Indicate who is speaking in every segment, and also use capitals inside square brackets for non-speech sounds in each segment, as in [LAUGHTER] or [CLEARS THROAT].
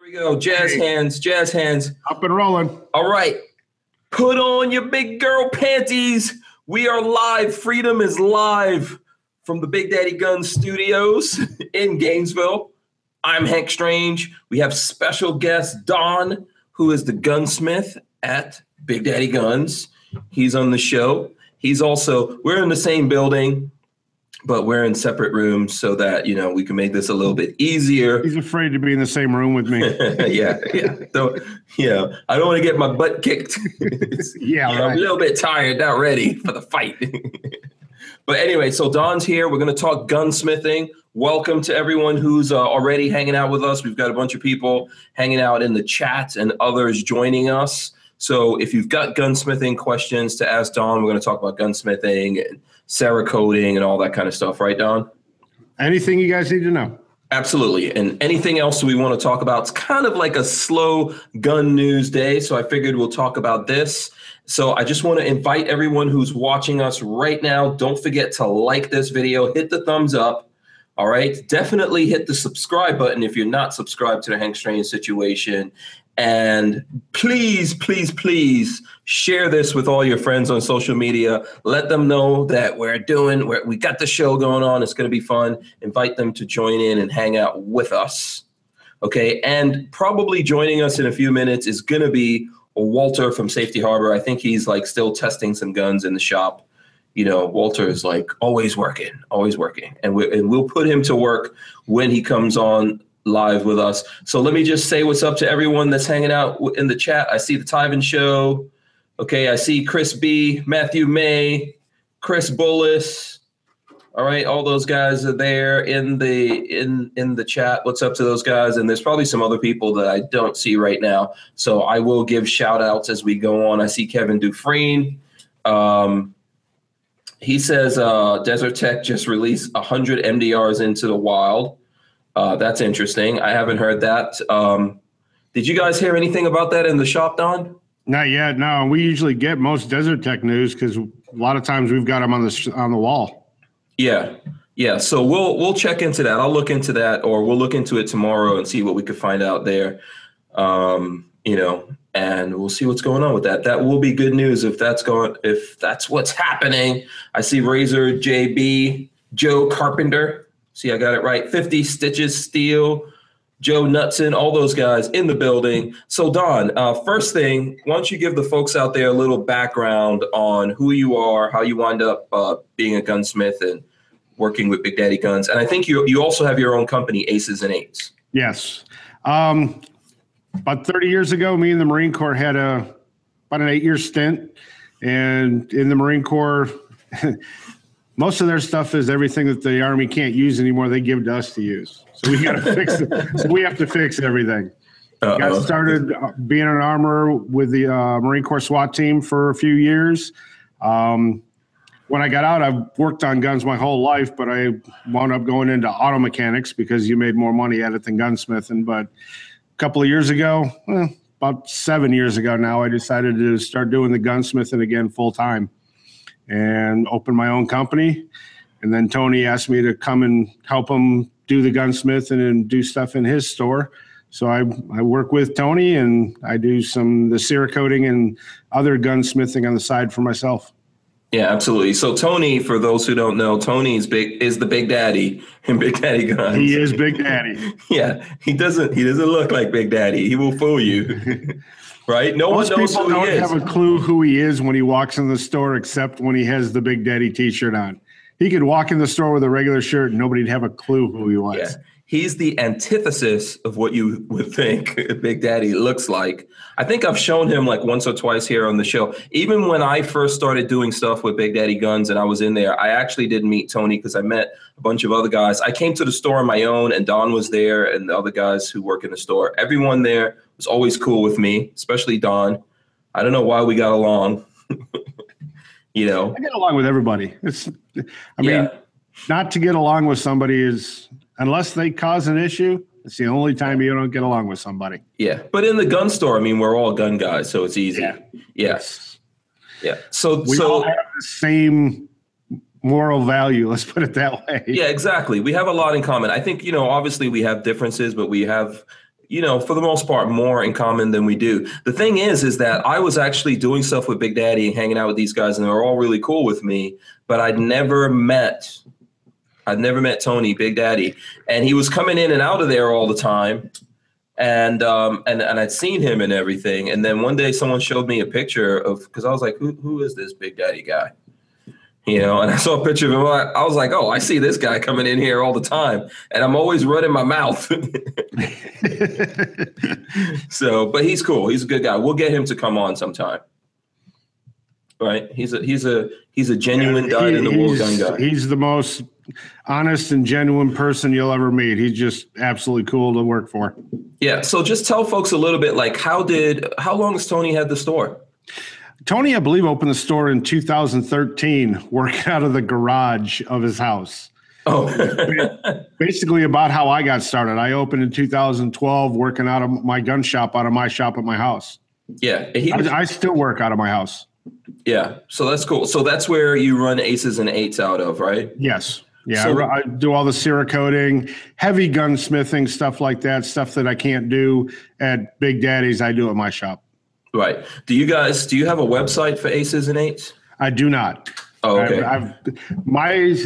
Speaker 1: we go. Jazz hands, jazz hands.
Speaker 2: Up and rolling.
Speaker 1: All right. Put on your big girl panties. We are live. Freedom is live from the Big Daddy Gun Studios [LAUGHS] in Gainesville. I'm Hank Strange. We have special guest Don, who is the gunsmith at Big Daddy Guns. He's on the show. He's also, we're in the same building, but we're in separate rooms so that, you know, we can make this a little bit easier.
Speaker 2: He's afraid to be in the same room with me.
Speaker 1: [LAUGHS] yeah, yeah. So, yeah, I don't want to get my butt kicked. [LAUGHS] Yeah,
Speaker 2: Yeah,
Speaker 1: I'm a
Speaker 2: right.
Speaker 1: little bit tired, not ready for the fight. [LAUGHS] but anyway, so Don's here. We're going to talk gunsmithing. Welcome to everyone who's uh, already hanging out with us. We've got a bunch of people hanging out in the chat and others joining us. So if you've got gunsmithing questions to ask Don, we're going to talk about gunsmithing and Cerakoting and all that kind of stuff, right, Don?
Speaker 2: Anything you guys need to know?
Speaker 1: Absolutely. And anything else we want to talk about? It's kind of like a slow gun news day. So I figured we'll talk about this. So I just want to invite everyone who's watching us right now. Don't forget to like this video, hit the thumbs up. All right. Definitely hit the subscribe button if you're not subscribed to the Hank Strange situation. And please, please, please share this with all your friends on social media. Let them know that we're doing, we're, we got the show going on. It's going to be fun. Invite them to join in and hang out with us. Okay. And probably joining us in a few minutes is going to be Walter from Safety Harbor. I think he's like still testing some guns in the shop. You know, Walter is like always working, always working. And, we, and we'll put him to work when he comes on live with us. So let me just say what's up to everyone that's hanging out w- in the chat. I see the Tyven Show. Okay, I see Chris B, Matthew May, Chris Bullis. All right, all those guys are there in the in in the chat. What's up to those guys? And there's probably some other people that I don't see right now. So I will give shout outs as we go on. I see Kevin Dufresne. Um, he says uh, Desert Tech just released 100 MDRs into the wild. Uh, that's interesting. I haven't heard that. Um, did you guys hear anything about that in the shop, Don?
Speaker 2: Not yet. No, we usually get most Desert Tech news because a lot of times we've got them on the s- on the wall.
Speaker 1: Yeah. Yeah. So we'll we'll check into that. I'll look into that or we'll look into it tomorrow and see what we could find out there. Um, you know, and we'll see what's going on with that. That will be good news if that's going if that's what's happening. I see Razor JB, Joe Carpenter. See, I got it right. 50 stitches steel. Joe Nutson, all those guys in the building. So, Don, uh, first thing, why don't you give the folks out there a little background on who you are, how you wind up uh, being a gunsmith and working with Big Daddy Guns? And I think you you also have your own company, Aces and Eights.
Speaker 2: Yes. Um, about 30 years ago, me and the Marine Corps had a about an eight year stint, and in the Marine Corps, [LAUGHS] most of their stuff is everything that the Army can't use anymore. They give to us to use, so we got to fix it. So we have to fix everything. got
Speaker 1: Uh-oh.
Speaker 2: started uh, being an armorer with the uh, Marine Corps SWAT team for a few years. Um, when I got out, I've worked on guns my whole life, but I wound up going into auto mechanics because you made more money at it than gunsmithing. But a couple of years ago, eh, about seven years ago now, I decided to start doing the gunsmithing again full time and open my own company. And then Tony asked me to come and help him do the gunsmithing and do stuff in his store. So I, I work with Tony and I do some the Cerakoting and other gunsmithing on the side for myself.
Speaker 1: Yeah, absolutely. So, Tony, for those who don't know, Tony is big is the Big Daddy in Big Daddy Guns.
Speaker 2: He is Big Daddy.
Speaker 1: Yeah, he doesn't he doesn't look like Big Daddy. He will fool you, [LAUGHS] right? No
Speaker 2: Most
Speaker 1: one knows
Speaker 2: people
Speaker 1: who
Speaker 2: don't
Speaker 1: he is.
Speaker 2: have a clue who he is when he walks in the store, except when he has the Big Daddy T-shirt on. He could walk in the store with a regular shirt and nobody'd have a clue who he was.
Speaker 1: Yeah. He's the antithesis of what you would think [LAUGHS] Big Daddy looks like. I think I've shown him like once or twice here on the show. Even when I first started doing stuff with Big Daddy Guns and I was in there, I actually didn't meet Tony because I met a bunch of other guys. I came to the store on my own and Don was there and the other guys who work in the store. Everyone there was always cool with me, especially Don. I don't know why we got along. [LAUGHS] you know,
Speaker 2: I get along with everybody. It's, I mean,
Speaker 1: yeah.
Speaker 2: not to get along with somebody is unless they cause an issue. It's the only time you don't get along with somebody.
Speaker 1: Yeah. But in the gun store, I mean, we're all gun guys, so it's easy.
Speaker 2: Yeah.
Speaker 1: Yeah. Yeah. So
Speaker 2: We
Speaker 1: so
Speaker 2: all have the same moral value. Let's put it that way. [LAUGHS]
Speaker 1: yeah, exactly. We have a lot in common. I think, you know, obviously we have differences, but we have you know, for the most part, more in common than we do. The thing is, is that I was actually doing stuff with Big Daddy and hanging out with these guys, and they were all really cool with me, but I'd never met. I'd never met Tony, Big Daddy, and he was coming in and out of there all the time, and um, and and I'd seen him and everything. And then one day, someone showed me a picture of because I was like, who, who is this Big Daddy guy? you know and i saw a picture of him I, I was like oh i see this guy coming in here all the time and i'm always running my mouth [LAUGHS] so but he's cool he's a good guy we'll get him to come on sometime right he's a he's a he's a genuine
Speaker 2: Yeah,
Speaker 1: died in the wool gun
Speaker 2: he's-
Speaker 1: guy
Speaker 2: He's the most honest and genuine person you'll ever meet. He's just absolutely cool to work for.
Speaker 1: yeah so just tell folks a little bit like how did how long has tony had the store
Speaker 2: Tony, I believe, opened the store in 2013, working out of the garage of his house.
Speaker 1: oh
Speaker 2: Basically, about how I got started. I opened in 2012, working out of my gun shop, out of my shop at my house.
Speaker 1: [LAUGHS] yeah he was,
Speaker 2: I, I still work out of my house.
Speaker 1: yeah so that's cool so that's where you run aces and eights out of right
Speaker 2: Yes. Yeah,
Speaker 1: So-
Speaker 2: I, I do all the Cerakoting, heavy gunsmithing, stuff like that, stuff that I can't do at Big Daddy's, I do at my shop.
Speaker 1: right do you guys do you have a website for aces and eights
Speaker 2: I do not.
Speaker 1: oh okay
Speaker 2: I've, I've my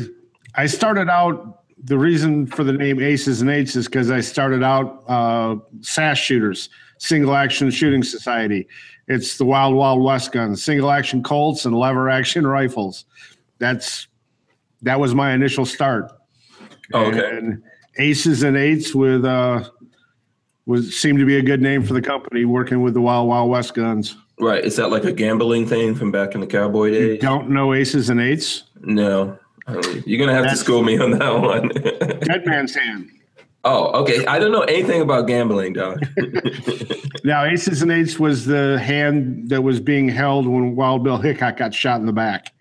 Speaker 2: I started out the reason for the name Aces and Eights is because I started out uh, SAS shooters, Single Action Shooting Society. It's the Wild Wild West guns, single action Colts and lever action rifles. That's that was my initial start.
Speaker 1: Oh, okay
Speaker 2: And Aces and Eights with uh, was seemed to be a good name for the company working with the Wild Wild West guns.
Speaker 1: Right. Is that like a gambling thing from back in the cowboy days?
Speaker 2: Don't know Aces and
Speaker 1: [LAUGHS]
Speaker 2: Eights?
Speaker 1: No. I don't- You're going to have to
Speaker 2: That's-
Speaker 1: school me on that one. [LAUGHS]
Speaker 2: Dead Man's Hand.
Speaker 1: oh, okay. I don't know anything about gambling,
Speaker 2: [LAUGHS]
Speaker 1: Doc.
Speaker 2: Now, aces and eights was the hand that was being held when Wild Bill Hickok got shot in the back.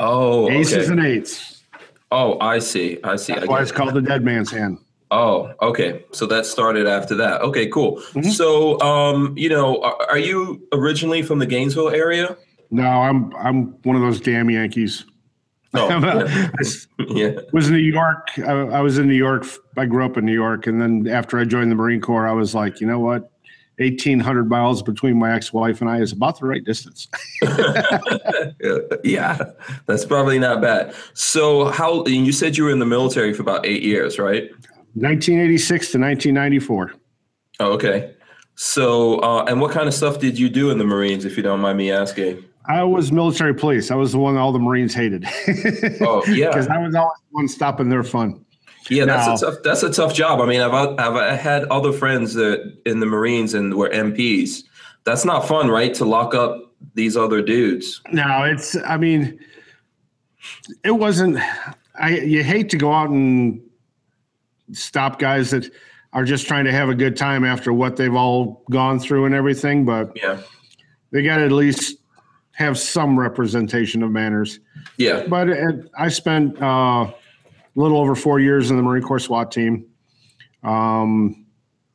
Speaker 1: Oh,
Speaker 2: Aces
Speaker 1: okay.
Speaker 2: and eights.
Speaker 1: Oh, I see. I see. I
Speaker 2: That's why
Speaker 1: get
Speaker 2: it's
Speaker 1: it.
Speaker 2: called the dead man's hand.
Speaker 1: Oh, okay. So that started after that. Okay, cool.
Speaker 2: Mm-hmm.
Speaker 1: So, um, you know, are, are you originally from the Gainesville area?
Speaker 2: No, I'm I'm one of those damn Yankees. [LAUGHS]
Speaker 1: Oh, yeah.
Speaker 2: I s-
Speaker 1: [LAUGHS] yeah.
Speaker 2: was in New York. I, I was in New York. I grew up in New York, and then after I joined the Marine Corps, I was like, you know what? 1800 miles between my ex-wife and I is about the right distance.
Speaker 1: Yeah. That's probably not bad. So, how, and you said you were in the military for about eight years, right?
Speaker 2: 1986 to 1994.
Speaker 1: Oh, okay. So, uh, and what kind of stuff did you do in the Marines, if you don't mind me asking?
Speaker 2: I was military police. I was the one all the Marines hated.
Speaker 1: Oh,
Speaker 2: [LAUGHS]
Speaker 1: yeah.
Speaker 2: Because I was always the one stopping their fun.
Speaker 1: Yeah, that's a
Speaker 2: No.
Speaker 1: tough. That's a tough job. I mean, I've I've I had other friends that in the Marines and were MPs. That's not fun, right? To lock up these other dudes.
Speaker 2: No, it's. I mean, it wasn't. I you hate to go out and stop guys that are just trying to have a good time after what they've all gone through and everything, but
Speaker 1: Yeah,
Speaker 2: they got to at least have some representation of manners.
Speaker 1: yeah,
Speaker 2: But it, I spent uh, a little over four years in the Marine Corps SWAT team. Um,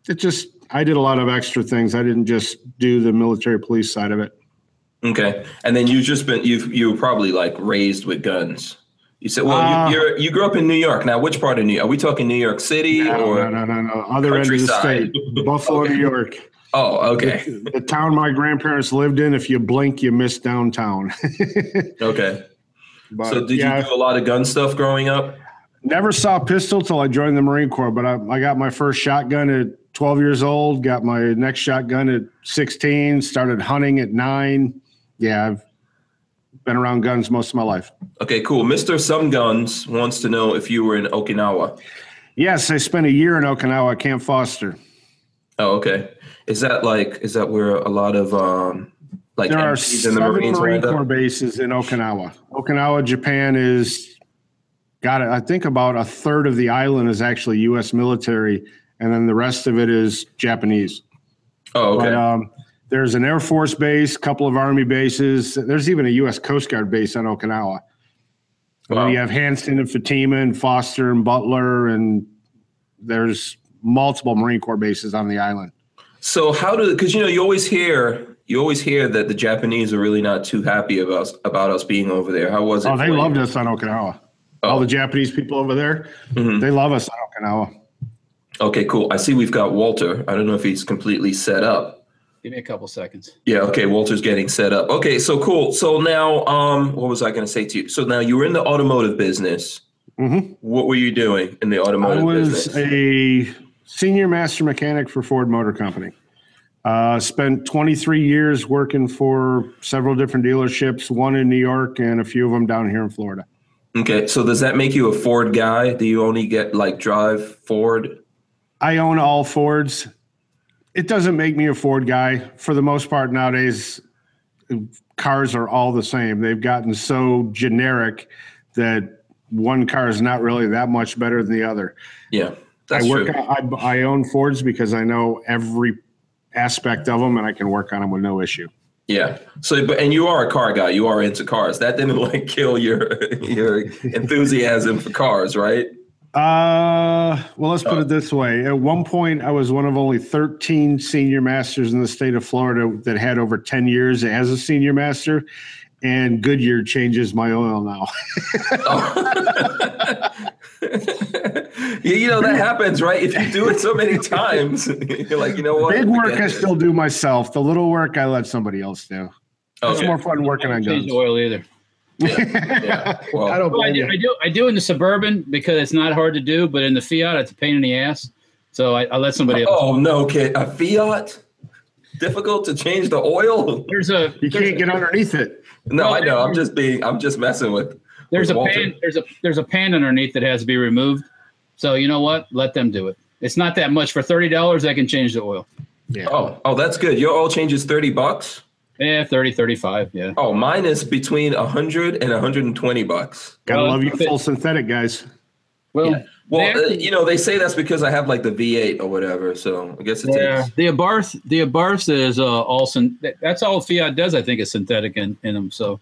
Speaker 2: it just I did a lot of extra things. I didn't just do the military police side of it.
Speaker 1: okay. And then you've just been you've you were probably like raised with guns. You said, well,
Speaker 2: Uh,
Speaker 1: you, you're you grew up in New York. Now, which part of New York? Are we talking New York City
Speaker 2: No,
Speaker 1: or?
Speaker 2: no, no, no, no. Other end of the
Speaker 1: countryside.
Speaker 2: state, Buffalo, New York.
Speaker 1: Oh, okay,
Speaker 2: The town my grandparents lived in. If you blink, you miss downtown. [LAUGHS]
Speaker 1: okay.
Speaker 2: but
Speaker 1: So, did
Speaker 2: yeah,
Speaker 1: you do a lot of gun stuff growing up?
Speaker 2: never saw a pistol till I joined the Marine Corps. But I, I got my first shotgun at 12 years old. Got my next shotgun at 16. Started hunting at nine. Yeah, I've been around guns most of my life.
Speaker 1: Okay, cool. Mr. Some Guns wants to know if you were in Okinawa.
Speaker 2: Yes, I spent a year in Okinawa, at Camp Foster.
Speaker 1: Oh, okay. Is that like is that where a lot of um like
Speaker 2: There are
Speaker 1: MPs and
Speaker 2: seven
Speaker 1: the Marines
Speaker 2: Marine
Speaker 1: wind up?
Speaker 2: Corps bases in Okinawa. Okinawa, Japan is got it. I think about a third of the island is actually U.S. military, and then the rest of it is Japanese.
Speaker 1: Oh, okay.
Speaker 2: But um, there's an Air Force base, couple of Army bases. There's even a U.S. Coast Guard base on Okinawa. And
Speaker 1: Wow.
Speaker 2: then you have Hanston and Fatima and Foster and Butler, and there's multiple Marine Corps bases on the island.
Speaker 1: So how do because you know you always hear you always hear that the Japanese are really not too happy about us about us being over there. How was it?
Speaker 2: Oh, they
Speaker 1: for you? Oh.
Speaker 2: loved us on Okinawa. All the Japanese people over there, they love us on Okinawa.
Speaker 1: Mm-hmm. Okay, cool. I see we've got Walter. I don't know if he's completely set up.
Speaker 3: Give me a couple seconds.
Speaker 1: Yeah, okay, Walter's getting set up. Okay, so cool. So now um what was I going to say to you? So now you were in the automotive business.
Speaker 2: Mhm.
Speaker 1: What were you doing in the
Speaker 2: I
Speaker 1: automotive
Speaker 2: was
Speaker 1: business?
Speaker 2: a senior master mechanic for Ford Motor Company. Uh, spent 23 years working for several different dealerships, one in New York and a few of them down here in Florida.
Speaker 1: okay, so does that make you a Ford guy? Do you only get like drive Ford?
Speaker 2: I own all Fords. It doesn't make me a Ford guy. For the most part, nowadays, cars are all the same. They've gotten so generic that one car is not really that much better than the other.
Speaker 1: Yeah. That's
Speaker 2: I work.
Speaker 1: true.
Speaker 2: I, I own Fords because I know every aspect of them, and I can work on them with no issue.
Speaker 1: Yeah. So, but and you are a car guy. You are into cars. That didn't [LAUGHS] like kill your your enthusiasm for cars,
Speaker 2: [LAUGHS]
Speaker 1: right? [LAUGHS]
Speaker 2: Uh, well, let's put it this way: at one point, I was one of only thirteen senior masters in the state of Florida that had over ten years as a senior master. And Goodyear changes my oil now.
Speaker 1: Yeah, you know that happens, right? If you do it so many times, [LAUGHS] you're like, you know what?
Speaker 2: Big work I
Speaker 1: Forget it.
Speaker 2: still do myself. The little work I let somebody else do. It's
Speaker 1: Okay.
Speaker 2: more fun working on
Speaker 3: Change
Speaker 2: guns.
Speaker 3: the oil either.
Speaker 2: [LAUGHS]
Speaker 1: Yeah. Well,
Speaker 2: I don't
Speaker 3: Well, I,
Speaker 2: blame
Speaker 3: do,
Speaker 2: you.
Speaker 3: I do. I do in the suburban because it's not hard to do, but in the Fiat, it's a pain in the ass. So I, I let somebody else.
Speaker 1: Oh no, kid. A Fiat. Difficult to change the oil.
Speaker 3: There's a
Speaker 2: You
Speaker 3: there's,
Speaker 2: can't get underneath it.
Speaker 1: No, I know. I'm just being. I'm just messing with.
Speaker 3: there's a
Speaker 1: with Walter.
Speaker 3: pan there's a there's a pan underneath that has to be removed. So you know what? Let them do it. It's not that much for thirty dollars. I can change the oil.
Speaker 1: Oh, oh, that's good. Your oil change is thirty bucks.
Speaker 3: Yeah, 30, 35, Yeah.
Speaker 1: Oh, mine is between a hundred and hundred and twenty bucks.
Speaker 2: Gotta
Speaker 3: Well,
Speaker 2: love you,
Speaker 3: if it-
Speaker 2: full synthetic guys.
Speaker 3: Well,
Speaker 1: Well,
Speaker 3: There-
Speaker 1: uh, you know, they say that's because I have like the V8 or whatever. So I guess it takes.
Speaker 3: The Abarth, the Abarth is uh, all syn- that, that's all Fiat does. I think is synthetic in, in them. So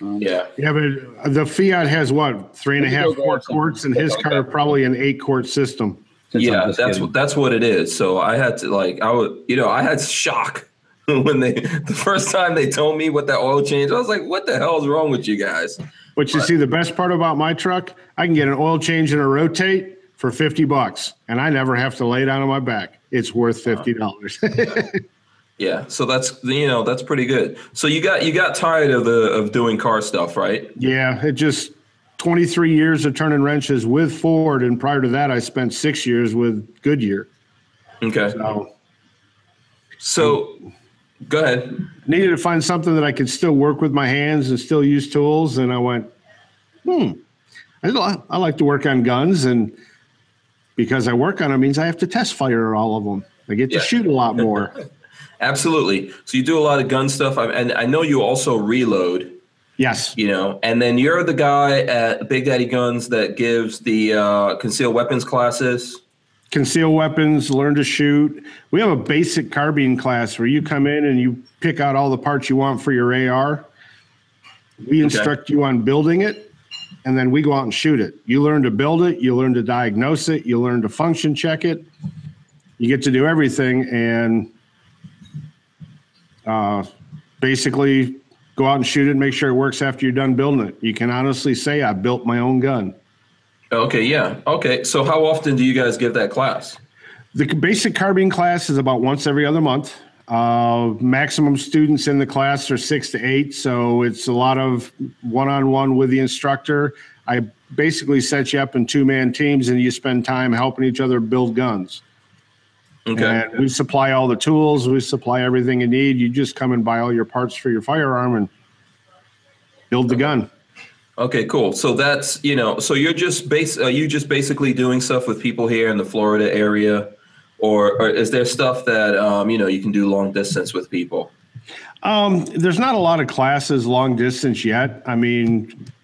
Speaker 1: Yeah.
Speaker 2: Yeah, but uh, the Fiat has what three and a
Speaker 3: Maybe
Speaker 2: half,
Speaker 3: they'll go
Speaker 2: four
Speaker 3: with something.
Speaker 2: quarts, and his car probably an eight quart system.
Speaker 3: since I'm
Speaker 1: yeah,
Speaker 3: just
Speaker 1: that's
Speaker 3: kidding.
Speaker 1: what that's what it is. So I had to like I would you know I had shock [LAUGHS] when they the first time they told me what that oil change. I was like, what the hell is wrong with you guys?
Speaker 2: But you see, the best part about my truck, I can get an oil change and a rotate for fifty bucks, and I never have to lay down on my back. It's worth fifty dollars. [LAUGHS]
Speaker 1: Yeah, so that's you know that's pretty good. So you got you got tired of the of doing car stuff, right?
Speaker 2: yeah, it just twenty three years of turning wrenches with Ford, and prior to that, I spent six years with Goodyear.
Speaker 1: Okay.
Speaker 2: So
Speaker 1: So go ahead.
Speaker 2: needed to find something that I could still work with my hands and still use tools. And I went, hmm, I, li- I like to work on guns. And because I work on them means I have to test fire all of them. I get to
Speaker 1: Yeah.
Speaker 2: shoot a lot more.
Speaker 1: Absolutely. So you do a lot of gun stuff, I- and I know you also reload.
Speaker 2: yes.
Speaker 1: you know and then you're the guy at big daddy guns that gives the uh, concealed weapons classes
Speaker 2: Conceal weapons, learn to shoot. We have a basic carbine class where you come in and you pick out all the parts you want for your AR. We instruct you on building it, and then we go out and shoot it. You learn to build it, you learn to diagnose it, you learn to function check it. You get to do everything and uh, basically go out and shoot it, make sure it works after you're done building it. You can honestly say, I built my own gun.
Speaker 1: okay yeah okay so how often do you guys give that class
Speaker 2: The basic carbine class is about once every other month. Uh, maximum students in the class are six to eight, so it's a lot of one-on-one with the instructor. I basically set you up in two-man teams, and you spend time helping each other build guns.
Speaker 1: okay
Speaker 2: And we supply all the tools, we supply everything you need. You just come and buy all your parts for your firearm and build the gun.
Speaker 1: okay cool so that's you know so you're just base are you just basically doing stuff with people here in the florida area or, or is there stuff that um, you know you can do long distance with people
Speaker 2: Um, there's not a lot of classes long distance yet. I mean,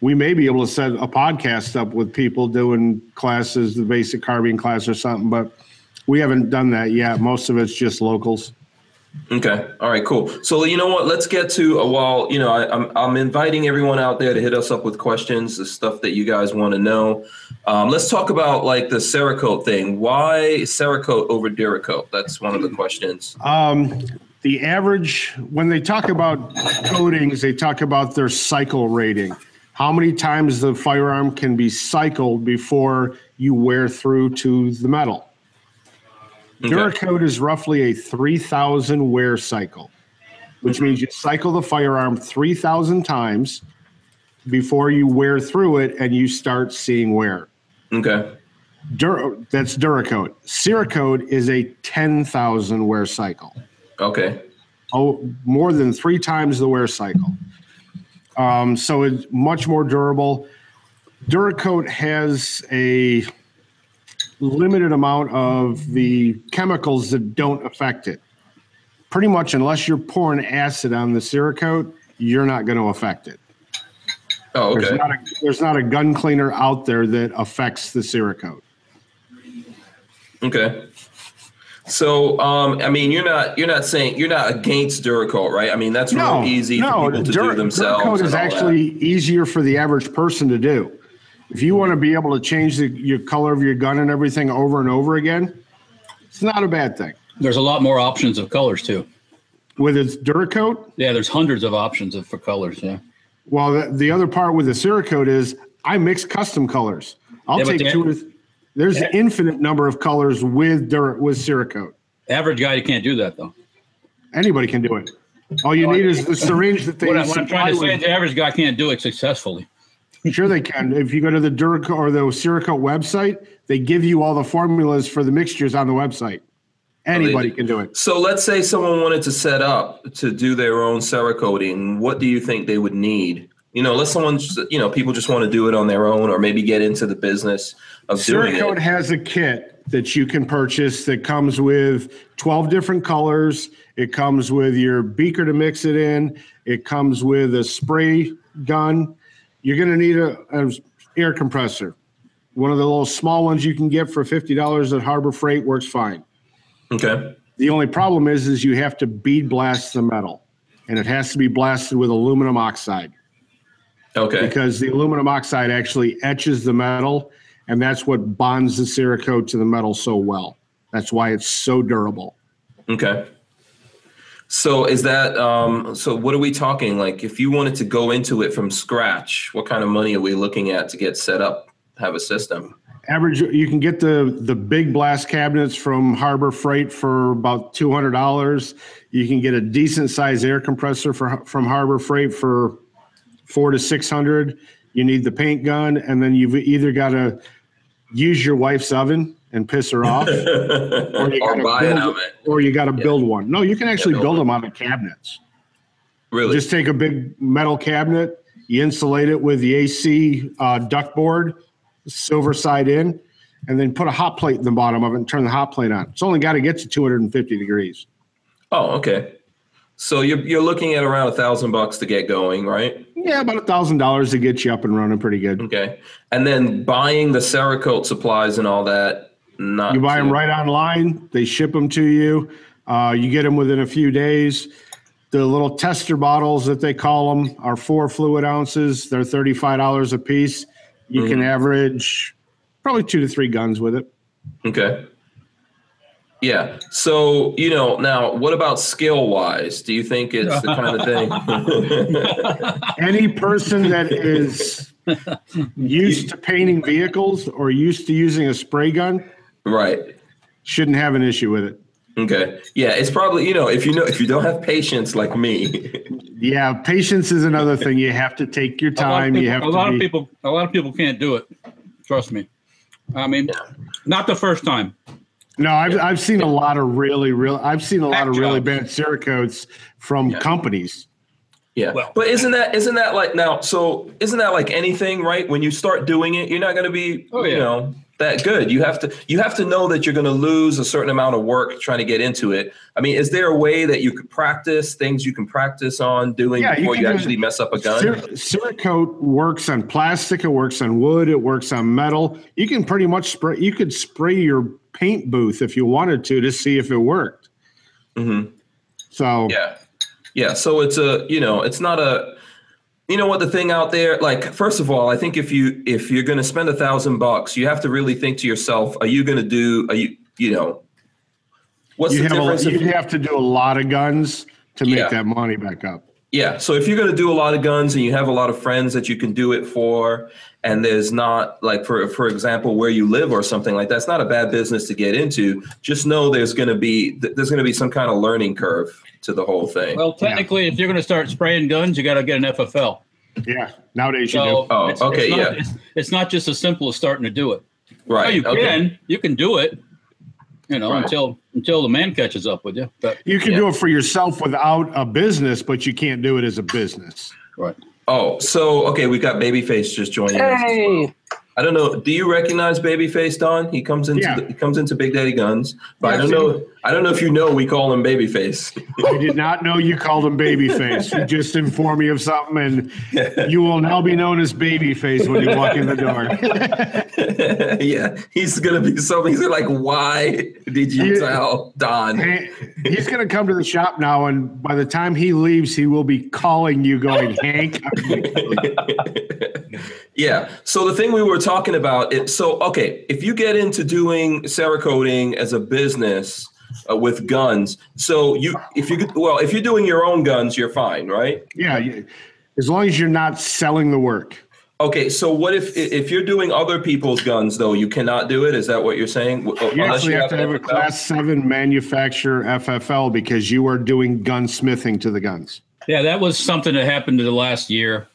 Speaker 2: we may be able to set a podcast up with people doing classes, the basic carbine class or something, but we haven't done that yet. Most of it's just locals.
Speaker 1: Okay. All right. Cool. So you know what? Let's get to a while. You know, I, I'm I'm inviting everyone out there to hit us up with questions, the stuff that you guys want to know. Um, let's talk about like the Cerakote thing. Why Cerakote over Duracote? That's one of the questions.
Speaker 2: Um, the average, when they talk about coatings, they talk about their cycle rating. How many times the firearm can be cycled before you wear through to the metal?
Speaker 1: Okay.
Speaker 2: Duracoat is roughly a 3,000 wear cycle, which means you cycle the firearm 3,000 times before you wear through it and you start seeing wear.
Speaker 1: Okay.
Speaker 2: Dur- that's Duracoat. Cerakote is a 10,000 wear cycle.
Speaker 1: Okay.
Speaker 2: oh, more than three times the wear cycle. Um, so it's much more durable. Duracoat has a limited amount of the chemicals that don't affect it. Pretty much, unless you're pouring acid on the Cerakote, you're not going to affect it.
Speaker 1: Oh,
Speaker 2: There's,
Speaker 1: okay.
Speaker 2: not a, there's not a gun cleaner out there that affects the Cerakote.
Speaker 1: Okay. So, um, I mean, you're not you're not saying you're not against Duracoat, right? I mean, that's real easy for people to
Speaker 2: Dur-
Speaker 1: do themselves.
Speaker 2: Duracoat is
Speaker 1: and all that.
Speaker 2: actually easier for the average person to do. If you want to be able to change the, your color of your gun and everything over and over again, it's not a bad thing.
Speaker 3: There's a lot more options of colors too.
Speaker 2: With its Duracoat,
Speaker 3: Yeah, there's hundreds of options of, for colors. Yeah,
Speaker 2: well, the, the other part with the Cerakote is I mix custom colors. I'll
Speaker 3: Yeah, but
Speaker 2: take
Speaker 3: the-
Speaker 2: two or th- there's an infinite number of colors with Dur- with Cerakote.
Speaker 3: average guy you can't do that though.
Speaker 2: Anybody can do it. All you need is the syringe that they
Speaker 3: What, I, what I'm
Speaker 2: supply
Speaker 3: trying to
Speaker 2: with.
Speaker 3: say is the average guy can't do it successfully.
Speaker 2: Sure, they can. If you go to the Durico or the Sirico website, they give you all the formulas for the mixtures on the website.
Speaker 1: Oh,
Speaker 2: Anybody
Speaker 1: Amazing.
Speaker 2: can do it.
Speaker 1: So let's say someone wanted to set up to do their own Cerakoting. What do you think they would need? You know, unless someone, just- you know, people just want to do it on their own or maybe get into the business of doing
Speaker 2: Cerakote
Speaker 1: it.
Speaker 2: has a kit that you can purchase that comes with 12 different colors. It comes with your beaker to mix it in. It comes with a spray gun. You're going to need a, a air compressor. One of the little small ones you can get for $50 at Harbor Freight works fine.
Speaker 1: Okay.
Speaker 2: The only problem is, is you have to bead blast the metal, and it has to be blasted with aluminum oxide
Speaker 1: Okay.
Speaker 2: because the aluminum oxide actually etches the metal, and that's what bonds the Cerakote to the metal so well. That's why it's so durable.
Speaker 1: Okay. So is that um so what are we talking like if you wanted to go into it from scratch what kind of money are we looking at to get set up have a
Speaker 2: [LAUGHS]
Speaker 1: system
Speaker 2: Average, you can get the the big blast cabinets from Harbor Freight for about two hundred dollars. You can get a decent size air compressor for, from Harbor Freight for four to six hundred. You need the paint gun, and then you've either got to use your wife's oven and piss
Speaker 1: [LAUGHS]
Speaker 2: her off,
Speaker 1: or,
Speaker 2: you gotta
Speaker 1: buy an
Speaker 2: build-
Speaker 1: oven
Speaker 2: or you got to build one. No, you can actually
Speaker 1: build
Speaker 2: build them out of cabinets.
Speaker 1: really
Speaker 2: Just take a big metal cabinet, you insulate it with the AC uh, ductboard, silver side in, and then put a hot plate in the bottom of it and turn the hot plate on. It's only got to get to 250 degrees.
Speaker 1: oh okay so you're you're looking at around a thousand bucks to get going right
Speaker 2: Yeah, about a thousand dollars to get you up and running pretty good.
Speaker 1: okay and then buying the Cerakote supplies and all that not
Speaker 2: You buy them
Speaker 1: too-
Speaker 2: right online. They ship them to you. Uh, you get them within a few days. The little tester bottles that they call them are four fluid ounces. They're thirty-five dollars a piece. You can average probably two to three guns with it.
Speaker 1: Okay. Yeah. So, you know, now what about skill wise? Do you think it's the kind of
Speaker 2: [LAUGHS]
Speaker 1: thing? [LAUGHS]
Speaker 2: Any person that
Speaker 3: [LAUGHS]
Speaker 2: is used to painting vehicles or used to using a spray gun
Speaker 1: right.
Speaker 2: shouldn't have an issue with it.
Speaker 1: Okay. Yeah, it's probably, you know, if you know if you don't have patience like me.
Speaker 2: Yeah, patience is another thing. You have to take your
Speaker 3: A lot of
Speaker 2: time.
Speaker 3: people-
Speaker 2: You have
Speaker 3: a lot
Speaker 2: to
Speaker 3: of
Speaker 2: be.
Speaker 3: people. A lot of people can't do it. Trust me. I mean, not the first time.
Speaker 2: No, I've, I've seen a lot of really, real. I've seen a lot of
Speaker 3: Back
Speaker 2: really
Speaker 3: jobs.
Speaker 2: bad Cerakotes from companies.
Speaker 1: Yeah.
Speaker 3: Well-
Speaker 1: but isn't that isn't that like now so isn't that like anything, right? When you start doing it, you're not going to be,
Speaker 3: Oh,
Speaker 1: you
Speaker 3: yeah.
Speaker 1: know, that good. You have to you have to know that you're going to lose a certain amount of work trying to get into it. I mean, is there a way that you could practice things you can practice on doing
Speaker 2: Yeah, you
Speaker 1: before
Speaker 2: can
Speaker 1: you,
Speaker 2: do-
Speaker 1: actually mess up a gun?
Speaker 2: Cer- Cerakote works on plastic. It works on wood. It works on metal. You can pretty much spray. You could spray your paint booth if you wanted to to see if it worked.
Speaker 1: Mhm.
Speaker 2: So
Speaker 1: Yeah. Yeah. So it's a, you know, it's not a, you know what the thing out there like first of all i think if you if you're going to spend a thousand bucks you have to really think to yourself are you going to do are you you know what's
Speaker 2: you
Speaker 1: the
Speaker 2: have
Speaker 1: difference
Speaker 2: a,
Speaker 1: if-
Speaker 2: you have to do a lot of guns to make
Speaker 1: Yeah.
Speaker 2: that money back up.
Speaker 1: Yeah. So if you're going to do a lot of guns and you have a lot of friends that you can do it for, and there's not like for for example where you live or something like that, it's not a bad business to get into. Just know there's going to be th- there's going to be some kind of learning curve to the whole thing.
Speaker 3: Well, technically, if you're going to start spraying guns, you got to get an FFL.
Speaker 2: Yeah. Nowadays you
Speaker 3: So
Speaker 2: do.
Speaker 1: Oh,
Speaker 3: it's-
Speaker 1: okay,
Speaker 3: it's not,
Speaker 1: yeah.
Speaker 3: It's, it's not just as simple as starting to do it.
Speaker 1: right.
Speaker 3: Oh, you
Speaker 1: okay.
Speaker 3: can, you can do it. You know,
Speaker 1: Right.
Speaker 3: until until the man catches up with you. But
Speaker 2: You can
Speaker 1: Yeah.
Speaker 2: do it for yourself without a business, but you can't do it as a business.
Speaker 3: right.
Speaker 1: Oh, so okay, we got Babyface just joining us. as well.
Speaker 4: Hey,
Speaker 1: I don't know. Do you recognize Babyface Don? He comes into
Speaker 2: Yeah.
Speaker 1: the, he comes into Big Daddy Guns, but I
Speaker 2: Yeah,
Speaker 1: don't
Speaker 2: I've
Speaker 1: know. I don't know if you know. We call him Babyface. [LAUGHS]
Speaker 2: I did not know you called him Babyface. You just informed me of something, and you will now be known as Babyface when you walk in the door.
Speaker 1: yeah, he's gonna be something. He's gonna like, why did you
Speaker 2: Yeah.
Speaker 1: tell Don?
Speaker 2: Hey, He's going to come to the shop now, and by the time he leaves, he will be calling you, going, Hank.
Speaker 1: Yeah. So the thing we were talking about. It, so okay, if you get into doing Cerakoting as a business uh, with guns, so you if you could- well if you're doing your own guns, you're fine, right?
Speaker 2: Yeah, you- as long as you're not selling the work.
Speaker 1: Okay. So what if if you're doing other people's guns though? You cannot do it. Is that what you're saying? You
Speaker 2: You actually have to have a class seven manufacturer FFL because you are doing gunsmithing to the guns.
Speaker 3: Yeah, that was something that happened to the last year.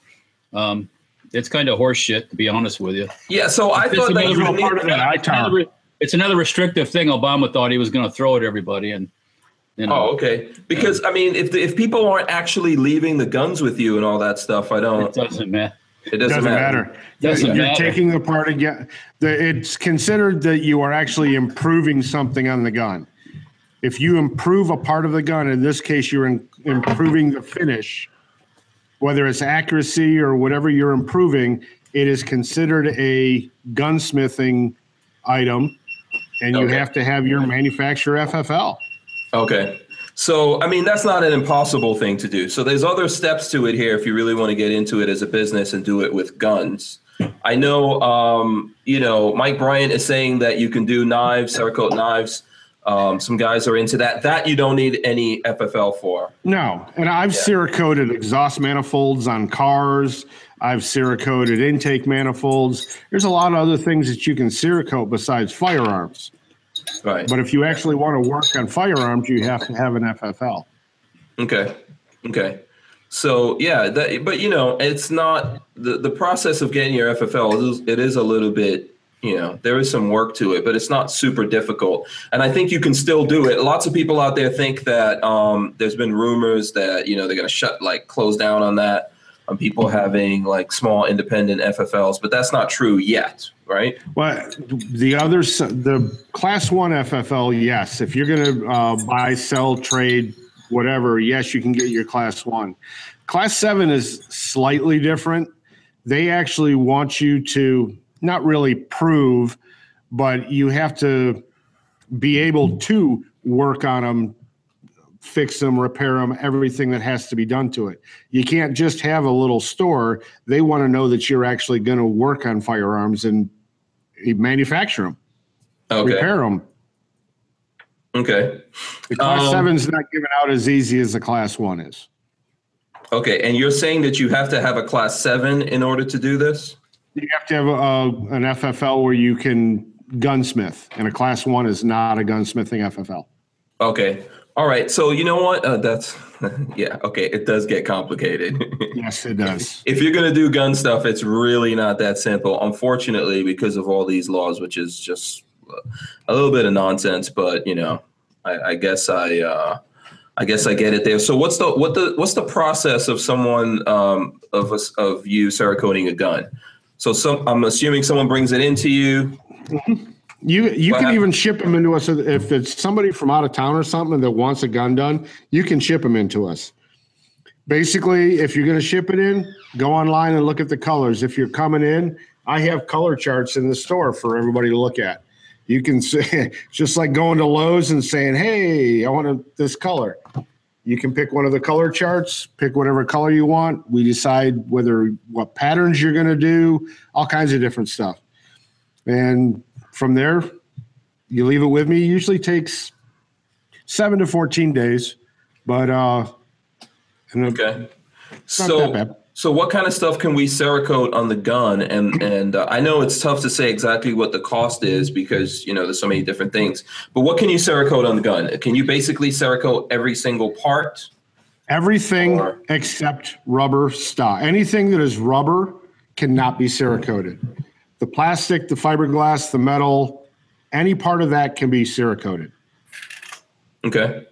Speaker 3: Um, it's kind of horse shit, to be honest with you.
Speaker 1: Yeah. So I
Speaker 3: It's
Speaker 1: thought that you
Speaker 3: another-
Speaker 1: would need.
Speaker 2: part of that
Speaker 3: It's another, it's another restrictive thing Obama thought he was going to throw at everybody, and you know,
Speaker 1: Oh, okay. Because I mean, if the, if people aren't actually leaving the guns with you and all that stuff, I don't.
Speaker 3: it doesn't matter.
Speaker 1: It doesn't, matter.
Speaker 3: Doesn't
Speaker 2: you're
Speaker 3: matter.
Speaker 2: taking the part again. The, it's considered that you are actually improving something on the gun. If you improve a part of the gun, in this case, you're in, improving the finish, whether it's accuracy or whatever you're improving, it is considered a gunsmithing item, and you
Speaker 1: Okay.
Speaker 2: have to have your manufacturer FFL.
Speaker 1: Okay. So I mean, that's not an impossible thing to do. So there's other steps to it here if you really want to get into it as a business and do it with guns. I know, um, you know, Mike Bryant is saying that you can do knives, Cerakote knives. Um, some guys are into that. That you don't need any FFL for.
Speaker 2: No, and I've Cerakoted exhaust manifolds on cars. I've Cerakoted intake manifolds. There's a lot of other things that you can Cerakote besides firearms.
Speaker 1: Right.
Speaker 2: But if you actually want to work on firearms, you have to have an FFL.
Speaker 1: Okay. Okay. So yeah, that but you know, it's not the the process of getting your FFL is it is a little bit, you know, there is some work to it, but it's not super difficult. And I think you can still do it. Lots of people out there think that um there's been rumors that, you know, they're going to shut like close down on that on people having like small independent FFLs, but that's not true yet, right?
Speaker 2: Well, the other, s- the class one FFL, yes. If you're going to uh, buy, sell, trade, whatever, yes, you can get your class one. Class seven is slightly different. They actually want you to not really prove, but you have to be able to work on them, fix them, repair them, everything that has to be done to it. You can't just have a little store. They want to know that you're actually going to work on firearms and manufacture them,
Speaker 1: Okay.
Speaker 2: repair them.
Speaker 1: Okay.
Speaker 2: The class
Speaker 1: Um,
Speaker 2: seven's not given out as easy as the class one is.
Speaker 1: Okay, and you're saying that you have to have a class 7 in order to do this?
Speaker 2: You have to have a, a, an FFL where you can gunsmith, and a class one is not a gunsmithing FFL.
Speaker 1: Okay. All right. So you know what? Uh, that's [LAUGHS] yeah. Okay. It does get complicated.
Speaker 2: Yes, it does.
Speaker 1: if you're gonna do gun stuff, it's really not that simple. Unfortunately, because of all these laws, which is just a little bit of nonsense. But you know, I, I guess I. Uh, I guess I get it there. So what's the what the what's the process of someone um, of us of you Cerakoting a gun? So some I'm assuming someone brings it into you.
Speaker 2: You you
Speaker 1: What
Speaker 2: can
Speaker 1: happened?
Speaker 2: even ship them into us if it's somebody from out of town or something that wants a gun done. You can ship them into us. Basically, if you're going to ship it in, go online and look at the colors. If you're coming in, I have color charts in the store for everybody to look at. You can say [LAUGHS] just like going to Lowe's and saying, "Hey, I want a, this color." You can pick one of the color charts, pick whatever color you want. We decide whether what patterns you're going to do, all kinds of different stuff. And from there, you leave it with me. It usually takes seven to 14 days, but uh, and
Speaker 1: Okay.
Speaker 2: not that
Speaker 1: so
Speaker 2: bad.
Speaker 1: so what kind of stuff can we Cerakote on the gun? And and uh, I know it's tough to say exactly what the cost is because you know there's so many different things. But what can you Cerakote on the gun? Can you basically Cerakote every single part?
Speaker 2: Everything
Speaker 1: Or-
Speaker 2: except rubber stock. Anything that is rubber cannot be cerakoted. The plastic, the fiberglass, the metal, any part of that can be cerakoted.
Speaker 1: Okay.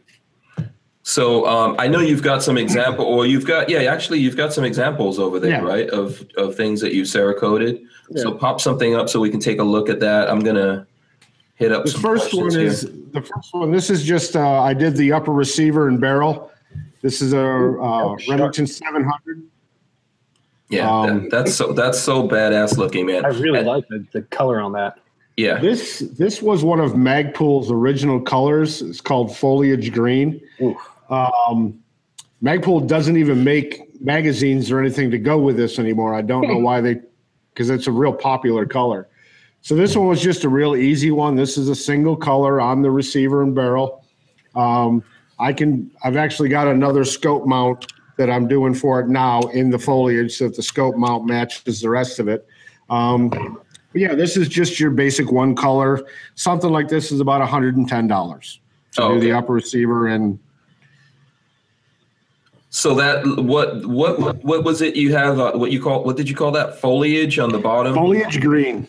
Speaker 1: So um, I know you've got some example, or you've got yeah, actually you've got some examples over there,
Speaker 2: Yeah.
Speaker 1: right? Of of things that you Cerakoted. So pop something up so we can take a look at that. I'm gonna hit up
Speaker 2: The
Speaker 1: some
Speaker 2: first
Speaker 1: questions
Speaker 2: one
Speaker 1: here.
Speaker 2: is the first one. This is just uh, I did the upper receiver and barrel. This is a
Speaker 1: Oh,
Speaker 2: uh, Remington 700.
Speaker 1: yeah,
Speaker 2: um,
Speaker 1: that- that's so that's so badass looking, man.
Speaker 4: I really
Speaker 1: And-
Speaker 4: like the, the color on that. [LAUGHS]
Speaker 1: yeah.
Speaker 2: This this was one of Magpul's original colors. It's called foliage green.
Speaker 4: Ooh.
Speaker 2: Um, Magpul doesn't even make magazines or anything to go with this anymore. I don't know why they, because it's a real popular color. So this one was just a real easy one. This is a single color on the receiver and barrel. Um, I can. I've actually got another scope mount that I'm doing for it now in the foliage, so that the scope mount matches the rest of it. Um, but yeah, this is just your basic one color. Something like this is about $110 to
Speaker 1: Oh,
Speaker 2: do the
Speaker 1: okay.
Speaker 2: upper receiver and
Speaker 1: So that what what what- what was it you have? Uh, what you call what did you call that foliage on the bottom?
Speaker 2: foliage Mm-hmm. green.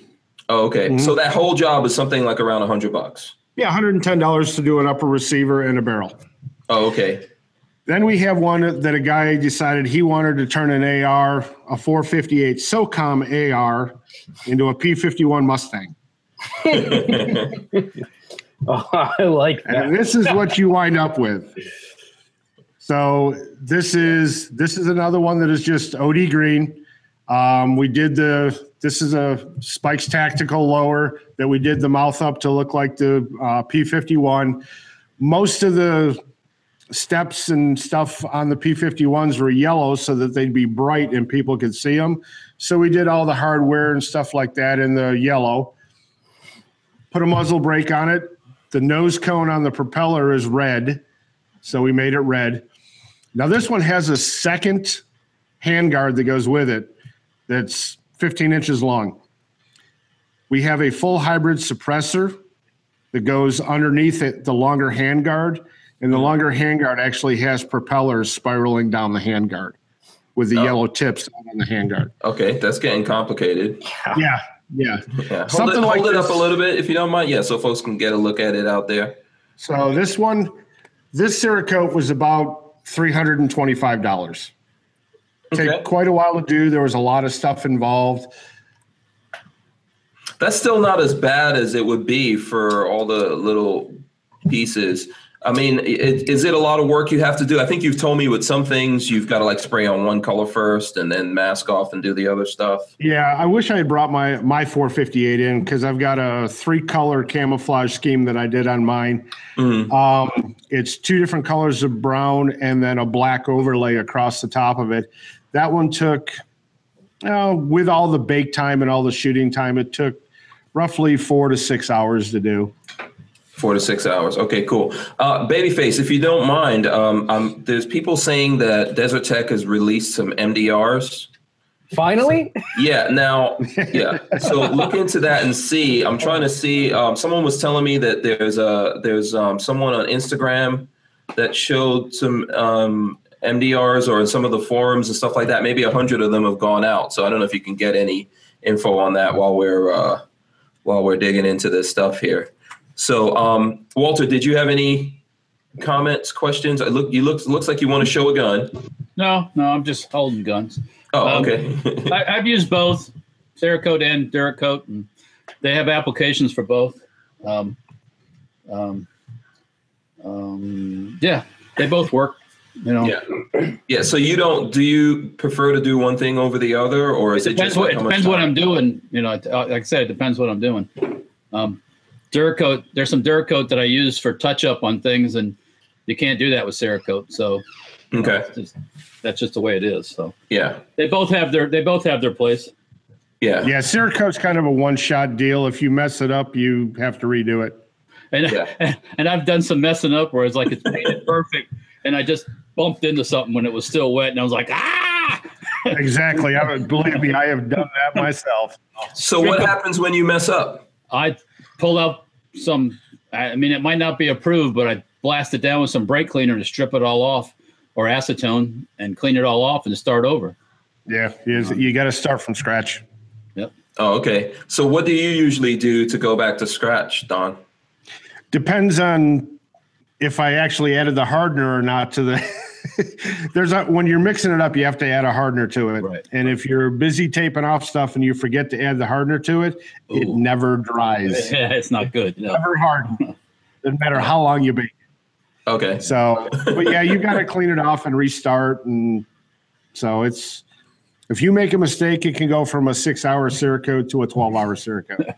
Speaker 1: Oh, okay. So that whole job is something like around a hundred bucks.
Speaker 2: Yeah, $110 to do an upper receiver and a barrel.
Speaker 1: Oh,
Speaker 2: [LAUGHS]
Speaker 1: okay.
Speaker 2: Then we have one that a guy decided he wanted to turn an AR, a 458 SOCOM AR, into a P51 Mustang.
Speaker 4: Oh, I like
Speaker 2: And
Speaker 4: that.
Speaker 2: this is what you wind up with. So this is this is another one that is just OD green. Um, we did the this is a Spikes Tactical lower that we did the mouth up to look like the uh, P51. Most of the steps and stuff on the P51s were yellow so that they'd be bright and people could see them. So we did all the hardware and stuff like that in the yellow. Put a muzzle brake on it, the nose cone on the propeller is red, so we made it red. Now this one has a second handguard that goes with it that's 15 inches long. We have a full hybrid suppressor that goes underneath it, the longer handguard, and the longer handguard actually has propellers spiraling down the handguard with the
Speaker 1: Oh.
Speaker 2: yellow tips on the handguard.
Speaker 1: Okay, that's getting complicated.
Speaker 2: Yeah, yeah.
Speaker 1: Yeah. Hold
Speaker 2: Something
Speaker 1: it,
Speaker 2: like
Speaker 1: hold it up
Speaker 2: this.
Speaker 1: a little bit if you don't mind. Yeah, so folks can get a look at it out there.
Speaker 2: So this one, this Cerakote was about three hundred and twenty-five dollars.
Speaker 1: Okay.
Speaker 2: Take quite a while to do. There was a lot of stuff involved.
Speaker 1: That's still not as bad as it would be for all the little pieces. I mean, i- is it a lot of work you have to do? I think you've told me with some things you've got to like spray on one color first and then mask off and do the other stuff.
Speaker 2: Yeah, I wish I had brought my my four fifty-eight in because I've got a three-color camouflage scheme that I did on mine.
Speaker 1: Mhm.
Speaker 2: Um, it's two different colors of brown and then a black overlay across the top of it. That one took, uh, with all the bake time and all the shooting time, it took roughly four to six hours to do.
Speaker 1: Four to six hours. Okay, cool. Uh, Babyface, if you don't mind, um, um, there's people saying that Desert Tech has released some MDRs.
Speaker 4: Finally,
Speaker 1: Yeah. Now, yeah. So look into that and see. I'm trying to see. Um, someone was telling me that there's a there's um, someone on Instagram that showed some um, MDRs or in some of the forums and stuff like that. Maybe a hundred of them have gone out. So I don't know if you can get any info on that while we're uh, while we're digging into this stuff here. So um, Walter, did you have any comments, questions? I look you looks looks like you want to show a gun.
Speaker 3: No, no, I'm just holding guns.
Speaker 1: Oh,
Speaker 3: Um,
Speaker 1: okay.
Speaker 3: I, I've used both Cerakote and Duracote, and they have applications for both. Um, um, um, yeah, they both work. You know,
Speaker 1: Yeah. Yeah. So you don't, do you prefer to do one thing over the other or is it,
Speaker 3: depends
Speaker 1: just
Speaker 3: what
Speaker 1: like
Speaker 3: it
Speaker 1: how much
Speaker 3: depends what
Speaker 1: time?
Speaker 3: I'm doing. You know, it- uh, like I said, it depends what I'm doing. Um, Duracote, there's some Duracote that I use for touch up on things, and you can't do that with Cerakote. So
Speaker 1: Okay.
Speaker 3: it's just, that's just the way it is. So
Speaker 1: Yeah.
Speaker 3: they both have their they both have their place.
Speaker 1: Yeah.
Speaker 2: Yeah, Cerakote's kind of a one-shot deal. If you mess it up, you have to redo it.
Speaker 3: And
Speaker 1: Yeah.
Speaker 3: [LAUGHS] and I've done some messing up where it's like it's painted perfect, and I just bumped into something when it was still wet, and I was like, ah!
Speaker 2: Exactly. I would believe me, I have done that myself.
Speaker 1: So what happens when you mess up?
Speaker 3: I pull out some. I mean, it might not be approved, but I blast it down with some brake cleaner to strip it all off, or acetone, and clean it all off and start over.
Speaker 2: Yeah, you, you got to start from scratch.
Speaker 1: Oh, okay. So what do you usually do to go back to scratch, Don?
Speaker 2: Depends on if I actually added the hardener or not to the. [LAUGHS] There's a, when you're mixing it up, you have to add a hardener to it.
Speaker 3: Right.
Speaker 2: And if you're busy taping off stuff and you forget to add the hardener to it, it
Speaker 3: Ooh.
Speaker 2: never dries,
Speaker 3: [LAUGHS] Yeah, it's not
Speaker 2: [LAUGHS]
Speaker 3: good. No.
Speaker 2: never hardens. Doesn't matter how long you bake.
Speaker 1: Okay.
Speaker 2: So, but yeah, you got to clean it off and restart. And so it's, if you make a mistake, it can go from a six hour Cerakote to a 12 hour Cerakote.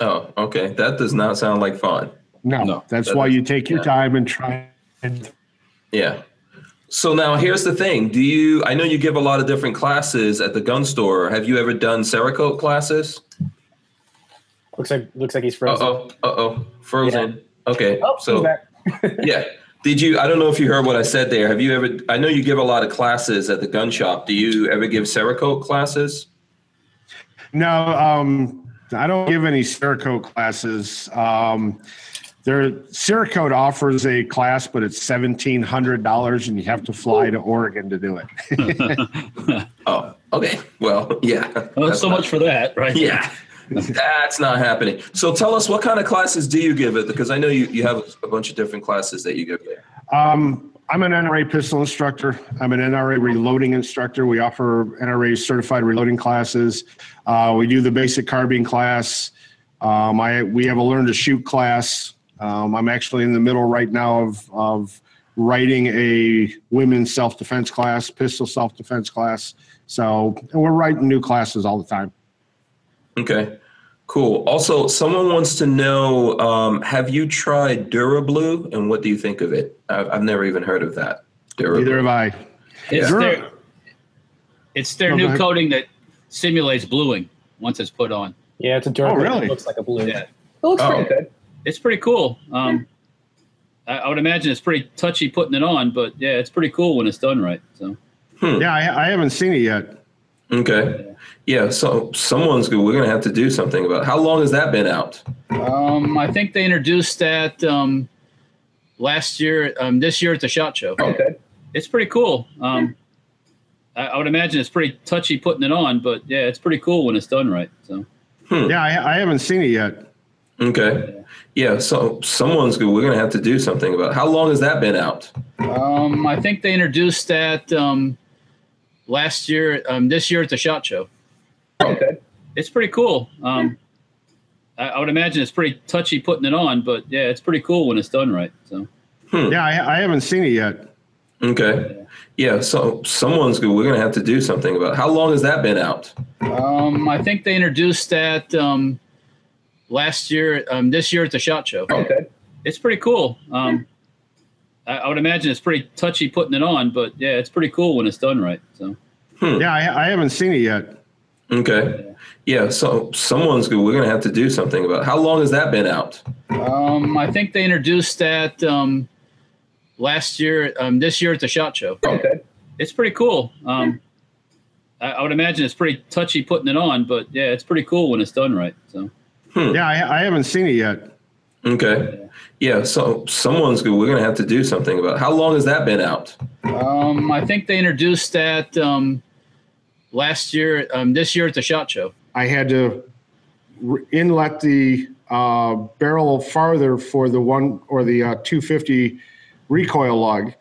Speaker 1: Oh, okay. That does not sound like fun.
Speaker 2: No,
Speaker 3: No,
Speaker 2: that's
Speaker 1: that
Speaker 2: why you
Speaker 1: doesn't-
Speaker 2: take your
Speaker 1: yeah.
Speaker 2: time and try. And
Speaker 1: Yeah. So now here's the thing. Do you I know you give a lot of different classes at the gun store. Have you ever done Cerakote classes?
Speaker 4: Looks like looks like he's
Speaker 1: Uh
Speaker 4: frozen.
Speaker 1: oh. Uh oh. Frozen. Okay.
Speaker 4: Oh,
Speaker 1: so
Speaker 4: he's back.
Speaker 1: yeah. Did you I don't know if you heard what I said there. Have you ever I know you give a lot of classes at the gun shop. Do you ever give Cerakote classes?
Speaker 2: no, um, I don't give any Cerakote classes. Um, there, Cerakote offers a class, but it's seventeen hundred dollars, and you have to fly to Oregon to do it.
Speaker 1: Oh, okay. Well, [LAUGHS] yeah.
Speaker 3: Well, Oh, so
Speaker 1: not-
Speaker 3: much for that, right?
Speaker 1: Yeah. That's not happening. So tell us what kind of classes do you give it? Because I know you, you have a bunch of different classes that you give there.
Speaker 2: Um, I'm an NRA pistol instructor. I'm an NRA reloading instructor. We offer NRA certified reloading classes. Uh, we do the basic carbine class. Um, I we have a learn to shoot class. Um, I'm actually in the middle right now of of writing a women's self defense class, pistol self defense class. So and we're writing new classes all the time.
Speaker 1: Okay. Cool. Also, someone wants to know um, have you tried DuraBlue and what do you think of it? I've, I've never even heard of that. DuraBlue.
Speaker 2: Neither have I.
Speaker 3: It's
Speaker 2: Sure.
Speaker 3: their, it's their
Speaker 2: No, go
Speaker 3: new
Speaker 2: ahead.
Speaker 3: coating that simulates bluing once it's put on.
Speaker 4: Yeah, it's a dirt.
Speaker 2: Oh,
Speaker 4: but
Speaker 2: really?
Speaker 4: It looks like a blue.
Speaker 3: Yeah.
Speaker 4: It looks
Speaker 1: Oh.
Speaker 4: pretty good.
Speaker 3: It's pretty cool. Um, I, I would imagine it's pretty touchy putting it on, but yeah, it's pretty cool when it's done right. So
Speaker 2: Yeah, I, I haven't seen it yet.
Speaker 1: Okay. Yeah. So someone's good. We're going to have to do something about it. How long has that been out?
Speaker 3: um, I think they introduced that um, last year, um, this year at the Shot Show.
Speaker 1: Oh,
Speaker 4: Okay.
Speaker 3: It's pretty cool. Um, I, I would imagine it's pretty touchy putting it on, but yeah, it's pretty cool when it's done right. So
Speaker 2: Yeah, I, I haven't seen it yet.
Speaker 1: Okay. Yeah. So someone's good. We're going to have to do something about it. How long has that been out?
Speaker 3: um, I think they introduced that um, last year, um, this year at the Shot Show.
Speaker 4: Okay.
Speaker 3: It's pretty cool. Um, I, I would imagine it's pretty touchy putting it on, but yeah, it's pretty cool when it's done right. So
Speaker 2: Yeah, I, I haven't seen it yet.
Speaker 1: Okay. Yeah. So someone's good. We're going to have to do something about it. How long has that been out?
Speaker 3: um, I think they introduced that um, last year, um, this year at the Shot Show.
Speaker 4: Okay.
Speaker 3: It's pretty cool. Um, I, I would imagine it's pretty touchy putting it on, but yeah, it's pretty cool when it's done right. So
Speaker 2: Yeah, I, I haven't seen it yet.
Speaker 1: Okay. Yeah. So someone's good. We're going to have to do something about it. How long has that been out?
Speaker 3: um, I think they introduced that um, last year, um, this year at the Shot Show.
Speaker 4: Okay.
Speaker 3: It's pretty cool. Um, I, I would imagine it's pretty touchy putting it on, but yeah, it's pretty cool when it's done right. So
Speaker 2: Yeah, I, I haven't seen it yet.
Speaker 1: Okay. Yeah. So someone's good. We're going to have to do something about it. How long has that been out?
Speaker 3: um, I think they introduced that um, last year, um, this year at the Shot Show.
Speaker 2: I had to re- inlet the uh, barrel farther for the one or the uh, 250 recoil lug.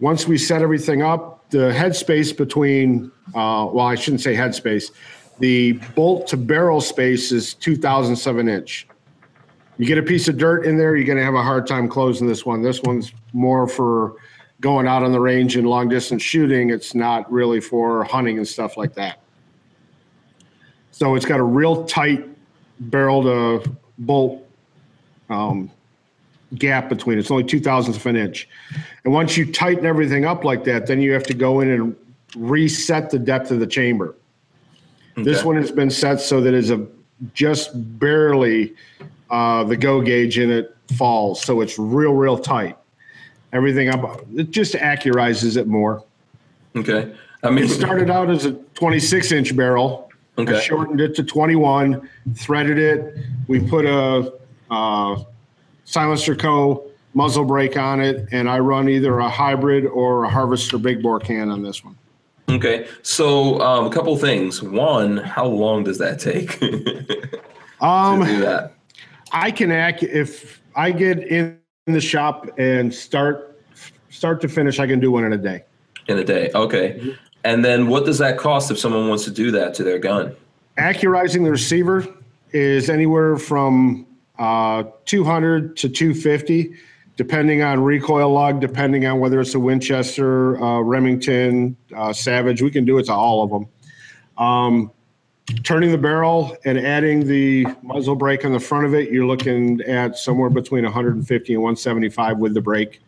Speaker 2: Once we set everything up, the headspace between, uh, well, I shouldn't say headspace, the bolt to barrel space is 2007 inch. You get a piece of dirt in there, you're going to have a hard time closing this one. This one's more for going out on the range and long distance shooting. It's not really for hunting and stuff like that. So it's got a real tight barrel to bolt um, gap between. it. It's only two thousandths of an inch. And once you tighten everything up like that, then you have to go in and reset the depth of the chamber. This
Speaker 1: Okay.
Speaker 2: one has been set so that is a just barely uh, the go gauge in it falls, so it's real, real tight. Everything up, it just accurizes it more.
Speaker 1: Okay. I mean,
Speaker 2: It started out as a 26 inch barrel. I
Speaker 1: okay.
Speaker 2: shortened it to 21, threaded it. We put a uh, Silencer Co. muzzle brake on it, and I run either a hybrid or a Harvester big bore can on this one.
Speaker 1: Okay. So, um, a couple things. One, how long does that take [LAUGHS] to
Speaker 2: Um, [LAUGHS]
Speaker 1: do that?
Speaker 2: I can act if I get in the shop and start start to finish. I can do one in a day.
Speaker 1: in a day. Okay. And then what does that cost if someone wants to do that to their gun?
Speaker 2: Accurizing the receiver is anywhere from uh, 200 to 250, depending on recoil lug, depending on whether it's a Winchester, uh, Remington, uh, Savage. We can do it to all of them. Um, turning the barrel and adding the muzzle brake on the front of it, you're looking at somewhere between 150 and 175 with the brake.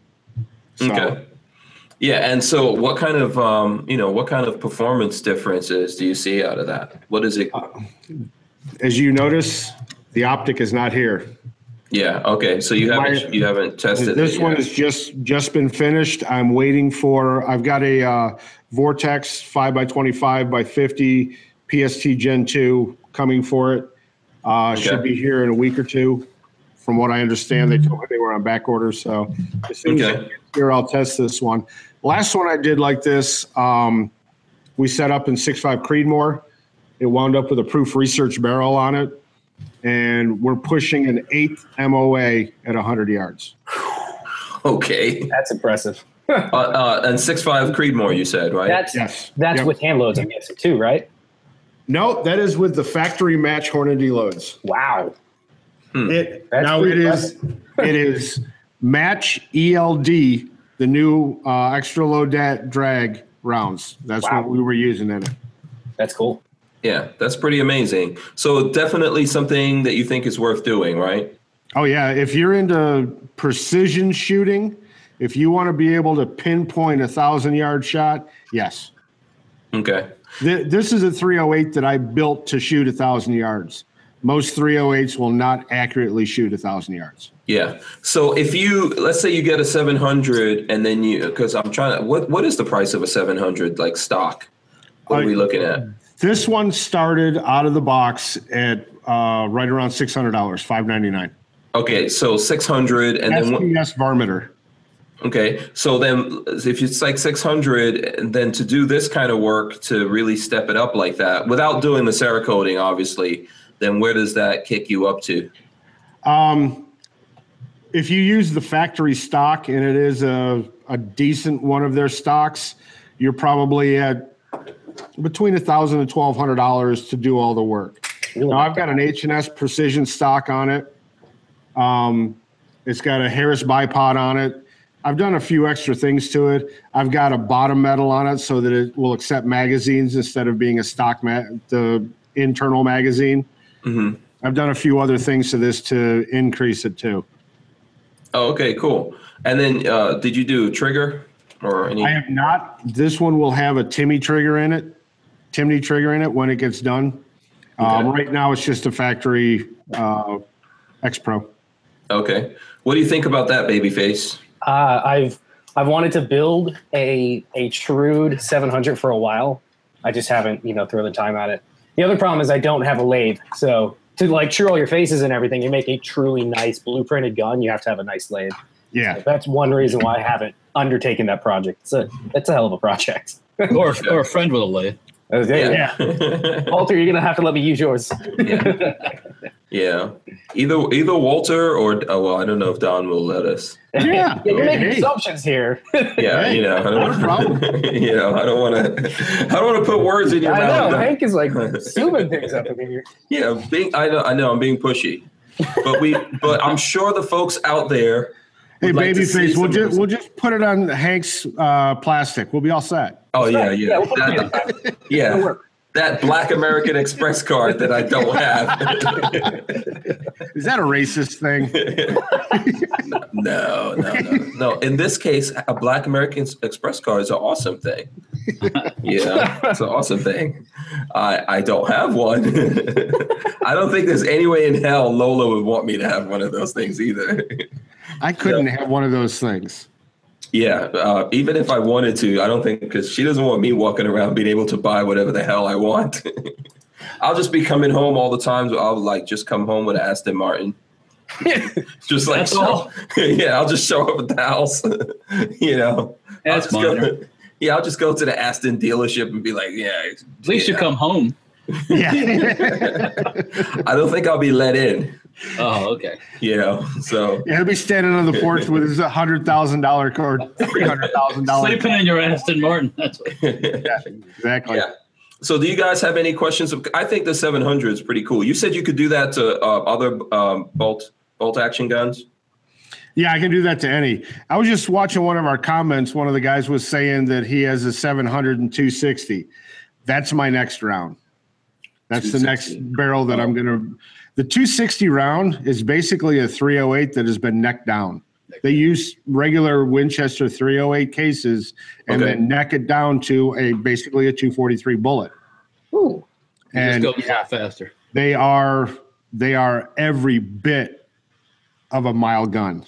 Speaker 2: So-
Speaker 1: Okay. Yeah, and so what kind of um, you know what kind of performance differences do you see out of that? What is
Speaker 2: Uh,
Speaker 1: it?
Speaker 2: as you notice, the optic is not here.
Speaker 1: Yeah. Okay. So you haven't
Speaker 2: My-
Speaker 1: you haven't tested
Speaker 2: This
Speaker 1: it
Speaker 2: one
Speaker 1: yet.
Speaker 2: has just just been finished. I'm waiting for. I've got a uh, Vortex five by twenty five by fifty PST Gen two coming for it. Uh, Should be here in a week or two, from what I understand. They told me they were on back order, so as soon as
Speaker 1: Okay.
Speaker 2: it gets here, I'll test this one. Last one I did like this. Um, we set up in six five Creedmoor. It wound up with a proof research barrel on it, and we're pushing an eighth MOA at 100 yards.
Speaker 1: [LAUGHS] Okay.
Speaker 4: That's impressive.
Speaker 1: Uh, uh, and six five Creedmoor, you said right?
Speaker 4: That's
Speaker 2: Yes.
Speaker 4: that's
Speaker 2: Yep.
Speaker 4: with hand loads, I'm guessing too, right?
Speaker 2: No, that is with the factory match Hornady loads.
Speaker 4: Wow.
Speaker 2: It
Speaker 4: Hmm. That's
Speaker 2: now it
Speaker 4: pretty
Speaker 2: is
Speaker 4: [LAUGHS]
Speaker 2: it is match ELD, the new uh, extra low da- drag rounds. That's
Speaker 4: Wow.
Speaker 2: what we were using in it.
Speaker 4: That's cool.
Speaker 1: Yeah, that's pretty amazing. So definitely something that you think is worth doing, right?
Speaker 2: Oh yeah, if you're into precision shooting, if you want to be able to pinpoint a thousand yard shot, yes.
Speaker 1: Okay.
Speaker 2: Th- this is a 308 that I built to shoot a thousand yards. Most 308s will not accurately shoot a thousand yards.
Speaker 1: Yeah. So if you let's say you get a 700 and then you because I'm trying to what what is the price of a 700 like stock? What are we
Speaker 2: Uh,
Speaker 1: looking at?
Speaker 2: This one started out of the box at uh, right around six hundred dollars, five ninety nine.
Speaker 1: Okay, so 600 and then what-
Speaker 2: SPS varmeter.
Speaker 1: okay, so then if it's like 600 and then to do this kind of work to really step it up like that without doing the Cerakoting obviously, then where does that kick you up to?
Speaker 2: Um, if you use the factory stock and it is a, a decent one of their stocks, you're probably at between a thousand and twelve hundred dollars to do all the work. Now I've got an H and S Precision stock on it. Um, it's got a Harris bipod on it. I've done a few extra things to it. I've got a bottom metal on it so that it will accept magazines instead of being a stock ma- the internal magazine.
Speaker 1: Mhm.
Speaker 2: I've done a few other things to this to increase it too.
Speaker 1: Oh, okay, cool. And then uh did you do trigger or any
Speaker 2: I have not. This one will have a Timmy trigger in it, Timmy trigger in it when it gets done. Um,
Speaker 1: Okay.
Speaker 2: right now, it's just a factory uh, X Pro.
Speaker 1: Okay. What do you think about that baby face?
Speaker 4: Uh, I've I've wanted to build a a Trude 700 for a while. I just haven't, you know, thrown the time at it. The other problem is I don't have a lathe, so to like true all your faces and everything, you make a truly nice blueprinted gun. You have to have a nice lathe. [LAUGHS]
Speaker 2: Yeah,
Speaker 4: That's one reason why I haven't undertaken that project. It's a it's a hell of a project. [LAUGHS]
Speaker 3: or or a friend with a lathe.
Speaker 4: Uh, there-
Speaker 1: [LAUGHS] yeah.
Speaker 4: Walter, you're gonna have to let me use yours.
Speaker 1: yeah. [LAUGHS] Yeah. Either either Walter or oh, well, I don't know if Don will let us.
Speaker 2: yeah.
Speaker 4: You're making
Speaker 2: Hey,
Speaker 4: assumptions [LAUGHS] here.
Speaker 1: Yeah,
Speaker 2: Hey,
Speaker 1: you know, I don't,
Speaker 2: not a
Speaker 1: [LAUGHS]
Speaker 2: problem.
Speaker 1: you know, I don't want to. I don't want to put words in your
Speaker 4: I
Speaker 1: mouth.
Speaker 4: know. Hank is like [LAUGHS] assuming things up in here.
Speaker 1: Yeah, I'm being, I know. I know. I'm being pushy, but we. but I'm sure the folks out there.
Speaker 2: hey
Speaker 1: would like to see
Speaker 2: babyface,
Speaker 1: some
Speaker 2: we'll just
Speaker 1: of
Speaker 2: we'll
Speaker 1: this.
Speaker 2: just put it on Hank's uh, plastic. We'll be all set.
Speaker 1: Oh yeah,
Speaker 4: Right, yeah,
Speaker 1: yeah,
Speaker 4: we'll put it
Speaker 1: That- yeah.
Speaker 4: It'll work.
Speaker 1: That Black American Express card that I don't have. [LAUGHS]
Speaker 2: Is that a racist thing?
Speaker 1: no, no, no, no. In this case, a Black American Express card is an awesome thing. Yeah, it's an awesome thing. I I don't have one. [LAUGHS] I don't think there's any way in hell Lola would want me to have one of those things either. [LAUGHS]
Speaker 2: I couldn't have one of those things.
Speaker 1: Yeah, uh, even if I wanted to, I don't think because she doesn't want me walking around being able to buy whatever the hell I want. [LAUGHS] I'll just be coming home all the time. I'll like just come home with an Aston Martin. [LAUGHS] just like
Speaker 3: That's all.
Speaker 1: [LAUGHS] yeah, I'll just show up at the house. [LAUGHS] you know,
Speaker 3: That's
Speaker 1: I'll just go,
Speaker 3: minor.
Speaker 1: [LAUGHS] yeah, I'll just go to the Aston dealership and be like, yeah,
Speaker 3: At least you come home.
Speaker 2: Yeah.
Speaker 1: I don't think I'll be let in.
Speaker 3: Oh, okay.
Speaker 1: You know, so
Speaker 2: [LAUGHS] He'll be standing on the porch with his hundred thousand dollar or three hundred thousand dollar.
Speaker 3: Sleeping in your Aston Martin. That's what.
Speaker 2: Exactly.
Speaker 1: yeah. So, do you guys have any questions? Of, I think the 700 is pretty cool. You said you could do that to uh, other um, bolt bolt action guns.
Speaker 2: Yeah, I can do that to any. I was just watching one of our comments. One of the guys was saying that he has a 700 and 260. That's my next round. That's the next
Speaker 1: 260.
Speaker 2: barrel that I'm going to. The 260 round is basically a 308 that has been necked down. They use regular Winchester 308 cases and
Speaker 1: Okay.
Speaker 2: then neck it down to a basically a 243 bullet.
Speaker 4: Ooh.
Speaker 3: Just
Speaker 2: And
Speaker 3: goes a lot faster.
Speaker 2: they are they are every bit of a mile gun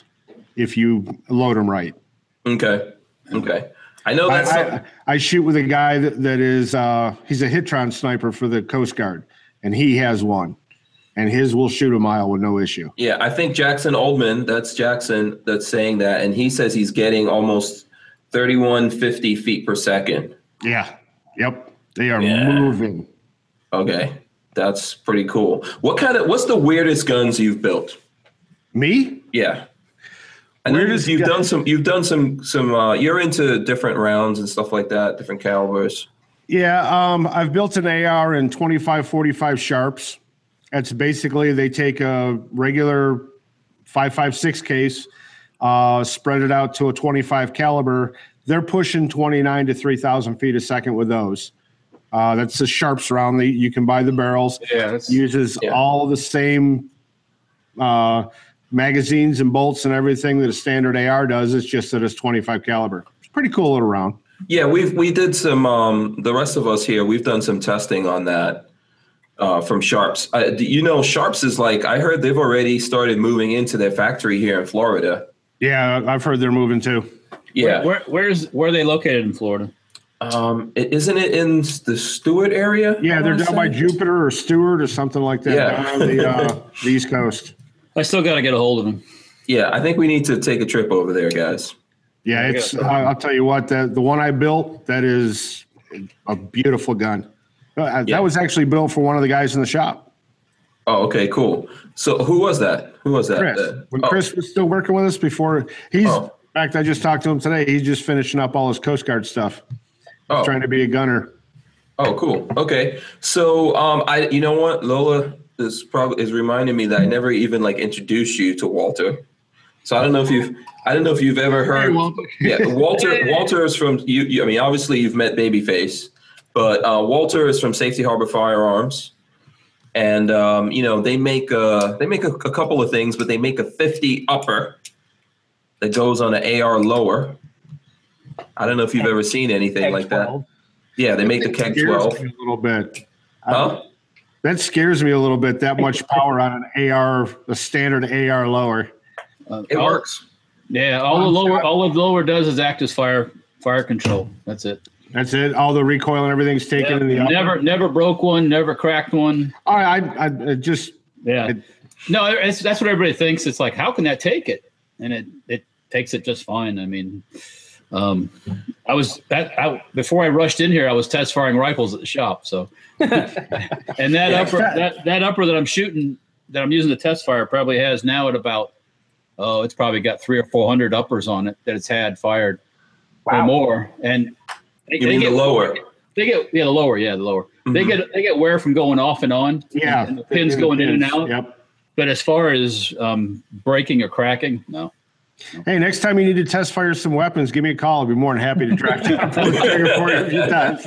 Speaker 2: if you load them right.
Speaker 1: Okay. Okay. I know that's.
Speaker 2: I, I, I shoot with a guy that, that is uh, he's a Hitron sniper for the Coast Guard, and he has one, and his will shoot a mile with no issue.
Speaker 1: yeah, I think Jackson Oldman. That's Jackson. That's saying that, and he says he's getting almost 3150 feet per second.
Speaker 2: Yeah. Yep. They are
Speaker 1: Yeah.
Speaker 2: moving.
Speaker 1: Okay, that's pretty cool. What kind of? What's the weirdest guns you've built?
Speaker 2: Me?
Speaker 1: Yeah. I noticed you've done some. You've done some. Some. Uh, you're into different rounds and stuff like that, different calibers.
Speaker 2: Yeah, um, I've built an AR in 25, 45 sharps. That's basically they take a regular 5.56 case, uh, spread it out to a 25 caliber. They're pushing 29 to 3,000 feet a second with those. Uh, that's the sharps round. That you can buy the barrels.
Speaker 3: Yeah. That's,
Speaker 2: Uses
Speaker 1: Yeah.
Speaker 2: all the same uh, magazines and bolts and everything that a standard AR does. It's just that it's 25 caliber. It's a pretty cool little round.
Speaker 1: Yeah, we've we did some. Um, the rest of us here, we've done some testing on that uh, from Sharps. Uh, do you know, Sharps is like I heard they've already started moving into their factory here in Florida.
Speaker 2: Yeah, I've heard they're moving too.
Speaker 1: Yeah,
Speaker 3: Where, where's where are they located in Florida?
Speaker 1: um, i- isn't it in s- the Stewart area? I
Speaker 2: Yeah, they're
Speaker 1: wanna
Speaker 2: down by
Speaker 1: say?
Speaker 2: Jupiter or Stewart or something like that.
Speaker 1: Yeah.
Speaker 2: Down on
Speaker 1: [LAUGHS]
Speaker 2: the, uh, the East Coast.
Speaker 3: I still got to get a hold of them.
Speaker 1: Yeah, I think we need to take a trip over there, guys.
Speaker 2: Yeah, it's. I- I'll tell you what. The the one I built that is a beautiful gun. Uh,
Speaker 1: Yeah.
Speaker 2: That was actually built for one of the guys in the shop,
Speaker 1: Oh, okay, cool. So who was that? Who was that?
Speaker 2: Chris.
Speaker 1: Uh,
Speaker 2: When
Speaker 1: oh,
Speaker 2: Chris was still working with us before, he's.
Speaker 1: Oh.
Speaker 2: In fact, I just talked to him today. He's just finishing up all his Coast Guard stuff,
Speaker 1: oh.
Speaker 2: trying to be a gunner.
Speaker 1: Oh, cool. Okay. So, um, I, you know what, Lola is probably is reminding me that I never even like introduced you to Walter. So I don't know if you've, I don't know if you've ever heard.
Speaker 2: Walter.
Speaker 1: Yeah, Walter. Walter is from you, you. I mean, obviously you've met Babyface, but uh, Walter is from Safety Harbor Firearms, and um, you know they make a, they make a, a couple of things, but they make a fifty upper that goes on an AR lower. I don't know if you've ever seen anything like that.
Speaker 4: X12.
Speaker 1: Yeah, they make the keg
Speaker 2: Scares
Speaker 1: twelve.
Speaker 2: me A little bit.
Speaker 1: Huh?
Speaker 2: That scares me a little bit. That much power on an AR, a standard AR lower.
Speaker 3: Uh,
Speaker 1: It
Speaker 3: all-
Speaker 1: works.
Speaker 3: Yeah, all the lower all the lower does is act as fire fire control. That's it.
Speaker 2: That's it. All the recoil and everything's taken in the upper.
Speaker 3: never never broke one, never cracked one.
Speaker 2: All right, I, I, I just
Speaker 3: Yeah.
Speaker 2: It-
Speaker 3: No, it's, that's what everybody thinks. It's like, how can that take it? And it it takes it just fine. I mean, um, I was that I, before I rushed in here, I was test firing rifles at the shop. So, and that
Speaker 1: Yeah.
Speaker 3: upper that, that upper that I'm shooting that I'm using to test fire probably has now at about oh, it's probably got three or four hundred uppers on it that it's had fired or
Speaker 4: Wow.
Speaker 3: more. And they,
Speaker 1: You
Speaker 3: they
Speaker 1: mean the
Speaker 3: get-
Speaker 1: lower?
Speaker 3: They get yeah, the lower, yeah, the lower. They get they get wear from going off and on.
Speaker 2: Mm-hmm. yeah,
Speaker 3: and the pins going in and out.
Speaker 2: Yep.
Speaker 3: But as far as um, breaking or cracking, no.
Speaker 2: Hey, next time you need to test fire some weapons, give me a call. I'll be more than happy to track down for you a few
Speaker 1: [LAUGHS]
Speaker 2: times.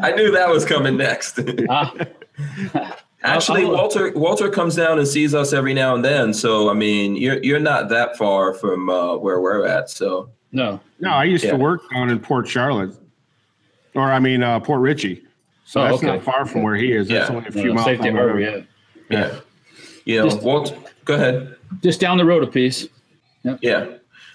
Speaker 1: I knew that was coming
Speaker 3: [LAUGHS]
Speaker 1: next.
Speaker 2: [LAUGHS]
Speaker 3: Ah,
Speaker 1: Actually,
Speaker 3: I'll-
Speaker 1: Walter Walter comes down and sees us every now and then. So I mean, you're you're not that far from uh, where we're at. So
Speaker 3: no.
Speaker 2: No, I used
Speaker 1: Yeah.
Speaker 2: to work down in Port Charlotte, or I mean uh, Port Ritchie. So
Speaker 3: Oh,
Speaker 2: that's
Speaker 3: okay.
Speaker 2: not far from where he is. That's
Speaker 1: Yeah.
Speaker 2: only a
Speaker 3: No,
Speaker 2: few miles.
Speaker 3: safety
Speaker 2: down the
Speaker 3: harbor,
Speaker 2: road.
Speaker 3: yeah.
Speaker 1: yeah, you know,
Speaker 3: Just-
Speaker 1: Walt, go ahead.
Speaker 3: Just down the road a piece.
Speaker 1: Yeah.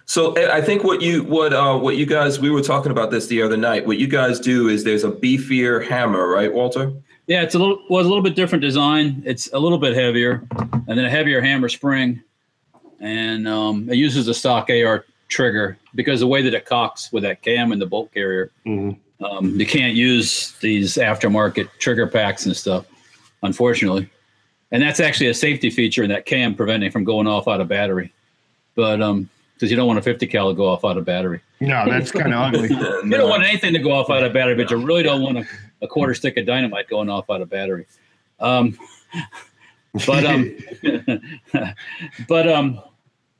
Speaker 1: So I I think what you what uh, what you guys we were talking about this the other night. What you guys do is there's a beefier hammer, right, Walter?
Speaker 3: Yeah, it's a little was a little bit different design. It's a little bit heavier, and then a heavier hammer spring, and um, it uses a stock AR trigger because the way that it cocks with that cam and the bolt carrier,
Speaker 2: Mhm.
Speaker 3: um, you can't use these aftermarket trigger packs and stuff, unfortunately. And that's actually a safety feature in that cam preventing it from going off out of battery, but because you don't want a 50 cal to go off out of battery.
Speaker 2: No, that's kind of ugly.
Speaker 3: You don't want anything to go off out of battery, but you really don't want a, a quarter stick of dynamite going off out of battery. Um, but um, [LAUGHS] but um,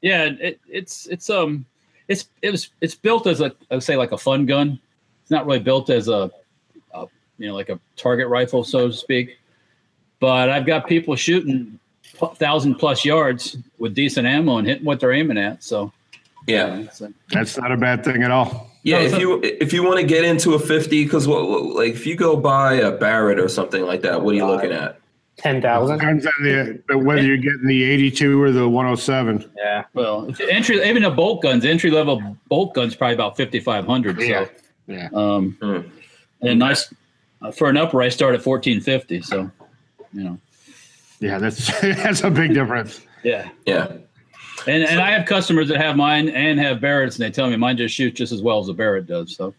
Speaker 3: yeah, it, it's it's um, it's it was it's built as a I would say like a fun gun. It's not really built as a, a you know like a target rifle, so to speak. But I've got people shooting thousand plus yards with decent ammo and hitting what they're aiming at. So
Speaker 1: Yeah,
Speaker 3: so-
Speaker 2: That's not a bad thing at all.
Speaker 1: yeah.
Speaker 3: No,
Speaker 1: if
Speaker 3: Oh, so-
Speaker 1: you if you want to get into a fifty, because what what- like if you go buy a Barrett or something like that, what are you looking at?
Speaker 4: Ten thousand.
Speaker 2: Depends on the but whether you're getting the 82 or the 107.
Speaker 4: Yeah.
Speaker 3: Well, entry even a bolt gun's entry level bolt gun's probably about fifty five hundred.
Speaker 2: Yeah, yeah.
Speaker 3: So, um,
Speaker 1: Hmm.
Speaker 3: and I s- for an upper, I start at fourteen fifty. So, you know,
Speaker 2: Yeah, that's [LAUGHS] that's a big difference.
Speaker 3: yeah.
Speaker 1: Yeah,
Speaker 3: And and I have customers that have mine and have Barrett's, and they tell me mine just shoots just as well as a Barrett does. So,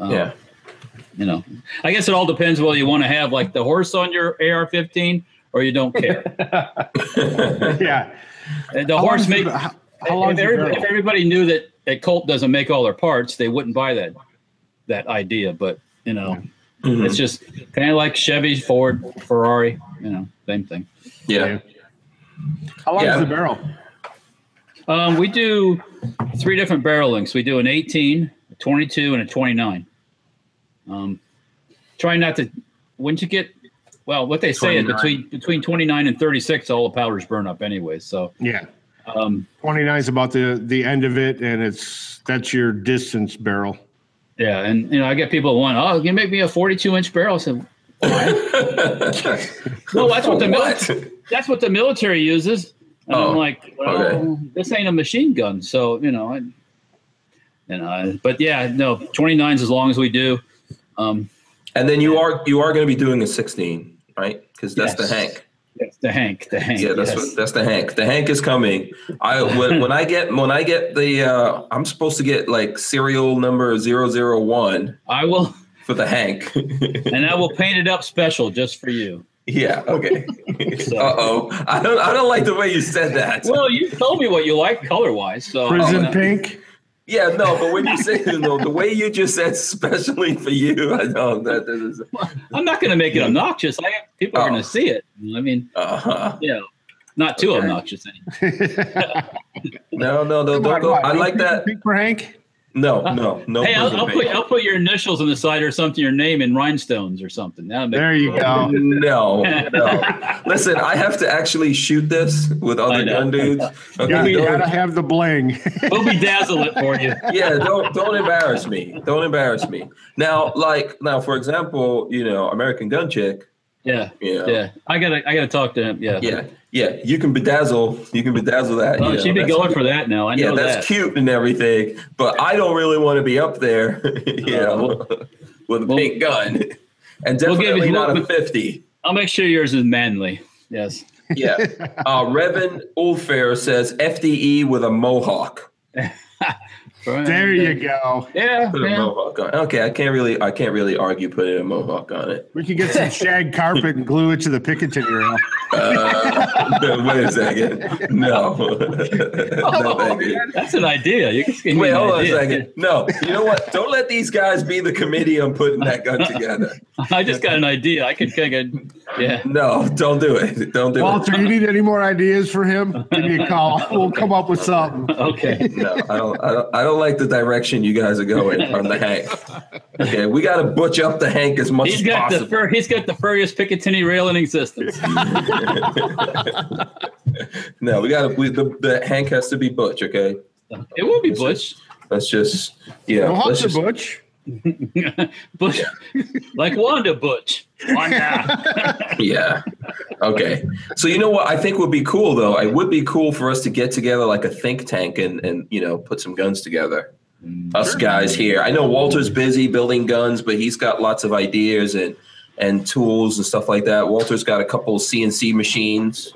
Speaker 3: um,
Speaker 1: yeah,
Speaker 3: you know, I guess it all depends whether you want to have like the horse on your AR fifteen or you don't care.
Speaker 2: Yeah.
Speaker 3: And the
Speaker 2: How long's
Speaker 3: horse
Speaker 2: the-
Speaker 3: make
Speaker 2: how, how long's
Speaker 3: if,
Speaker 2: the
Speaker 3: everybody, if
Speaker 2: barrel?
Speaker 3: everybody knew that, that Colt doesn't make all their parts, they wouldn't buy that that idea. But you know,
Speaker 1: Mhm.
Speaker 3: it's just kind of like Chevy, Ford, Ferrari. You know, same thing.
Speaker 1: yeah. [LAUGHS]
Speaker 2: How long
Speaker 1: Yeah.
Speaker 2: is the barrel?
Speaker 3: Um, we do three different barrel lengths. We do an 18, a 22, and a 29. Um, try not to. When you get, well, what they say
Speaker 1: 29.
Speaker 3: is between between 29 and 36, all the powders burn up anyway. So
Speaker 2: Yeah.
Speaker 3: um,
Speaker 2: 29 is about the the end of it, and it's that's your distance barrel.
Speaker 3: yeah, and you know, I get people that want, oh, you make me a 42 inch barrel. I said, No, that's what the military. That's what the military uses. And
Speaker 1: Oh,
Speaker 3: I'm like, well,
Speaker 1: okay.
Speaker 3: this ain't a machine gun, so you know, and and I, but yeah, no, 29s as long as we do. Um,
Speaker 1: And then you are you are going to be doing a sixteen, right? Because that's
Speaker 3: Yes.
Speaker 1: the Hank.
Speaker 3: yes, the Hank, the Hank.
Speaker 1: Yeah, that's
Speaker 3: yes.
Speaker 1: what, that's the Hank. The Hank is coming. I
Speaker 3: [LAUGHS]
Speaker 1: when, when I get when I get the uh, I'm supposed to get like serial number 001
Speaker 3: I will,
Speaker 1: for the Hank. [LAUGHS]
Speaker 3: and I will paint it up special just for you.
Speaker 1: yeah.
Speaker 3: [LAUGHS]
Speaker 1: Okay.
Speaker 3: So-
Speaker 1: Uh oh. I don't I don't like the way you said that.
Speaker 3: Well, you told me what you like color wise,
Speaker 1: Oh,
Speaker 3: so
Speaker 2: Prison
Speaker 3: uh,
Speaker 2: pink.
Speaker 1: Yeah. No. But when you say you know, the way you just said specially for you, [LAUGHS] I know that this is.
Speaker 3: I'm not going to make it obnoxious. I people are
Speaker 1: Oh.
Speaker 3: going to see it. I mean,
Speaker 1: Uh huh.
Speaker 3: you know, not too
Speaker 1: Okay.
Speaker 3: obnoxious. Anyway.
Speaker 1: No. No. No. Don't go. I like that.
Speaker 2: Pink for Hank.
Speaker 1: No. No. No.
Speaker 3: Hey, I'll,
Speaker 1: prison
Speaker 3: I'll put
Speaker 1: pink.
Speaker 3: I'll put your initials on the side or something, your name in rhinestones or something. That'll make
Speaker 2: There you go.
Speaker 1: No, no. Listen, I have to actually shoot this with
Speaker 3: I
Speaker 1: other
Speaker 3: know.
Speaker 1: gun dudes.
Speaker 2: Yeah,
Speaker 1: Okay,
Speaker 2: you gotta
Speaker 1: don't,
Speaker 2: have the bling.
Speaker 3: [LAUGHS]
Speaker 2: [LAUGHS]
Speaker 3: We'll bedazzle it for you.
Speaker 1: yeah, don't don't embarrass me. Don't embarrass me. Now, like now, for example, you know, American Gun Chick.
Speaker 3: Yeah,
Speaker 1: Yeah, yeah,
Speaker 3: yeah. I gotta, I gotta talk to him. Yeah,
Speaker 1: yeah. You can bedazzle. You can bedazzle that.
Speaker 3: Oh,
Speaker 1: you know,
Speaker 3: she'd be
Speaker 1: that's-
Speaker 3: going for that now. I
Speaker 1: Yeah,
Speaker 3: know
Speaker 1: that's
Speaker 3: that.
Speaker 1: cute and everything, but I don't really want to be up there, [LAUGHS] you
Speaker 3: Uh,
Speaker 1: know, [LAUGHS] with a
Speaker 3: we'll-
Speaker 1: pink gun, and
Speaker 3: We'll
Speaker 1: definitely
Speaker 3: give you-
Speaker 1: not a
Speaker 3: we'll-
Speaker 1: fifty.
Speaker 3: I'll make sure yours is manly. Yes. [LAUGHS]
Speaker 1: Yeah. Uh, Revan Ulfair says FDE with a mohawk. [LAUGHS]
Speaker 2: There you go.
Speaker 3: Yeah,
Speaker 1: Put a
Speaker 3: yeah.
Speaker 1: mohawk on. Okay, I can't really, I can't really argue putting a mohawk on it.
Speaker 2: We can get some shag carpet and glue it to the picatinny rail.
Speaker 1: Uh, [LAUGHS] wait a second. No. [LAUGHS] no thank you.
Speaker 3: That's an idea. You can just give me
Speaker 1: Wait,
Speaker 3: an
Speaker 1: hold on a
Speaker 3: idea.
Speaker 1: second. No, you know what? Don't let these guys be the committee on putting that gun together.
Speaker 3: [LAUGHS] I just got an idea. I could kind of, yeah. [LAUGHS]
Speaker 1: No, don't do it. Don't do
Speaker 2: Walter, you need any more ideas for him? Give me a call. We'll come up with something.
Speaker 3: Okay.
Speaker 1: it. No, I don't, I don't. I don't like the direction you guys are going on the Hank. Okay, we got to butch up the Hank as much
Speaker 3: He's
Speaker 1: as
Speaker 3: got the
Speaker 1: possible.
Speaker 3: fur. He's got the furriest Picatinny rail in existence.
Speaker 1: No, we got to. We, the, the Hank has to be butch. Okay,
Speaker 3: It will be Butch. [LAUGHS]
Speaker 1: let's just yeah.
Speaker 2: No
Speaker 1: let's
Speaker 2: hunter,
Speaker 1: just,
Speaker 2: Butch.
Speaker 3: Butch, like Wanda Butch. Wanda.
Speaker 1: Yeah. Okay. So you know what I think would be cool though. It would be cool for us to get together like a think tank and and you know put some guns together. Us guys here. I know Walter's busy building guns, but he's got lots of ideas and and tools and stuff like that. Walter's got a couple CNC machines.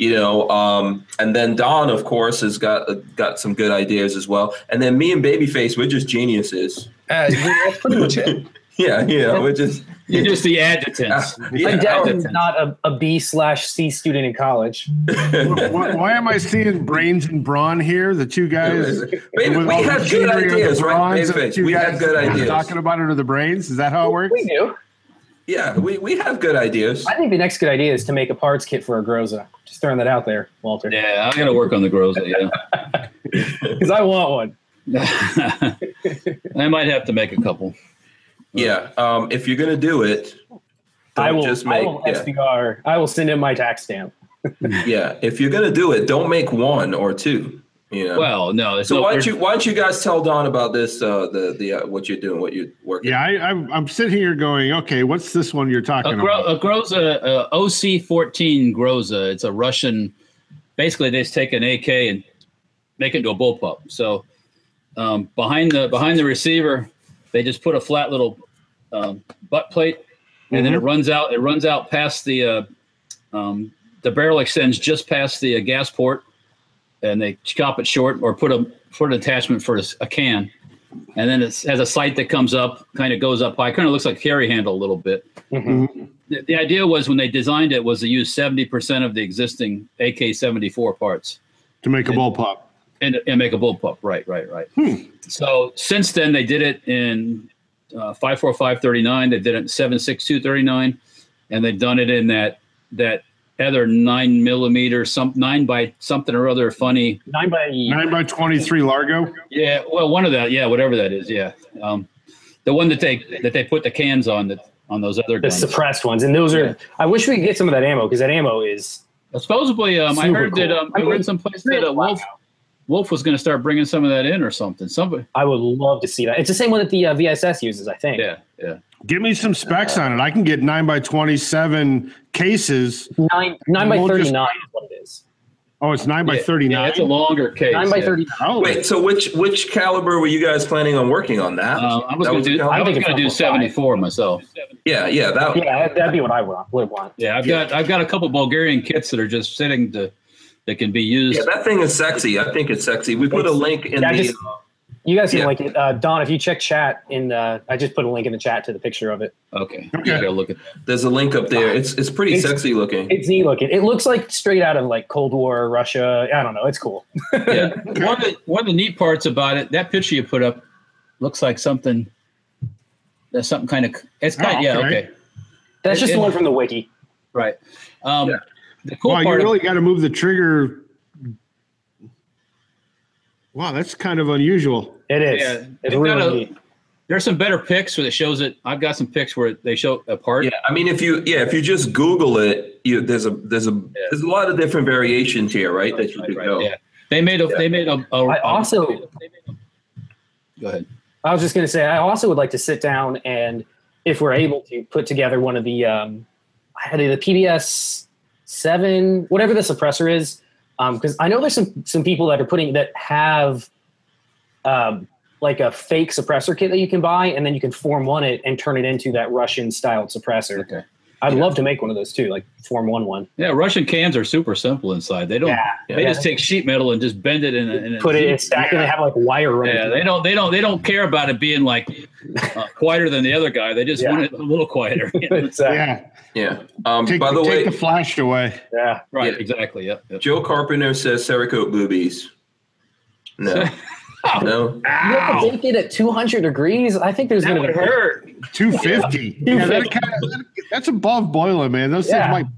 Speaker 1: You know, um, and then Don, of course, has got got some good ideas as well. And then me and Babyface, we're just geniuses.
Speaker 5: Uh, that's pretty much
Speaker 4: [LAUGHS]
Speaker 5: it.
Speaker 1: [LAUGHS] Yeah, yeah, we're just
Speaker 3: [LAUGHS] You're just
Speaker 1: [LAUGHS]
Speaker 3: the adjutants.
Speaker 1: yeah.
Speaker 4: I'm definitely
Speaker 3: that's-
Speaker 4: not a, a B slash C student in college.
Speaker 1: [LAUGHS]
Speaker 2: why, why am I seeing brains and brawn here? The two guys.
Speaker 1: Baby, we
Speaker 2: all the
Speaker 1: had good
Speaker 2: machinery of the
Speaker 1: ideas, right?
Speaker 2: bronze,
Speaker 1: Baby
Speaker 2: and the
Speaker 1: Face?
Speaker 2: two
Speaker 1: We had
Speaker 2: guys
Speaker 1: good ideas.
Speaker 2: Talking about it are the brains. Is that how it works?
Speaker 4: We do.
Speaker 1: Yeah, we, we have good ideas.
Speaker 4: I think the next good idea is to make a parts kit for a Groza. Just throwing that out there, Walter. [LAUGHS]
Speaker 3: Yeah, I'm gonna work on the grows. Yeah, [LAUGHS]
Speaker 4: Because I want one.
Speaker 3: I might have to make a couple.
Speaker 1: Yeah. Um, if you're gonna do it, don't
Speaker 4: I will
Speaker 1: just
Speaker 4: I
Speaker 1: make
Speaker 4: will
Speaker 1: yeah,
Speaker 4: SDR. I will send in my tax stamp.
Speaker 1: yeah. If you're gonna do it, don't make one or two. You know.
Speaker 3: Well, no, there's
Speaker 1: so
Speaker 3: no-
Speaker 1: why don't you why don't you guys tell Don about this uh, the the uh, what you're doing what you're working
Speaker 2: Yeah, I, I'm, I'm sitting here going, okay, what's this one you're
Speaker 3: a,
Speaker 2: talking
Speaker 3: gro-
Speaker 2: about?
Speaker 3: a Groza, uh, OC14 Groza. It's a Russian. Basically, they just take an AK and make it into a bullpup. So um, behind the behind the receiver, they just put a flat little um, butt plate, and
Speaker 2: Mm-hmm.
Speaker 3: then it runs out. It runs out past the uh, um, the barrel extends just past the uh, gas port, and they chop it short or put a put an attachment for a, s- a can. And then it has a sight that comes up, kind of goes up high, kind of looks like a carry handle a little bit the, the idea was when they designed it was to use 70% of the existing AK-74 parts
Speaker 2: to make a bullpup.
Speaker 3: and, and make a bullpup. Right, right, right.
Speaker 4: Hmm.
Speaker 3: So since then they did it in uh, 54539, they did it in 76239, and they've done it in that that other nine millimeter, some nine by something or other funny.
Speaker 4: Nine by
Speaker 2: Nine by twenty-three Largo.
Speaker 3: Yeah, well, one of that, yeah, whatever that is, yeah. Um, the one that they that they put the cans on that on those other
Speaker 4: the
Speaker 3: guns.
Speaker 4: suppressed ones. And those are
Speaker 3: Yeah.
Speaker 4: I wish we could get some of that ammo because that ammo is
Speaker 3: Supposedly, um, I
Speaker 4: Super
Speaker 3: heard that
Speaker 4: cool.
Speaker 3: um,
Speaker 4: I
Speaker 3: I
Speaker 4: mean,
Speaker 3: read someplace that uh, Wolf Wolf was going to start bringing some of that in or something. Somebody,
Speaker 4: I would love to see that. It's the same one that the uh, VSS uses, I think.
Speaker 3: yeah, yeah.
Speaker 2: Give me some specs on it. I can get nine by twenty-seven cases.
Speaker 4: Nine nine by
Speaker 2: We'll just-
Speaker 4: thirty nine is what it is.
Speaker 2: Oh, it's nine by
Speaker 3: Yeah, Yeah,
Speaker 2: thirty-nine.
Speaker 3: it's a longer case.
Speaker 4: Nine by
Speaker 3: yeah.
Speaker 4: thirty
Speaker 2: oh,
Speaker 1: Wait, so which which caliber were you guys planning on working on that?
Speaker 3: Um, I was
Speaker 1: That
Speaker 3: going
Speaker 1: was
Speaker 3: to do.
Speaker 1: a
Speaker 3: I was
Speaker 4: think it's
Speaker 3: going to do
Speaker 4: almost
Speaker 3: seventy four myself.
Speaker 1: yeah, yeah, that
Speaker 4: nine. Yeah, that'd be what I would, would want.
Speaker 3: Yeah, I've got I've got a couple Bulgarian kits that are just sitting to that can be used.
Speaker 1: yeah, that thing is sexy. I think it's sexy. We put a link in
Speaker 4: Yeah, I
Speaker 1: the
Speaker 4: just- You guys can
Speaker 1: Yeah.
Speaker 4: like it. Uh, Don, if you check chat in uh, I just put a link in the chat to the picture of it.
Speaker 3: okay,
Speaker 2: Okay.
Speaker 3: okay. Gotta look at
Speaker 1: there's a link up there. It's it's pretty
Speaker 4: It's-
Speaker 1: sexy looking.
Speaker 4: It's neat looking. It looks like straight out of like Cold War Russia. I don't know. It's cool.
Speaker 3: yeah.
Speaker 2: [LAUGHS]
Speaker 3: One of the one of the neat parts about it, that picture you put up looks like something. That's something kind of. It's kind.
Speaker 2: Oh,
Speaker 3: yeah.
Speaker 2: okay.
Speaker 3: Okay.
Speaker 4: That's just
Speaker 3: It-
Speaker 4: the
Speaker 3: it-
Speaker 4: one from the wiki.
Speaker 3: Right. Um,
Speaker 1: Yeah.
Speaker 3: The cool
Speaker 2: wow, you
Speaker 3: part. of-
Speaker 2: really got to move the trigger. Wow, that's kind of unusual.
Speaker 4: It is.
Speaker 3: Yeah,
Speaker 4: It's
Speaker 3: they've got
Speaker 4: really
Speaker 3: a-
Speaker 4: neat.
Speaker 3: There's some better pics where it shows it. I've got some pics where they show a part.
Speaker 1: Yeah, I mean, if you yeah, if you just Google it, you there's a there's a there's a lot of different variations here, right? that you
Speaker 3: Right,
Speaker 1: could
Speaker 3: right,
Speaker 1: go.
Speaker 3: yeah. They made a. They made a. a
Speaker 4: I
Speaker 3: a-
Speaker 4: also-
Speaker 3: Go ahead.
Speaker 4: I was just going to say, I also would like to sit down and, if we're able to, put together one of the, um, I had the PBS seven, whatever the suppressor is, because I know there's some some people that are putting that have, um, like a fake suppressor kit that you can buy, and then you can form one it and turn it into that Russian styled suppressor.
Speaker 3: Okay.
Speaker 4: I'd
Speaker 3: Yeah.
Speaker 4: love to make one of those too, like form one one.
Speaker 3: Yeah, Russian cans are super simple inside. They don't.
Speaker 4: Yeah.
Speaker 3: They
Speaker 4: Yeah.
Speaker 3: just take sheet metal and just bend it in. A, in a-
Speaker 4: Put it in stack and have like wire running.
Speaker 3: Yeah,
Speaker 4: through
Speaker 3: they
Speaker 4: it.
Speaker 3: don't. They don't. They don't care about it being like uh, quieter than the other guy. They just
Speaker 4: Yeah.
Speaker 3: want it a little quieter.
Speaker 4: [LAUGHS] It's, uh,
Speaker 2: Yeah,
Speaker 1: Yeah. Um,
Speaker 2: take,
Speaker 1: by the
Speaker 2: take
Speaker 1: way,
Speaker 2: the flash away.
Speaker 4: yeah.
Speaker 3: right.
Speaker 1: Yeah.
Speaker 3: Exactly. Yep. yep.
Speaker 1: Joe Carpenter says Cerakote boobies. No,
Speaker 2: [LAUGHS] Oh.
Speaker 1: no.
Speaker 4: You have to take it at 200 degrees. I think there's
Speaker 3: That
Speaker 4: going to
Speaker 3: would
Speaker 4: be
Speaker 3: hurt.
Speaker 2: 250. Yeah, that kinda, that's above boiling, man. Those
Speaker 4: Yeah.
Speaker 2: things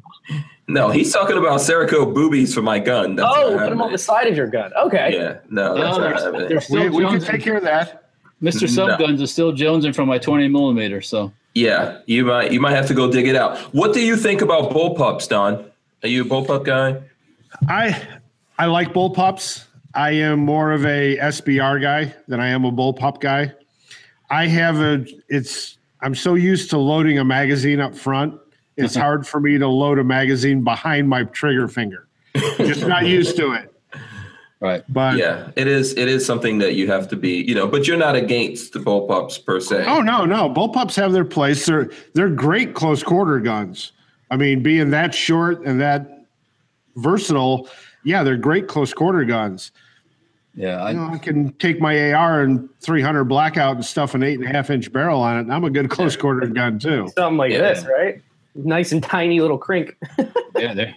Speaker 1: No, he's talking about Cerakote boobies for my gun. That's not
Speaker 4: Oh, put them on
Speaker 1: happening.
Speaker 4: the side of your gun. Okay.
Speaker 1: Yeah, no, that's
Speaker 3: No,
Speaker 1: not
Speaker 3: there's,
Speaker 1: happening.
Speaker 3: there's
Speaker 2: might.
Speaker 3: still
Speaker 2: We, we can
Speaker 3: Jones-
Speaker 2: take care of that.
Speaker 3: Mr.
Speaker 1: No.
Speaker 3: Subguns is still jonesing for my 20 millimeter. So
Speaker 1: Yeah, you might you might have to go dig it out. What do you think about bullpups, Don? Are you a bullpup guy?
Speaker 2: I I like bullpups. I am more of a SBR guy than I am a bullpup guy. I have a it's I'm so used to loading a magazine up front. It's hard for me to load a magazine behind my trigger finger. Just not used to it.
Speaker 3: Right.
Speaker 2: But
Speaker 1: yeah, it is. It is something that you have to be, you know. But you're not against the bullpups per se.
Speaker 2: oh no, no, bullpups have their place. They're they're great close quarter guns. I mean, being that short and that versatile, yeah, they're great close quarter guns.
Speaker 3: Yeah. I,
Speaker 2: You know, I can take my AR and 300 blackout and stuff an eight and a half inch barrel on it. And I'm a good close quarter gun too.
Speaker 4: Something like
Speaker 1: Yeah.
Speaker 4: this, right? Nice and tiny little crink.
Speaker 3: yeah. There.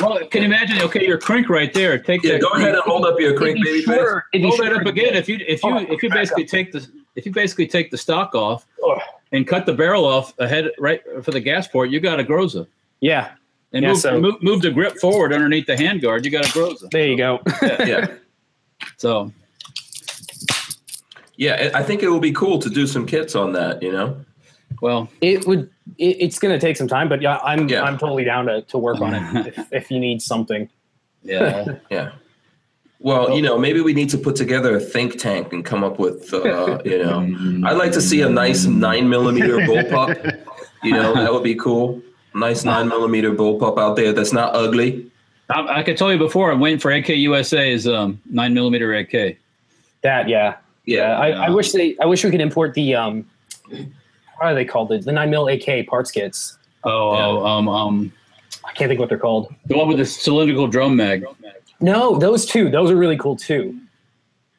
Speaker 3: Well, can you imagine? Okay, your crink right there. Take
Speaker 1: Yeah,
Speaker 3: that
Speaker 1: go ahead and hold up your
Speaker 4: It'd
Speaker 1: crank
Speaker 4: be
Speaker 1: baby face.
Speaker 4: shorter- it'd be
Speaker 3: Hold that
Speaker 4: shorter
Speaker 3: up
Speaker 4: than
Speaker 3: again.
Speaker 4: this.
Speaker 3: If you if you
Speaker 4: Hold on,
Speaker 3: if you
Speaker 4: back
Speaker 3: basically take the if you basically take the stock off
Speaker 4: Ugh.
Speaker 3: and cut the barrel off ahead right for the gas port, you got a groza.
Speaker 4: Yeah,
Speaker 3: And
Speaker 4: Yeah,
Speaker 3: move,
Speaker 4: so-
Speaker 3: move move the grip forward underneath the handguard, you got a groza.
Speaker 4: there you go.
Speaker 1: Yeah.
Speaker 3: [LAUGHS] So
Speaker 1: Yeah, I I think it will be cool to do some kits on that. You know,
Speaker 3: well,
Speaker 4: it would. It, it's going to take some time, but yeah, I'm
Speaker 1: Yeah.
Speaker 4: I'm totally down to, to work on it if, if you need something.
Speaker 3: yeah.
Speaker 1: yeah. Well, you know, maybe we need to put together a think tank and come up with, uh, you know, I'd like to see a nice nine millimeter bullpup. You know, that would be cool. Nice nine millimeter bullpup out there that's not ugly.
Speaker 3: I, I could tell you before I'm waiting for AK USA's um nine millimeter AK.
Speaker 4: That yeah, yeah.
Speaker 1: Yeah,
Speaker 4: I, I
Speaker 3: Yeah.
Speaker 4: wish they. I wish we could import the um. What are they called? The, the nine mil AK parts kits.
Speaker 3: Oh, oh, um um
Speaker 4: I can't think what they're called.
Speaker 3: the one with the cylindrical drum mag.
Speaker 4: No, those two. Those are really cool too.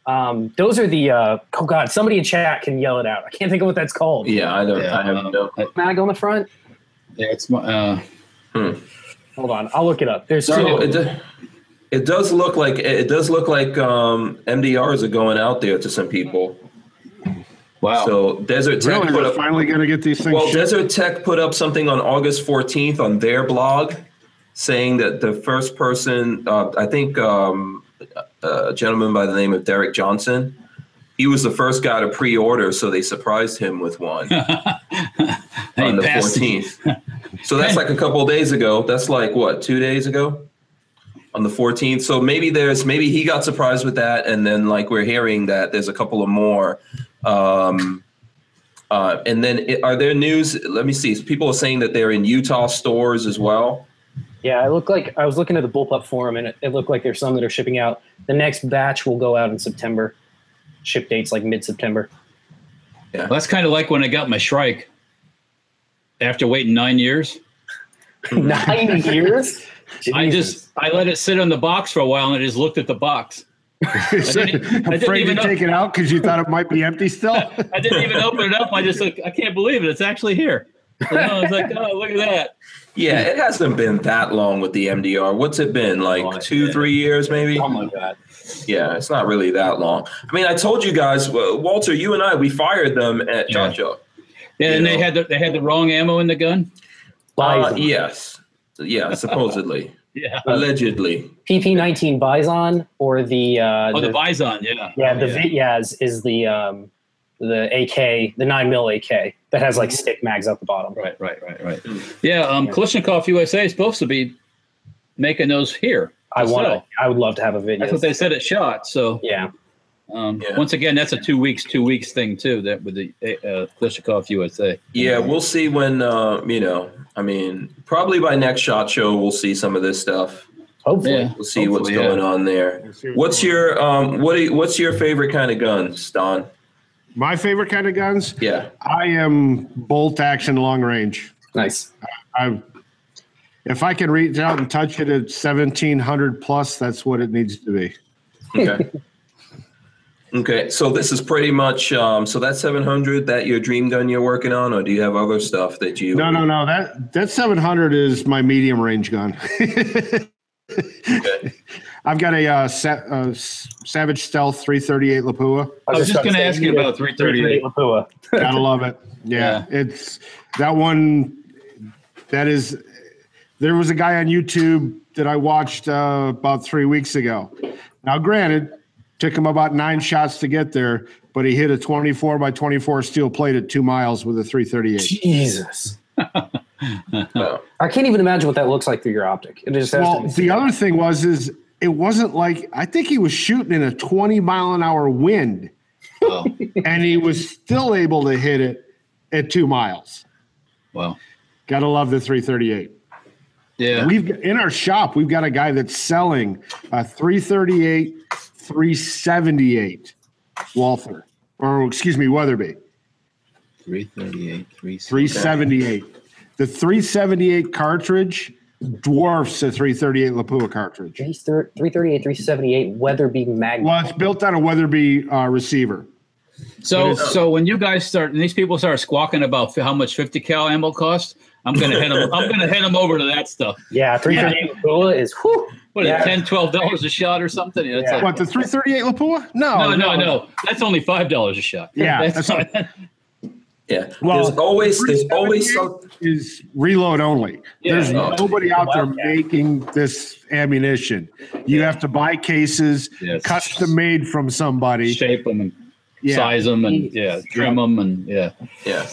Speaker 4: Um, those are the uh, oh god, somebody in chat can yell it out. I can't think of what that's called.
Speaker 1: yeah. I don't.
Speaker 3: Yeah,
Speaker 1: I have
Speaker 3: um,
Speaker 1: no.
Speaker 4: Mag on the front.
Speaker 3: Yeah, it's my uh
Speaker 4: Hold on, I'll look it up. There's
Speaker 1: So
Speaker 4: two.
Speaker 1: it, do- it does look like it does look like um, MDRs are going out there to some people.
Speaker 3: wow.
Speaker 1: So Desert Tech
Speaker 2: Really,
Speaker 1: put
Speaker 2: we're
Speaker 1: up
Speaker 2: finally going to get these things.
Speaker 1: Well,
Speaker 2: shipped?
Speaker 1: Desert Tech put up something on August 14th on their blog saying that the first person, uh, I think um, a gentleman by the name of Derek Johnson, he was the first guy to pre order, so they surprised him with one
Speaker 3: Hey,
Speaker 1: on the
Speaker 3: bastard.
Speaker 1: 14th. so that's like a couple of days ago. That's like what, two days ago? On the 14th. So maybe there's, maybe he got surprised with that. And then like we're hearing that there's a couple of more. Um, uh, and then it, are there news? Let me see. People are saying that they're in Utah stores as well.
Speaker 4: yeah, I look like I was looking at the bullpup forum, and it, it looked like there's some that are shipping out. The next batch will go out in September. Ship dates like mid [LAUGHS] September.
Speaker 3: Well, that's kind of like when I got my Shrike after waiting nine years. [LAUGHS]
Speaker 4: Nine years.
Speaker 3: Hmm. I
Speaker 4: Jesus.
Speaker 3: just I uh, let it sit on the box for a while and I just looked at
Speaker 2: [LAUGHS]
Speaker 3: the box. didn't- I didn't
Speaker 2: afraid
Speaker 3: even
Speaker 2: to
Speaker 3: know-
Speaker 2: take it out because you thought it might be empty still.
Speaker 3: [LAUGHS] I didn't even open it up. I just like I can't believe it. It's actually here. You know, I was like, oh, look at that.
Speaker 1: Yeah, it hasn't been that long with the MDR. What's it been?
Speaker 3: Oh,
Speaker 1: Like two,
Speaker 3: yeah.
Speaker 1: three years maybe?
Speaker 4: Oh my god.
Speaker 1: Yeah, it's not really that long. I mean, I told you guys, uh, Walter, you and I, we fired them at
Speaker 3: Yeah.
Speaker 1: Chop Chop.
Speaker 3: Yeah, and they
Speaker 1: Yeah.
Speaker 3: had the, they had the wrong ammo in the
Speaker 1: Uh,
Speaker 3: gun. e-
Speaker 4: Bison.
Speaker 1: yes. Yeah,
Speaker 2: [LAUGHS]
Speaker 1: supposedly.
Speaker 3: Yeah.
Speaker 2: Uh,
Speaker 1: Allegedly.
Speaker 4: PP19 Bison or the uh,
Speaker 3: Oh, the bison. Yeah.
Speaker 4: Yeah, the
Speaker 3: yeah.
Speaker 4: Vityaz is the um, the AK, the nine mil AK that has like stick mags at the bottom.
Speaker 3: Mm-hmm. Right, right, right, right. Yeah. Um, Kalashnikov USA is supposed to be making those here.
Speaker 4: I want.
Speaker 3: So,
Speaker 4: to I would love to have a video.
Speaker 3: That's what they said at shot. So
Speaker 4: yeah,
Speaker 3: um,
Speaker 1: Yeah.
Speaker 3: once again, that's a two weeks, two weeks thing too. That with the uh, Kalashnikov USA.
Speaker 1: Yeah, we'll see when, uh, you know, I mean, probably by next shot show, we'll see some of this stuff.
Speaker 4: hopefully.
Speaker 3: Yeah.
Speaker 1: We'll see what's
Speaker 3: Hopefully, yeah.
Speaker 1: going on there.
Speaker 2: We'll see what's
Speaker 1: What's
Speaker 2: going
Speaker 1: your um what do you, what's your favorite kind of guns, Don?
Speaker 2: My favorite kind of guns.
Speaker 1: Yeah.
Speaker 2: I am bolt action long range.
Speaker 4: Nice.
Speaker 2: I, if I can reach out and touch it at seventeen hundred plus, that's what it needs to be. [LAUGHS]
Speaker 1: Okay. okay. So this is pretty much um so that 700 that your dream gun you're working on or do you have other stuff that you
Speaker 2: No, no, no. That that seven hundred is my medium range gun.
Speaker 1: Okay.
Speaker 2: [LAUGHS] I've got a, uh, Sa- uh, S- Savage Stealth three thirty eight Lapua.
Speaker 3: I was just
Speaker 4: about
Speaker 3: going to
Speaker 4: say,
Speaker 3: ask you
Speaker 4: need
Speaker 3: about
Speaker 4: a
Speaker 3: 338.
Speaker 4: Lapua.
Speaker 2: Gotta love it. Yeah, it's that one. That is. There was a guy on YouTube that I watched uh, about three weeks ago. Now, granted, took him about nine shots to get there, but he hit a 24 by 24 steel plate at two miles with a 338.
Speaker 4: [LAUGHS] Jesus.
Speaker 1: no.
Speaker 4: I can't even imagine what that looks like through your optic. It just has
Speaker 2: Well,
Speaker 4: to be.
Speaker 2: the other thing was is it wasn't like I think he was shooting in a 20 mile an hour wind.
Speaker 3: Wow.
Speaker 2: and he was still able to hit it at two miles.
Speaker 3: [LAUGHS] Wow.
Speaker 2: Gotta love the 338.
Speaker 3: Yeah.
Speaker 2: We've in our shop, we've got a guy that's selling a 338, 378 Walther, or excuse me, Weatherby.
Speaker 3: 338, 378.
Speaker 2: 378. The 378 cartridge dwarfs the 338 Lapua cartridge.
Speaker 4: 338, 378 Weatherby Magnum.
Speaker 2: Well, it's built on a Weatherby uh, receiver.
Speaker 3: So, so when you guys start and these people start squawking about how much 50 cal ammo costs, I'm gonna head them. I'm gonna head them over to that stuff.
Speaker 4: Yeah, 338 Lapua is whew, [LAUGHS]
Speaker 3: What,
Speaker 4: Yeah.
Speaker 3: yeah. 10 dollars a shot or something? Yeah, it's
Speaker 4: Yeah.
Speaker 3: like-
Speaker 2: What, the 338 Lapua? No.
Speaker 3: no, no, no. That's only five dollars a shot.
Speaker 2: Yeah,
Speaker 3: [LAUGHS] that's
Speaker 2: that's not-
Speaker 3: not,
Speaker 1: Yeah.
Speaker 2: Well,
Speaker 1: there's always there's always some
Speaker 2: 378 is reload only.
Speaker 3: Yeah.
Speaker 2: There's
Speaker 1: Oh.
Speaker 2: nobody out there
Speaker 4: Wildcat.
Speaker 2: making this ammunition. You have to buy cases
Speaker 3: Yes.
Speaker 2: custom made from somebody.
Speaker 3: shape them and
Speaker 2: Yeah.
Speaker 3: size them and yeah, trim them and yeah.
Speaker 1: Yeah.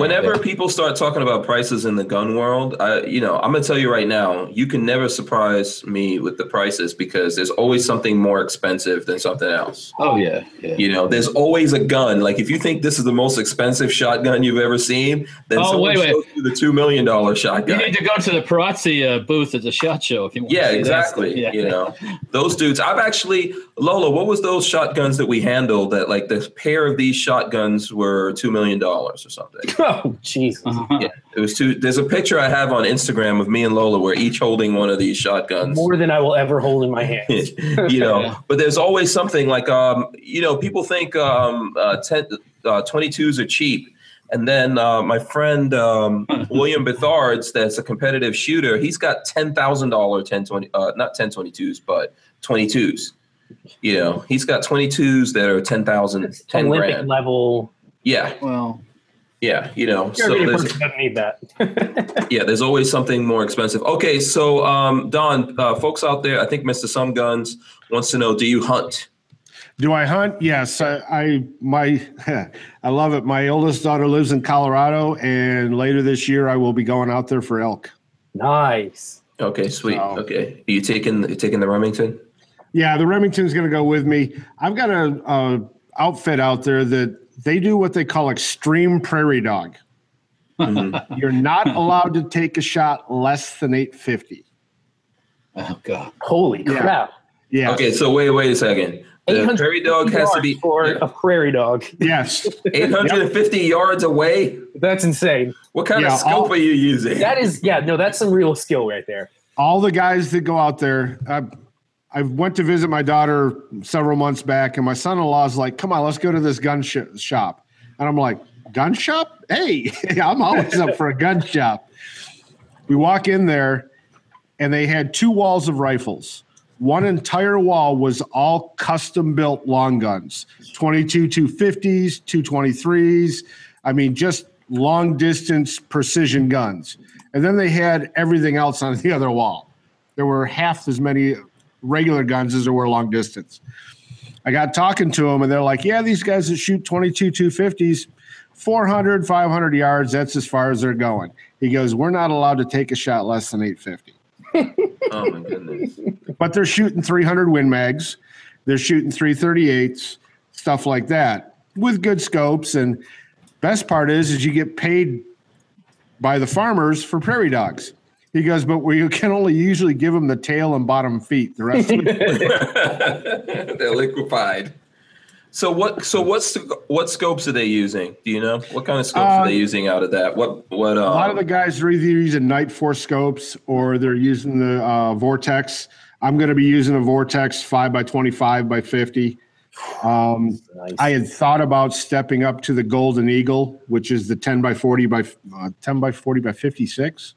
Speaker 1: Whenever people start talking about prices in the gun world, I, you know, I'm gonna tell you right now, you can never surprise me with the prices because there's always something more expensive than something else.
Speaker 3: Oh yeah, yeah.
Speaker 1: You know, there's always a gun. Like if you think this is the most expensive shotgun you've ever seen, then
Speaker 3: Oh,
Speaker 1: someone
Speaker 3: wait, wait.
Speaker 1: shows you the two million dollar
Speaker 3: You
Speaker 1: shotgun.
Speaker 3: need to go to the Parazzi uh, booth at the shot show if you want.
Speaker 1: Yeah,
Speaker 3: to see that stuff.
Speaker 1: exactly.
Speaker 3: Yeah.
Speaker 1: You know, those dudes. I've actually, Lola, what was those shotguns that we handled? That like the pair of these shotguns were two million dollars or something.
Speaker 4: oh,
Speaker 3: [LAUGHS]
Speaker 4: Jesus.
Speaker 3: Uh-huh.
Speaker 1: Yeah. It was two. There's a picture I have on Instagram of me and Lola. We're each holding one of these shotguns.
Speaker 4: More than I will ever hold in my hand.
Speaker 1: [LAUGHS] you know,
Speaker 3: Yeah.
Speaker 1: but there's always something like, um, you know, people think um, uh, 10, uh, 22s are cheap. And then uh, my friend
Speaker 4: [LAUGHS]
Speaker 1: um, William Bethards, that's a competitive shooter, he's got ten thousand dollar ten twenty, uh, not ten twenty twos, but twenty twos. You know, he's got twenty twos that are ten thousand, ten
Speaker 4: Olympic
Speaker 1: grand.
Speaker 4: level.
Speaker 1: Yeah,
Speaker 3: Well,
Speaker 1: yeah. You know, so
Speaker 4: Every
Speaker 1: there's,
Speaker 4: person doesn't need that. [LAUGHS]
Speaker 1: yeah, there's always something more expensive. Okay, so um, Don, uh, folks out there, I think Mr. Some Guns wants to know: Do you hunt?
Speaker 2: Do I hunt? Yes. I, I my [LAUGHS] I love it. My oldest daughter lives in Colorado, and later this year I will be going out there for elk.
Speaker 4: nice.
Speaker 1: Okay, sweet.
Speaker 2: No.
Speaker 1: Okay, are you taking you taking the Remington?
Speaker 2: Yeah, the Remington's going to go with me. I've got a, a outfit out there that they do what they call extreme prairie dog. You're not allowed to take a shot less than 850.
Speaker 3: oh god.
Speaker 4: Holy
Speaker 2: Yeah.
Speaker 4: crap.
Speaker 1: [LAUGHS]
Speaker 2: Yeah.
Speaker 1: Okay, so wait, wait a second. The
Speaker 4: 850
Speaker 1: prairie dog has to be
Speaker 4: yards
Speaker 1: [LAUGHS]
Speaker 4: for a prairie dog.
Speaker 2: Yes. [LAUGHS]
Speaker 1: 850 yards away.
Speaker 4: That's insane.
Speaker 1: What kind
Speaker 2: Yeah,
Speaker 1: of scope
Speaker 2: I'll-
Speaker 1: are you using?
Speaker 4: That is, yeah, no, that's some real skill right there.
Speaker 2: all the guys that go out there I, I went to visit my daughter several months back and my son-in-law's like come on let's go to this gun sh- shop and i'm like gun shop hey [LAUGHS] i'm always up for a gun shop we walk in there and they had two walls of rifles one entire wall was all custom built long guns 22 250s 223s i mean just long distance precision guns and then they had everything else on the [LAUGHS] other wall there were half as many regular guns as there were long distance i got talking to them and they're like yeah these guys that shoot 22 250s 400 500 yards that's as far as they're going he goes we're not allowed to take a shot less than 850
Speaker 1: [LAUGHS] oh my goodness.
Speaker 2: but they're shooting 300 Win mags, they're shooting 338s, stuff like that with good scopes. And best part is, is you get paid by the farmers for prairie dogs. He goes, but we can only usually give them the tail and bottom feet. The rest, of it,
Speaker 1: They're liquefied. So what? So what's what scopes are they using? Do you know what kind of scopes are
Speaker 2: Um,
Speaker 1: they using out of that? What what? Um,
Speaker 2: a lot of the guys are either using night force scopes or they're using the uh, vortex. I'm going to be using a vortex five by 25 by 50. Um,
Speaker 4: Nice.
Speaker 2: I had thought about stepping up to the Golden Eagle, which is the 10 by 40 by uh, 10 by 40 by 56.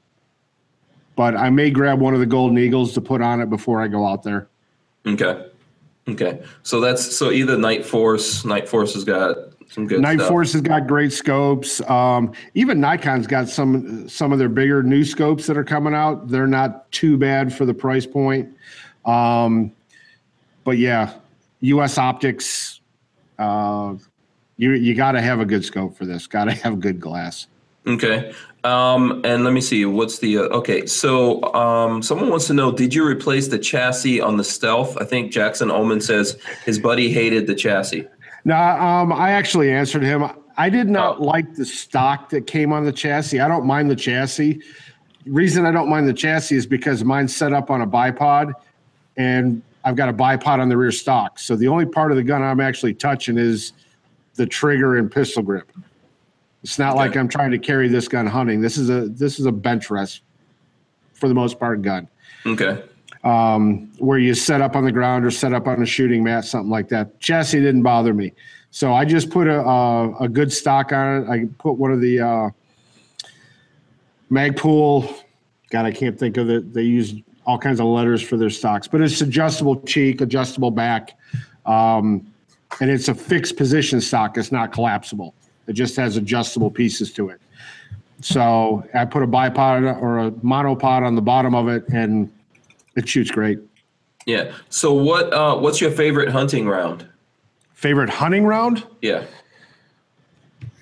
Speaker 2: But I may grab one of the Golden Eagles to put on it before I go out there.
Speaker 1: Okay. Okay. So that's so either Night Force, Night Force has got some good
Speaker 2: Night
Speaker 1: stuff.
Speaker 2: Force has got great scopes. Um, even Nikon's got some some of their bigger new scopes that are coming out. They're not too bad for the price point. Um, but yeah, U.S. Optics. Uh, you you got to have a good scope for this. Got to [LAUGHS] have good glass.
Speaker 1: Okay. Um, and let me see. What's the uh, okay? So um, someone wants to know: Did you replace the chassis on the Stealth? I think Jackson Ullman says his buddy hated the chassis.
Speaker 2: No, um, I actually answered him. I did not like the stock that came on the chassis. I don't mind the chassis. Reason I don't mind the chassis is because mine's set up on a bipod, and I've got a bipod on the rear stock. So the only part of the gun I'm actually touching is the trigger and pistol grip. It's not like I'm trying to carry this gun hunting. This is a this is a bench rest for the most part gun
Speaker 1: Okay.
Speaker 2: where you set up on the ground or set up on a shooting mat, something like that. Chassis didn't bother me, so I just put a a, a good stock on it. I put one of the uh, Magpul. God, I can't think of it. They use all kinds of letters for their stocks, but it's adjustable cheek, adjustable back, um, and it's a fixed position stock. It's not collapsible. It just has adjustable pieces to it. So I put a bipod or a monopod on the bottom of it, and it shoots great.
Speaker 1: Yeah. So what uh, what's your favorite hunting round?
Speaker 2: Favorite hunting round?
Speaker 1: Yeah.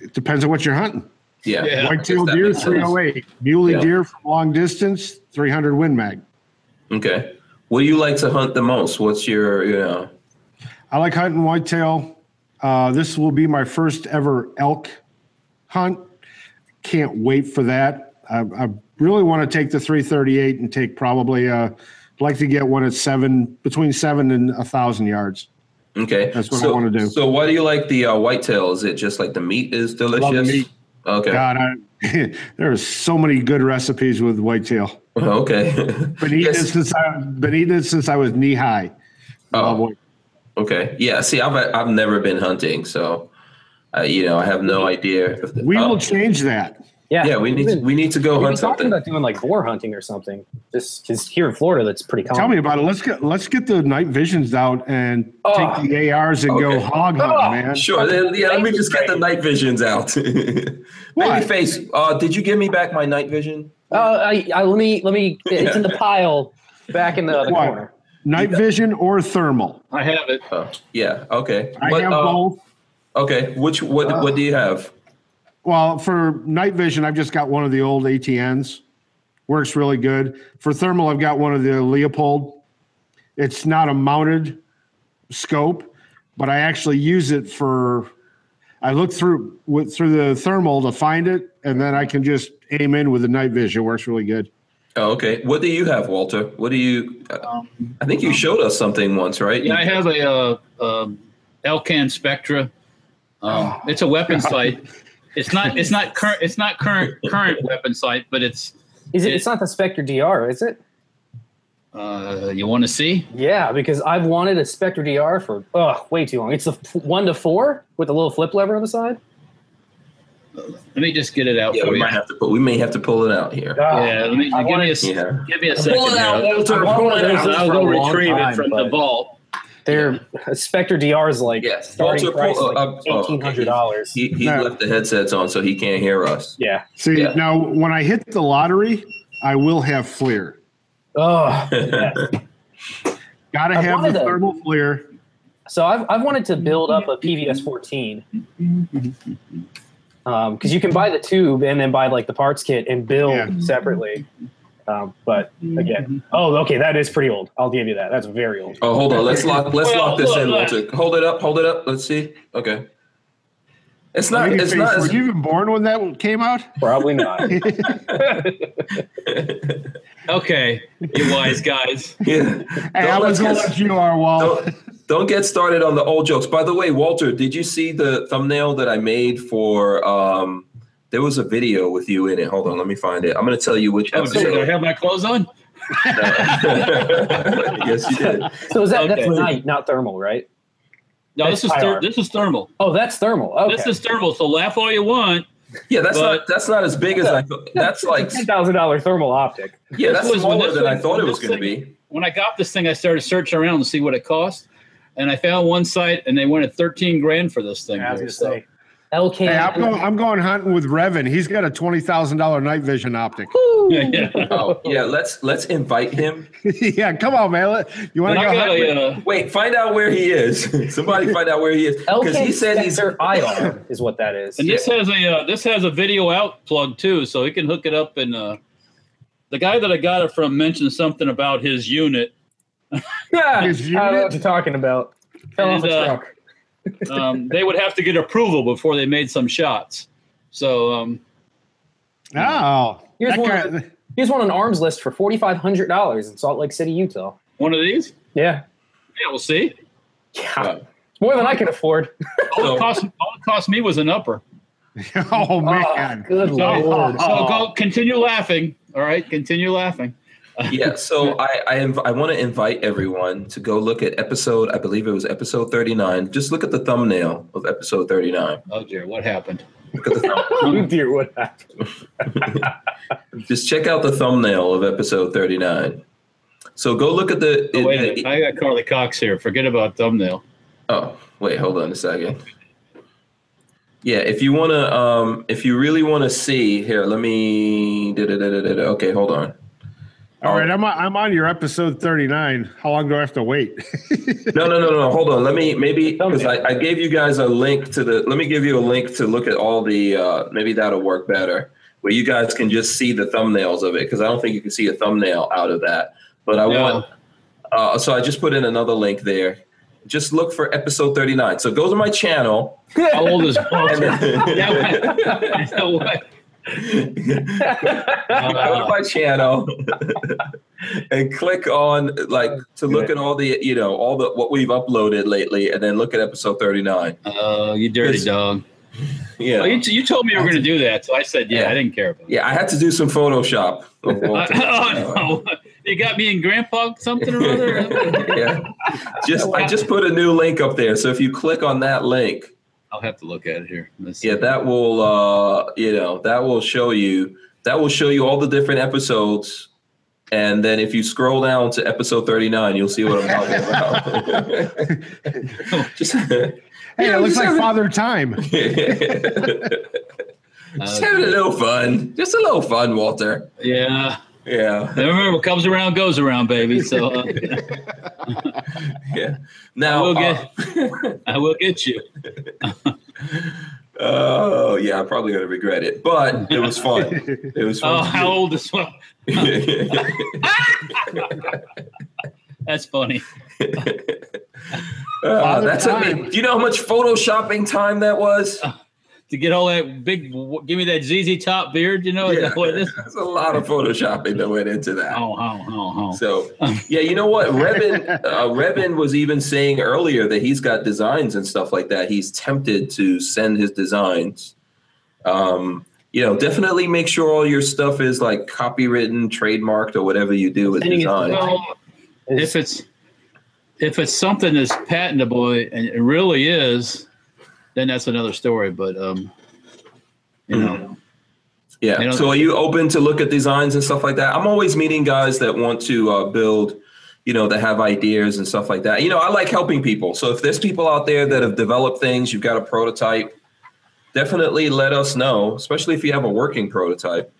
Speaker 2: It depends on what you're hunting.
Speaker 1: Yeah.
Speaker 3: Yeah.
Speaker 1: I guess
Speaker 2: White-tailed
Speaker 1: that
Speaker 2: deer,
Speaker 1: makes sense.
Speaker 2: 308. Muley
Speaker 1: Yeah.
Speaker 2: deer from long distance, 300 Win Mag.
Speaker 1: Okay. What do you like to hunt the most? What's your you know?
Speaker 2: I like hunting whitetail. Uh, this will be my first ever elk hunt. Can't wait for that. I, I really want to take the 338 and take probably. Uh, I'd like to get one at seven between seven and a thousand yards.
Speaker 1: Okay.
Speaker 2: That's what I
Speaker 1: so,
Speaker 2: wanna do.
Speaker 1: So why do you like the uh, whitetail? Is it just like the meat is delicious?
Speaker 2: meat.
Speaker 1: Okay.
Speaker 2: God, I, [LAUGHS] there are so many good recipes with whitetail.
Speaker 1: [LAUGHS] Okay.
Speaker 2: [LAUGHS] Been eating
Speaker 1: Yes.
Speaker 2: it since I been eating it since I was knee high. Love
Speaker 1: Oh,
Speaker 2: white-
Speaker 1: okay. Yeah. See, I've I've never been hunting, so uh, you know I have no idea. if-
Speaker 2: We
Speaker 1: Oh,
Speaker 2: will change that.
Speaker 4: Yeah,
Speaker 1: Yeah, we need to,
Speaker 4: We've been-
Speaker 1: we need to go
Speaker 4: we've been
Speaker 1: hunt
Speaker 4: talking
Speaker 1: something.
Speaker 4: about doing like boar hunting or something. Just because here in Florida, that's pretty common.
Speaker 1: Oh.
Speaker 2: Tell me about it. Let's get let's get the night visions out and
Speaker 4: Oh.
Speaker 2: take the ARs and go
Speaker 1: Okay. Oh,
Speaker 2: hog hunting, man.
Speaker 1: Sure. Then, yeah, let me just get the night visions out. [LAUGHS]
Speaker 2: What?
Speaker 1: Baby face. Uh, did you give me back my night vision?
Speaker 4: Oh, I, I, let me let me. It's in the pile back in the other
Speaker 2: Why?
Speaker 4: corner.
Speaker 2: Night vision or thermal.
Speaker 3: I have it.
Speaker 1: Oh, yeah. Okay.
Speaker 2: I
Speaker 1: What,
Speaker 2: have
Speaker 1: uh,
Speaker 2: both. Uh.
Speaker 1: Okay. Which what what do you have?
Speaker 2: Well, for night vision, I've just got one of the old ATNs. Works really good. For thermal, I've got one of the Leopold. It's not a mounted scope, but I actually use it for. I look through with through the thermal to find it, and then I can just aim in with the night vision. Works really good.
Speaker 1: Oh, okay. What do you have, Walter? What do you? uh, I think you showed us something once, right?
Speaker 3: Yeah, I have a uh, um, Elcan Spectra. Um, it's a weapon sight. It's not. It's not current. It's not current current weapon sight, but it's.
Speaker 4: Is it? It's not the Spectre DR, is it?
Speaker 3: Uh, you want to see?
Speaker 4: Yeah, because I've wanted a Spectre DR for oh way too long. It's the f- one to four with a little flip lever on the side.
Speaker 3: Let me just get it out
Speaker 1: Yeah,
Speaker 3: for
Speaker 1: we
Speaker 3: you.
Speaker 1: might have to pull. We may have to pull it out here.
Speaker 3: Yeah, let me
Speaker 4: I
Speaker 3: give me a
Speaker 4: wanted-
Speaker 3: s-
Speaker 1: Yeah.
Speaker 3: give me a second.
Speaker 1: it out,
Speaker 3: here.
Speaker 1: Walter,
Speaker 3: I want
Speaker 1: pull
Speaker 3: one
Speaker 1: it
Speaker 3: of those,
Speaker 1: out.
Speaker 3: and I'll
Speaker 4: For
Speaker 3: go
Speaker 4: a long
Speaker 3: retrieve
Speaker 4: time,
Speaker 3: it from
Speaker 4: but-
Speaker 3: the vault.
Speaker 4: They're Spectre DR is like
Speaker 1: Yes.
Speaker 4: starting
Speaker 1: Walter,
Speaker 4: price
Speaker 1: pull-
Speaker 4: like
Speaker 1: uh, oh, okay.
Speaker 4: eighteen hundred dollars.
Speaker 1: He he
Speaker 2: No.
Speaker 1: left the headsets on, so he can't hear us.
Speaker 4: Yeah.
Speaker 2: See,
Speaker 1: Yeah.
Speaker 2: now when I hit the lottery, I will have FLIR.
Speaker 1: [LAUGHS]
Speaker 4: Oh. yes.
Speaker 2: Got to
Speaker 4: I
Speaker 2: have the
Speaker 4: wanted a-
Speaker 2: thermal FLIR.
Speaker 4: So I've, I've wanted to build up a PVS 14
Speaker 2: Mm-hmm.
Speaker 4: because um, you can buy the tube and then buy like the parts kit and build
Speaker 2: Yeah.
Speaker 4: separately. Um, but again, oh, okay, that is pretty old. I'll give you that. That's very old.
Speaker 1: Oh, hold on. Let's lock. Let's
Speaker 3: Well,
Speaker 1: lock this
Speaker 3: look,
Speaker 1: in,
Speaker 3: look.
Speaker 1: Walter. Hold it up. Hold it up. Let's see. Okay. It's not.
Speaker 2: Babyface,
Speaker 1: It's not.
Speaker 2: Were
Speaker 1: It's,
Speaker 2: you even born when that one came out?
Speaker 4: Probably
Speaker 2: [LAUGHS]
Speaker 4: not.
Speaker 3: Okay, you wise guys.
Speaker 1: yeah.
Speaker 2: Hey, I
Speaker 1: Don't
Speaker 2: was
Speaker 1: let
Speaker 2: going
Speaker 1: this-
Speaker 2: to let you are, Walt.
Speaker 1: Don't, don't get started on the old jokes. By the way, Walter, did you see the thumbnail that I made for? Um, there was a video with you in it. Hold on, let me find it. I'm going to tell you which
Speaker 3: Oh, dude, did
Speaker 1: [LAUGHS]
Speaker 3: I
Speaker 1: episode.
Speaker 3: have my clothes on?
Speaker 1: yes, you did.
Speaker 4: so is that that's
Speaker 3: Okay.
Speaker 4: night, not thermal, right?
Speaker 3: No, this is
Speaker 4: That's
Speaker 3: ther-
Speaker 4: IR.
Speaker 3: this is thermal.
Speaker 4: Oh, that's thermal. Okay.
Speaker 3: This is thermal. So laugh all you want.
Speaker 1: Yeah, that's
Speaker 3: But-
Speaker 1: not that's not as big as I thought. That's like
Speaker 4: ten thousand dollar thermal optic.
Speaker 1: yeah, that's
Speaker 3: This was-
Speaker 1: smaller
Speaker 3: this
Speaker 1: than I
Speaker 3: was-
Speaker 1: thought it
Speaker 3: this
Speaker 1: was going to
Speaker 3: thing-
Speaker 1: be.
Speaker 3: When I got this thing, I started searching around to see what it cost, and I found one site, and they wanted thirteen grand for this thing.
Speaker 4: I was
Speaker 3: here,
Speaker 4: gonna
Speaker 3: so-
Speaker 4: say LK.
Speaker 2: Hey, I'm going, I'm going hunting with Revan. He's got a $20,000 night vision optic.
Speaker 3: [LAUGHS] Yeah, yeah.
Speaker 1: Oh yeah, let's let's invite him.
Speaker 2: [LAUGHS] yeah, come on, man. Let- You want
Speaker 3: And
Speaker 2: to
Speaker 3: I
Speaker 2: go
Speaker 3: got
Speaker 2: hunting?
Speaker 3: a, uh,
Speaker 1: Wait, find out where he is. [LAUGHS] Somebody find out where he is because
Speaker 4: LK
Speaker 1: he said he's
Speaker 4: Spectre IR is what that is.
Speaker 3: and this has a uh, this has a video out plug too, so he can hook it up. And uh, the guy that I got it from mentioned something about his unit.
Speaker 4: Yeah,
Speaker 2: His
Speaker 4: I know
Speaker 2: unit?
Speaker 4: what you're talking about. Fell
Speaker 3: And,
Speaker 4: off a
Speaker 3: uh,
Speaker 4: truck.
Speaker 3: um, they would have to get approval before they made some shots. So um,
Speaker 2: Oh,
Speaker 4: Here's
Speaker 2: that
Speaker 4: one
Speaker 2: guy-
Speaker 4: of Here's one on arms list for forty five hundred dollars in Salt Lake City, Utah.
Speaker 3: one of these,
Speaker 4: Yeah,
Speaker 3: yeah, we'll see.
Speaker 4: yeah,
Speaker 1: Yeah.
Speaker 4: It's more than I could [LAUGHS] afford.
Speaker 3: All
Speaker 1: So-
Speaker 3: it cost, all it cost me was an upper.
Speaker 2: [LAUGHS] oh
Speaker 1: Ah,
Speaker 4: Oh,
Speaker 2: man,
Speaker 4: good
Speaker 3: So, uh,
Speaker 4: lord! Ah,
Speaker 3: so go continue laughing. All right, continue laughing.
Speaker 1: yeah so i i, inv- I want to invite everyone to go look at episode i believe it was episode 39 just look at the thumbnail of episode 39
Speaker 3: Oh dear, what happened?
Speaker 1: look at the thumb- [LAUGHS]
Speaker 4: Oh dear, what happened?
Speaker 1: just check out the thumbnail of episode 39 so go look at the
Speaker 3: Oh, wait a
Speaker 1: it-
Speaker 3: minute. I got Carly Cox here. Forget about thumbnail.
Speaker 1: Oh, wait, hold on a second. Yeah, if you want to, um, if you really want to see here, let me. da-da-da-da-da-da. Okay, hold on.
Speaker 2: all right, I'm on, I'm on your episode 39. How long do I have to wait? [LAUGHS]
Speaker 1: No, no, no, no. Hold on. Let me maybe because I, I gave you guys a link to the. Let me give you a link to look at all the. Uh, maybe that'll work better, where you guys can just see the thumbnails of it because I don't think you can see a thumbnail out of that. But I
Speaker 3: No.
Speaker 1: want. Uh, so I just put in another link there. Just look for episode thirty nine. So go to my channel.
Speaker 3: How old [LAUGHS] is Walter?
Speaker 1: [LAUGHS]
Speaker 3: No way.
Speaker 1: go to
Speaker 3: Uh,
Speaker 1: my channel [LAUGHS] and click on like to look at all the you know all the what we've uploaded lately and then look at episode 39
Speaker 3: oh, you dirty dog.
Speaker 1: yeah
Speaker 3: Oh, you, you told me you were going to do that, so I said, yeah, I didn't care about it.
Speaker 1: yeah i had to do some photoshop of Walter.
Speaker 3: [LAUGHS] oh, no. You got me in Grandpa something or [LAUGHS]
Speaker 1: [LAUGHS]
Speaker 3: other?
Speaker 1: yeah just i just put a new link up there so if you click on that link
Speaker 3: I'll have to look at it here. Let's see.
Speaker 1: yeah that will uh you know that will show you that will show you all the different episodes and then if you scroll down to episode 39 you'll see what i'm talking
Speaker 3: [LAUGHS]
Speaker 1: about [LAUGHS] just
Speaker 2: Hey,
Speaker 1: Yeah,
Speaker 2: it looks
Speaker 1: just
Speaker 2: like
Speaker 1: have a-
Speaker 2: Father Time.
Speaker 1: just
Speaker 3: Uh,
Speaker 1: having a little fun. Just a little fun, Walter.
Speaker 3: yeah.
Speaker 1: Yeah.
Speaker 3: Remember, what comes around goes around, baby. So [LAUGHS] uh,
Speaker 1: Yeah.
Speaker 3: I
Speaker 1: Now,
Speaker 3: will
Speaker 1: uh,
Speaker 3: get, I will get you.
Speaker 1: oh, yeah, I'm probably going to regret it, but it was fun. It was
Speaker 3: Oh,
Speaker 1: fun.
Speaker 3: how old is one? That's funny.
Speaker 1: [LAUGHS] Uh, that took me,
Speaker 2: Time.
Speaker 1: do you know how much photoshopping time that was?
Speaker 3: To get all that big, give me that ZZ Top beard, you know?
Speaker 1: Yeah.
Speaker 3: Yeah. What it is?
Speaker 1: That's a lot of photoshopping that went into that.
Speaker 3: Oh, oh, oh, oh.
Speaker 1: So yeah, you know what, Revin,
Speaker 3: [LAUGHS]
Speaker 1: uh, Revin was even saying earlier that he's got designs and stuff like that. He's tempted to send his designs. Um, you know, definitely make sure all your stuff is like copywritten, trademarked, or whatever you do with
Speaker 4: Sending his
Speaker 1: design.
Speaker 4: design.
Speaker 3: Well, if it's if it's something that's patentable and it really is, then that's another story. But um, you
Speaker 1: [CLEARS THROAT]
Speaker 3: know, I
Speaker 1: Yeah.
Speaker 3: don't-
Speaker 1: So are you open to look at designs and stuff like that? I'm always meeting guys that want to uh, build. You know, that have ideas and stuff like that. You know, I like helping people. So if there's people out there that have developed things, you've got a prototype, definitely let us know, especially if you have a working
Speaker 3: [LAUGHS]
Speaker 1: prototype.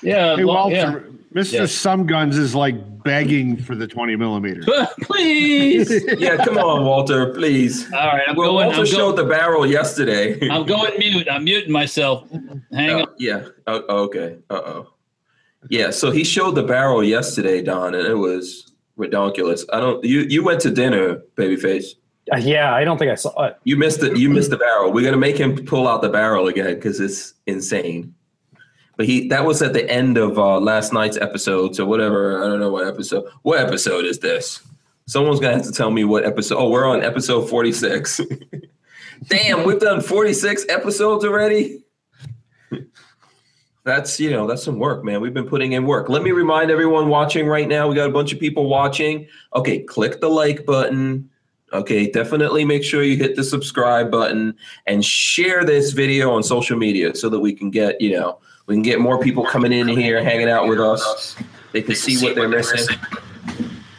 Speaker 3: yeah,
Speaker 2: Hey,
Speaker 3: well,
Speaker 2: Walter, Mr.
Speaker 3: Yeah.
Speaker 2: Some Guns is like begging for the 20 millimeter.
Speaker 3: yeah. [LAUGHS] please.
Speaker 1: yeah, come on, Walter, please.
Speaker 3: All right, I'm
Speaker 1: Well,
Speaker 3: going.
Speaker 1: Walter
Speaker 3: I'm,
Speaker 1: showed
Speaker 3: go,
Speaker 1: the barrel yesterday.
Speaker 3: I'm going mute. I'm muting myself.
Speaker 1: [LAUGHS]
Speaker 3: Hang
Speaker 1: Uh,
Speaker 3: on.
Speaker 1: yeah. Oh, okay. Uh oh. Yeah. So he showed the barrel yesterday, Don, and it was ridiculous. I don't. You you went to dinner, babyface.
Speaker 4: Uh, yeah, I don't think I saw it.
Speaker 1: You missed the you missed the barrel. We're gonna make him pull out the barrel again because it's insane. But he that was at the end of uh, last night's episode. So whatever. I don't know what episode. What episode is this? Someone's gonna have to tell me what episode. Oh, we're on episode forty six. [LAUGHS] Damn, we've done forty six episodes already. That's you know that's some work, man. We've been putting in work. Let me remind everyone watching right now. We got a bunch of people watching. Okay, click the like button. Okay, definitely make sure you hit the subscribe button and share this video on social media so that we can get, you know, we can get more people coming in here, hanging out with us. They can see what they're missing. [LAUGHS]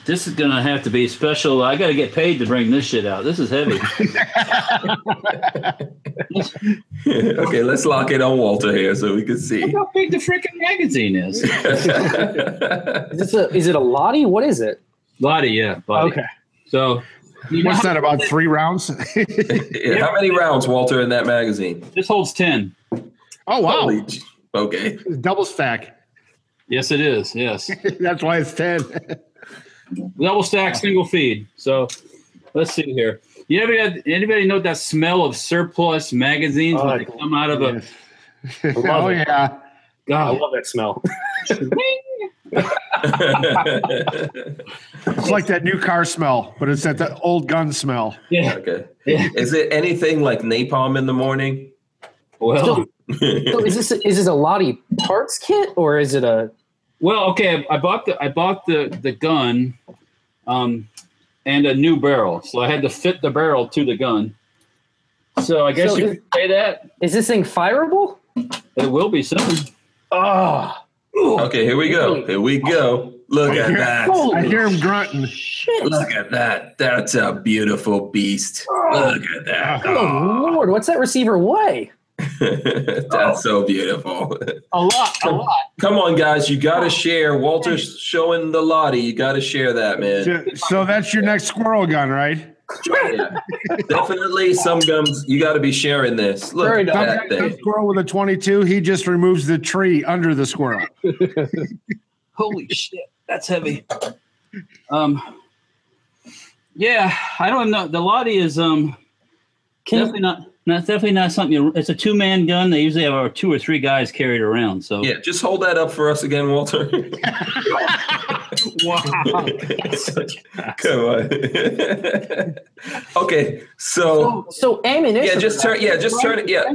Speaker 3: This is gonna have to be special. I gotta get paid to bring this shit out. This is [LAUGHS] heavy.
Speaker 1: okay, let's lock in on Walter here so we can see.
Speaker 3: Look how big the freaking magazine is.
Speaker 4: Is this a? Is it a Lottie? What is it?
Speaker 3: Body, yeah, body.
Speaker 4: Okay.
Speaker 3: So you know
Speaker 2: What's
Speaker 3: how-
Speaker 2: that, about three rounds?
Speaker 1: [LAUGHS]
Speaker 2: [LAUGHS]
Speaker 1: Yeah, How many rounds, Walter, in that magazine?
Speaker 3: This holds ten.
Speaker 2: oh,
Speaker 1: Holy
Speaker 2: wow.
Speaker 1: j- Okay. [LAUGHS]
Speaker 2: Double stack. [LAUGHS]
Speaker 3: Yes, it is. Yes.
Speaker 2: That's why it's 10.
Speaker 3: double stack single feed. So let's see here. You ever had, anybody know that smell of surplus magazines
Speaker 4: Oh,
Speaker 3: when
Speaker 4: I-
Speaker 3: they come out of a
Speaker 2: [LAUGHS] oh yeah.
Speaker 4: I
Speaker 3: God?
Speaker 4: love that smell.
Speaker 2: It's like that new car smell, but it's that the old gun smell.
Speaker 3: Yeah.
Speaker 1: okay.
Speaker 3: yeah.
Speaker 1: Is it anything like napalm in the morning?
Speaker 3: Well,
Speaker 4: [LAUGHS] So is this is this a Lottie parts kit or is it a
Speaker 3: well, okay. I, I bought the I bought the the gun, um, and a new barrel, so I had to fit the barrel to the gun. So I guess
Speaker 4: So
Speaker 3: you
Speaker 4: is-
Speaker 3: could say that
Speaker 4: is this thing fireable?
Speaker 3: it will be soon.
Speaker 4: Oh,
Speaker 1: [LAUGHS] okay, here we go. Here we go. Look at that.
Speaker 2: I hear him grunting.
Speaker 4: shit!
Speaker 1: Look at that. That's a beautiful beast. Look at that. [LAUGHS]
Speaker 4: Oh lord, what's that receiver weigh?
Speaker 1: That's so beautiful.
Speaker 3: A lot, a lot. Oh.
Speaker 1: Come on, guys. You got to share. Walter's showing the Lottie. You got to share that, man.
Speaker 2: So, so that's your next squirrel gun, right?
Speaker 1: Yeah. Definitely some gums. You got to be sharing this. Look
Speaker 4: Very
Speaker 1: at
Speaker 2: Some
Speaker 1: that
Speaker 2: guy- some
Speaker 1: thing.
Speaker 2: squirrel with a 22, he just removes the tree under the squirrel.
Speaker 3: Holy shit, that's heavy. Um, yeah, I don't know. The Lottie is um
Speaker 4: Can you-
Speaker 3: definitely not, not definitely not something. You, it's a two man gun. They usually have uh, two or three guys carried around. So
Speaker 1: Yeah, just hold that up for us again, Walter.
Speaker 3: [LAUGHS] wow.
Speaker 1: [LAUGHS] Come on. [LAUGHS] okay, so
Speaker 4: Oh, So ammunition.
Speaker 1: yeah, just turn. Yeah, just turn it. Yeah,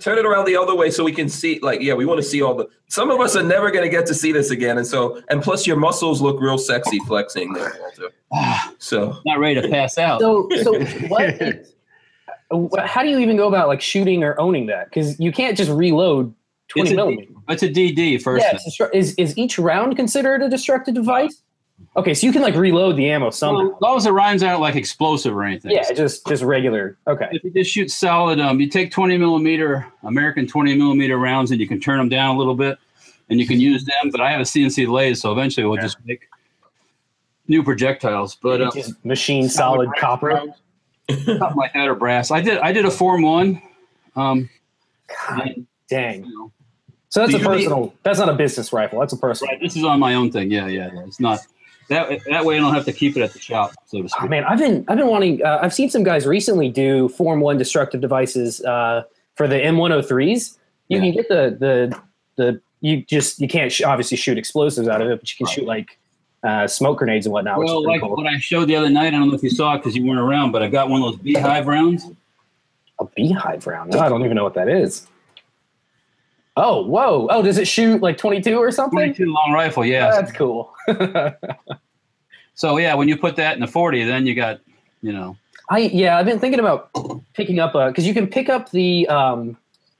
Speaker 1: turn it around the other way so we can see. Like, yeah, we want to see all the. Some of us are never going to get to see this again, and so and plus your muscles look real sexy flexing there, Walter. So
Speaker 3: not ready to pass out.
Speaker 4: So so
Speaker 2: [LAUGHS]
Speaker 4: what? is- wh- Uh, how do you even go about like shooting or owning that? Because you can't just reload
Speaker 3: It's
Speaker 4: twenty
Speaker 3: a-
Speaker 4: millimeter.
Speaker 3: it's a DD first.
Speaker 4: Yeah, it's destru- is is each round considered a destructive device? Okay, so you can like reload the ammo
Speaker 3: thing.
Speaker 4: somehow.
Speaker 3: as long as it rhymes out like explosive or anything.
Speaker 4: Yeah, just just regular. Okay.
Speaker 3: If you just shoot solid, um, you take 20 millimeter American 20 millimeter rounds and you can turn them down a little bit and you can use them. But I have a CNC lathe, so eventually we'll just make new projectiles. But uh,
Speaker 4: Just machine solid copper.
Speaker 3: something like that or brass. I did I did a form one. Um, and,
Speaker 4: Dang.
Speaker 3: you know,
Speaker 4: So that's
Speaker 1: Do
Speaker 4: a
Speaker 1: you need-
Speaker 4: personal. that's not a business rifle. That's a personal.
Speaker 3: right, this is on my own thing. Yeah, yeah, yeah. It's not that that way. I don't have to keep it at the shop, so to
Speaker 4: Oh
Speaker 3: speak.
Speaker 4: man, I've been I've been wanting. Uh, I've seen some guys recently do Form One destructive devices uh, for the M103s. You
Speaker 3: Yeah.
Speaker 4: can get the the the you just you can't sh- obviously shoot explosives out of it, but you can shoot like uh, smoke grenades and whatnot. which is
Speaker 3: Well,
Speaker 4: pretty
Speaker 3: like
Speaker 4: cool.
Speaker 3: what I showed the other night, I don't know if you saw it because you weren't around, but I got one of those beehive rounds.
Speaker 4: a beehive round. I don't even know what that is. Oh, whoa. Oh, does it shoot like 22 or something?
Speaker 3: 22 long rifle, yeah.
Speaker 4: That's cool. [LAUGHS]
Speaker 3: So yeah, when you put that in the 40, then you got, you know,
Speaker 4: I yeah, I've been thinking about picking up a cuz you can pick up the um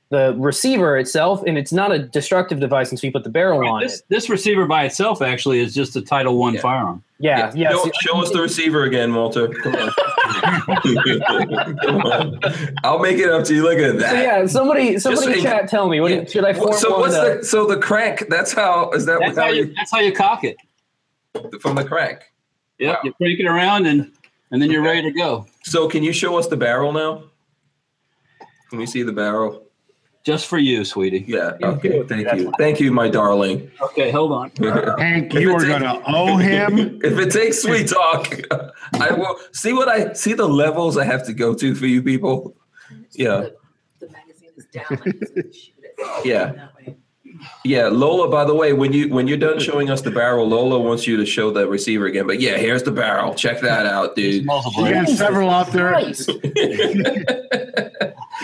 Speaker 4: the receiver itself and it's not a destructive device until you put the barrel on
Speaker 3: this
Speaker 4: it.
Speaker 3: this receiver by itself actually is just a Title One
Speaker 1: Yeah.
Speaker 3: firearm.
Speaker 4: Yeah, yeah.
Speaker 1: show,
Speaker 4: so-
Speaker 1: show us the receiver again, Walter. Come on. [LAUGHS] Come on. I'll make it up to you. Look at that.
Speaker 4: so yeah, somebody somebody in
Speaker 1: in-
Speaker 4: chat tell me what
Speaker 1: Yeah.
Speaker 4: should I form
Speaker 1: So
Speaker 4: one uh,
Speaker 1: what's
Speaker 4: the-
Speaker 1: the so the crank? That's how is that
Speaker 3: That's
Speaker 1: how
Speaker 3: how you that's how you cock it.
Speaker 1: you from the crank?
Speaker 3: Yep,
Speaker 1: Wow.
Speaker 3: you crank it around and and then you're
Speaker 1: Okay.
Speaker 3: ready to go.
Speaker 1: So can you show us the barrel now? Can we see the barrel?
Speaker 3: Just for you, sweetie.
Speaker 1: Yeah. Okay. Thank you. Thank you, my darling. [LAUGHS]
Speaker 3: Okay, hold on.
Speaker 1: if
Speaker 2: Hank, you are going to owe him.
Speaker 1: it takes sweet talk, I will see what I see the levels I have to go to for you people. Yeah.
Speaker 6: The magazine is down. like, it's gonna shoot it.
Speaker 1: Yeah.
Speaker 6: That way.
Speaker 1: Yeah, Lola. By the way, when you when you're done showing us the barrel, Lola wants you to show the receiver again. But yeah, here's the barrel. Check that out,
Speaker 3: [LAUGHS]
Speaker 1: dude.
Speaker 2: You
Speaker 3: Multiple.
Speaker 2: got several out
Speaker 4: Oh,
Speaker 2: there. You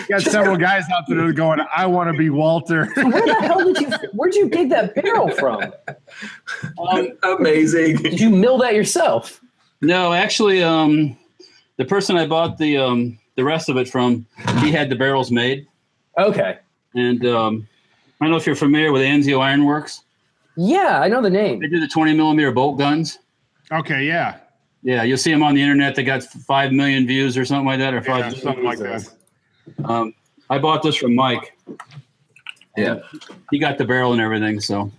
Speaker 2: got several guys out there going, I want to be Walter. [LAUGHS]
Speaker 4: Where the hell did you where'd you get that barrel from?
Speaker 1: Amazing.
Speaker 4: Did you mill that yourself?
Speaker 3: No, actually, um, the person I bought the um the rest of it from, he had the barrels made,
Speaker 4: Okay.
Speaker 3: and um, I don't know if you're familiar with Anzio Ironworks.
Speaker 4: Yeah, I know the name.
Speaker 3: They do the 20 millimeter bolt guns.
Speaker 2: Okay, yeah.
Speaker 3: Yeah, you'll see them on the internet. They got five million views or something like that, or
Speaker 2: yeah
Speaker 3: five.
Speaker 2: something like that.
Speaker 3: Um, I bought this from Mike.
Speaker 1: Yeah.
Speaker 3: He got the barrel and everything. So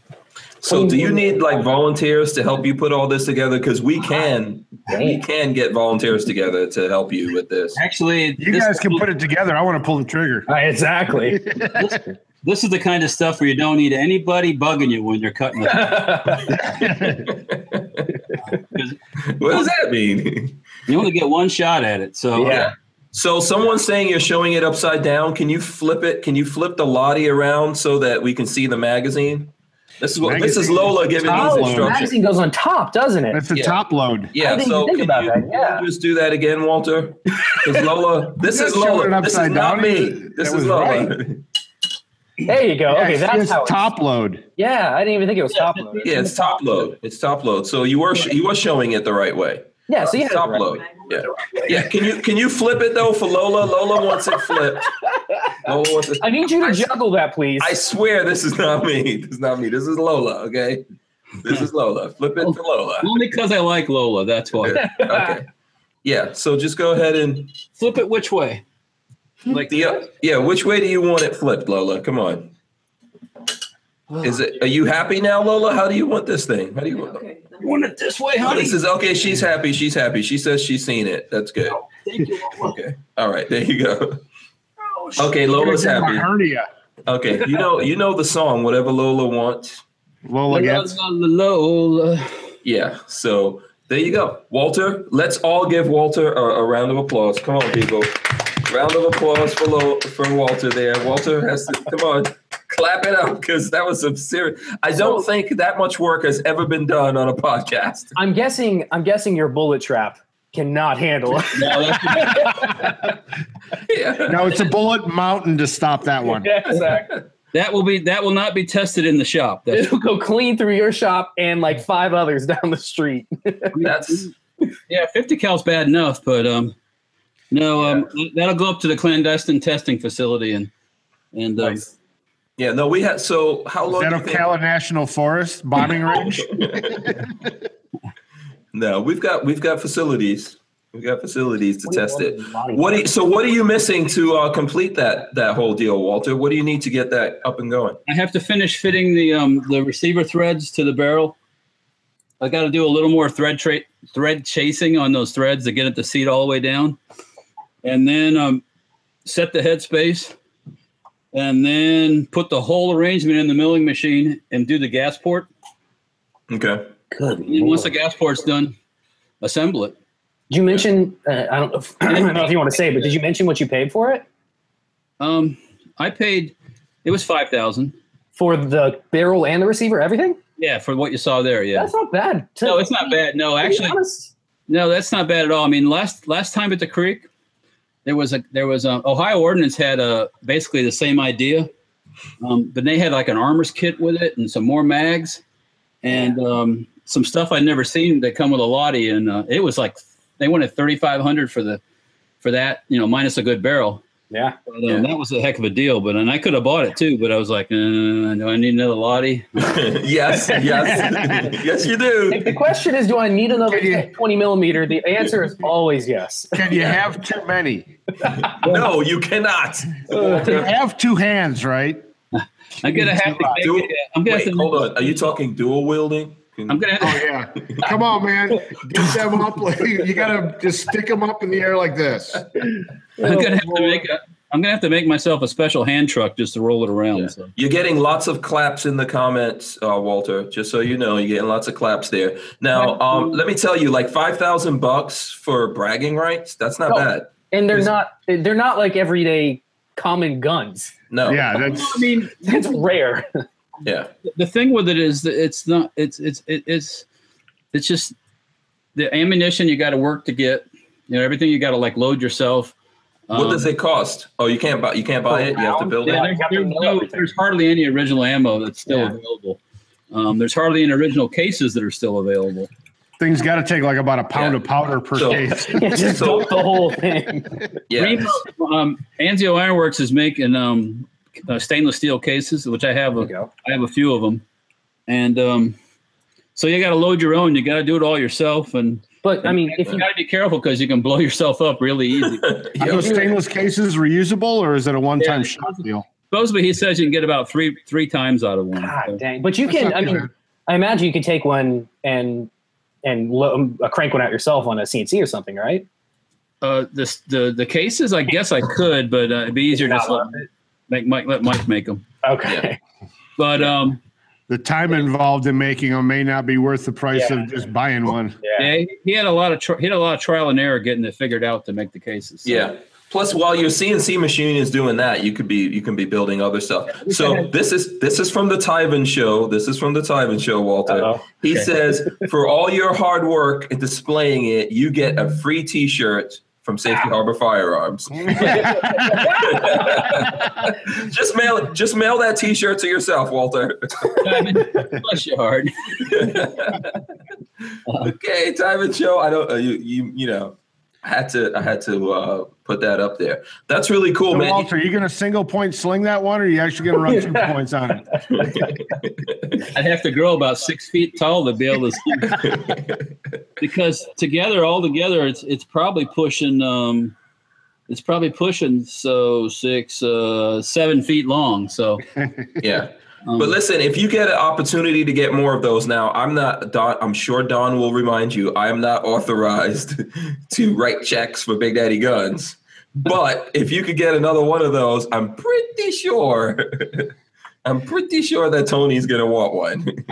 Speaker 1: So do you need like volunteers to help you put all this together? Because we can, we can get volunteers together to help you with this.
Speaker 3: actually,
Speaker 2: You
Speaker 3: this,
Speaker 2: guys can put it together. I want to pull the
Speaker 4: [LAUGHS]
Speaker 2: trigger.
Speaker 4: Right, exactly.
Speaker 3: This is the kind of stuff where you don't need anybody bugging you when you're cutting it.
Speaker 1: What does that mean?
Speaker 3: You only get one shot at it. So
Speaker 1: Yeah. So someone's saying you're showing it upside down. Can you flip it? Can you flip the Lottie around so that we can see the magazine? This is what this is
Speaker 2: Magazine.
Speaker 1: Lola giving
Speaker 2: Top
Speaker 1: these
Speaker 2: load.
Speaker 4: Oh,
Speaker 1: instructions.
Speaker 4: magazine goes on top, doesn't it?
Speaker 2: That's the
Speaker 1: Yeah.
Speaker 2: top load.
Speaker 1: Yeah,
Speaker 4: I didn't
Speaker 1: so
Speaker 4: think
Speaker 1: can
Speaker 4: about
Speaker 1: you,
Speaker 4: that, yeah.
Speaker 1: can you just do that again, Walter. 'Cause Lola, this
Speaker 2: You're
Speaker 1: is
Speaker 2: not showing
Speaker 1: Lola.
Speaker 2: it
Speaker 1: This is
Speaker 2: upside
Speaker 1: not
Speaker 2: down.
Speaker 1: me.
Speaker 2: That
Speaker 1: This is
Speaker 2: was
Speaker 1: Lola.
Speaker 4: There you go. Okay,
Speaker 2: Yeah,
Speaker 4: that's
Speaker 2: it's
Speaker 4: how. It,
Speaker 2: top load.
Speaker 4: yeah, I didn't even think it was top loaded.
Speaker 1: Yeah, it's top load. It's top load. So you were sh- you were showing it the right way.
Speaker 4: Yeah, so you had it
Speaker 1: top
Speaker 4: right.
Speaker 1: load. Yeah, yeah. Can you can you flip it though for Lola? Lola wants it flipped. Lola wants it.
Speaker 4: I need you to juggle that, please.
Speaker 1: [LAUGHS] I swear this is not me. This is not me. This is Lola. Okay, this is Lola. Flip it to Lola.
Speaker 3: only because I like Lola. That's why.
Speaker 1: Okay. Yeah. So just go ahead and
Speaker 3: Flip it which way? Like
Speaker 1: the yeah. Which way do you want it flipped, Lola? Come on. Is it? Are you happy now, Lola? How do you want this thing? How do you want?
Speaker 6: Okay.
Speaker 3: You want it this way, honey?
Speaker 1: This is okay. She's happy. She's happy. She says she's seen it. That's good.
Speaker 3: Thank
Speaker 2: [LAUGHS]
Speaker 3: you. Lola.
Speaker 1: Okay. All right. There you go.
Speaker 2: Oh,
Speaker 1: Okay, Lola's
Speaker 2: My
Speaker 1: happy.
Speaker 2: hernia.
Speaker 1: Okay, you know, you know the song. Whatever Lola wants.
Speaker 2: Lola gets.
Speaker 3: La, la, la, Lola.
Speaker 1: Yeah. So there you go, Walter. Let's all give Walter a, a round of applause. Come on, people. Round of applause for Lo- for Walter there. Walter has to come on, clap it up because that was some serious. I don't think that much work has ever been done on a podcast. [LAUGHS]
Speaker 4: I'm guessing. I'm guessing your bullet trap cannot
Speaker 3: [LAUGHS]
Speaker 4: handle. it.
Speaker 3: No, that's-
Speaker 1: Yeah.
Speaker 2: No, it's a bullet mountain to stop that one.
Speaker 4: yeah, exactly.
Speaker 3: that will be that will not be tested in the
Speaker 2: [LAUGHS]
Speaker 3: shop. That's,
Speaker 4: It'll go clean through your shop and like five others down the street.
Speaker 1: That's
Speaker 3: yeah, fifty cal's bad enough, but um, no, um, that'll go up to the clandestine testing facility and and um,
Speaker 1: yeah. No, we had. So how
Speaker 2: Is
Speaker 1: long?
Speaker 2: that
Speaker 1: do you think-
Speaker 2: Ocala National Forest bombing range?
Speaker 1: No, we've got we've got facilities. We've got facilities to test it.
Speaker 4: Body
Speaker 1: What do you, so what are you missing to uh, complete that that whole deal, Walter? What do you need to get that up and going?
Speaker 3: I have to finish fitting the um the receiver threads to the barrel. I got to do a little more thread tra- thread chasing on those threads to get it to seat all the way down, and then um set the headspace, and then put the whole arrangement in the milling machine and do the gas port.
Speaker 1: Okay.
Speaker 3: And then once the gas port's done, assemble it.
Speaker 4: Did you mention? Uh, I don't know. If, [CLEARS THROAT] I don't know if you want to say, but did you mention what you paid for it
Speaker 3: Um, I paid it was five thousand.
Speaker 4: for the barrel and the receiver, everything?
Speaker 3: Yeah, for what you saw there. Yeah,
Speaker 4: That's not bad. To-
Speaker 3: no, it's not bad. No,
Speaker 4: to be
Speaker 3: actually,
Speaker 4: honest.
Speaker 3: No, that's not bad at all. I mean, last last time at the creek, there was a there was a Ohio Ordnance had a basically the same idea, um, but they had like an armors kit with it and some more mags, and um, some stuff I'd never seen that come with a Lottie, and uh, it was like they wanted thirty five hundred for the for that you know minus a good barrel.
Speaker 4: Yeah.
Speaker 3: But, um, That was a heck of a deal, but and I could have bought it too, but I was like, uh, do I need another Lottie?
Speaker 1: yes. Yes.
Speaker 3: [LAUGHS]
Speaker 1: yes, you
Speaker 4: If the
Speaker 1: do.
Speaker 4: question is, do I need another
Speaker 2: Can you-
Speaker 4: 20 millimeter? The answer is always yes.
Speaker 2: Can you have too many?
Speaker 1: No, you cannot.
Speaker 2: You have two hands, right?
Speaker 3: I'm gonna
Speaker 1: [LAUGHS]
Speaker 3: have to.
Speaker 1: Do-
Speaker 3: I'm gonna
Speaker 1: Wait,
Speaker 3: have to-
Speaker 1: hold on. Are you talking dual wielding?
Speaker 3: I'm gonna.
Speaker 2: Oh yeah. Come on, man. Get them up. [LAUGHS] like- You gotta just stick them up in the air like this.
Speaker 3: I'm gonna have to make a, I'm gonna have to make myself a special hand truck just to roll it around. So.
Speaker 1: You're getting lots of claps in the comments, uh, Walter. Just so you know, you're getting lots of claps there. Now, um, let me tell you, like five thousand bucks for bragging rights. That's not
Speaker 4: No.
Speaker 1: bad.
Speaker 4: And they're
Speaker 1: Is-
Speaker 4: not. They're not like everyday common guns.
Speaker 1: No.
Speaker 2: Yeah, that's
Speaker 3: I mean,
Speaker 4: That's
Speaker 3: [LAUGHS]
Speaker 4: rare.
Speaker 1: Yeah.
Speaker 3: the thing with it is that it's not. It's it's it- it's it's just the ammunition you got to work to get. You know everything you got to like load yourself.
Speaker 1: What
Speaker 3: Um,
Speaker 1: does it cost? Oh, you can't buy. You can't buy it. You have to build it.
Speaker 3: yeah, there's,
Speaker 4: You have to
Speaker 3: there's
Speaker 4: know
Speaker 3: no-
Speaker 4: everything.
Speaker 3: there's hardly any original ammo that's still
Speaker 4: Yeah.
Speaker 3: available. Um, there's hardly any original cases that are still available.
Speaker 2: things gotta take like about a pound of powder per
Speaker 1: So-
Speaker 2: case.
Speaker 4: just
Speaker 1: So-
Speaker 4: built the whole thing.
Speaker 1: Yeah. [LAUGHS]
Speaker 3: Remo- um, Anzio Ironworks is making um, uh, stainless steel cases, which I have a,
Speaker 4: go.
Speaker 3: I have a few of them, and um, so you got to load your own. You got to do it all yourself, and
Speaker 4: But I mean, if
Speaker 3: you
Speaker 4: you
Speaker 3: got to be careful because you can blow [LAUGHS] yourself up really easy.
Speaker 2: Are those stainless cases reusable or is it a one-time
Speaker 3: Yeah.
Speaker 2: shot deal?
Speaker 3: Supposedly, he says you can get about three three times out of one.
Speaker 4: God
Speaker 3: So,
Speaker 4: dang. But you
Speaker 2: That's
Speaker 4: can.
Speaker 2: not
Speaker 4: I
Speaker 2: too
Speaker 4: mean,
Speaker 2: bad.
Speaker 4: I imagine you could take one and and lo- uh, crank one out yourself on a CNC or something, right?
Speaker 3: uh, this, the the cases, I guess I could, but uh, it'd be easier to
Speaker 4: Not
Speaker 3: just let, make Mike let Mike make them.
Speaker 4: Okay.
Speaker 3: But um,
Speaker 2: the time involved in making them may not be worth the price
Speaker 4: Yeah.
Speaker 2: of just buying one.
Speaker 4: [LAUGHS] Yeah.
Speaker 3: Yeah, he- he had a lot of tr- he had a lot of trial and error getting it figured out to make the cases. So
Speaker 1: Yeah. Plus, while your CNC machine is doing that, you could be you can be building other stuff. So this is this is from the Tyven show. This is from the Tyven show, Walter.
Speaker 4: Uh-oh.
Speaker 1: He
Speaker 3: Okay.
Speaker 1: says, for all your hard work in displaying it, you get a free T-shirt from Safety Harbor
Speaker 3: [LAUGHS]
Speaker 1: Firearms. [LAUGHS] just mail just mail that T-shirt to yourself, Walter.
Speaker 3: I mean, [LAUGHS] bless your heart.
Speaker 1: [LAUGHS] okay, Tyven show. I don't uh, you you you know. I had to I had to uh, put that up there. That's really cool,
Speaker 3: Oh,
Speaker 2: So
Speaker 1: man.
Speaker 2: Walter, are you going to single point sling that one, or are you actually going to
Speaker 3: [LAUGHS]
Speaker 2: run two
Speaker 4: Yeah.
Speaker 2: points on it?
Speaker 1: [LAUGHS]
Speaker 3: I'd have to grow about six feet tall to be able to. because together, all together, it's it's probably pushing um, it's probably pushing so six uh seven feet long. So
Speaker 1: yeah.
Speaker 3: um,
Speaker 1: But listen, if you get an opportunity to get more of those now, I'm not Don. I'm sure Don will remind you. I am not authorized [LAUGHS] to write checks for Big Daddy Guns. But if you could get another one of those, I'm pretty sure. [LAUGHS] I'm pretty sure that Tony's gonna want one. [LAUGHS]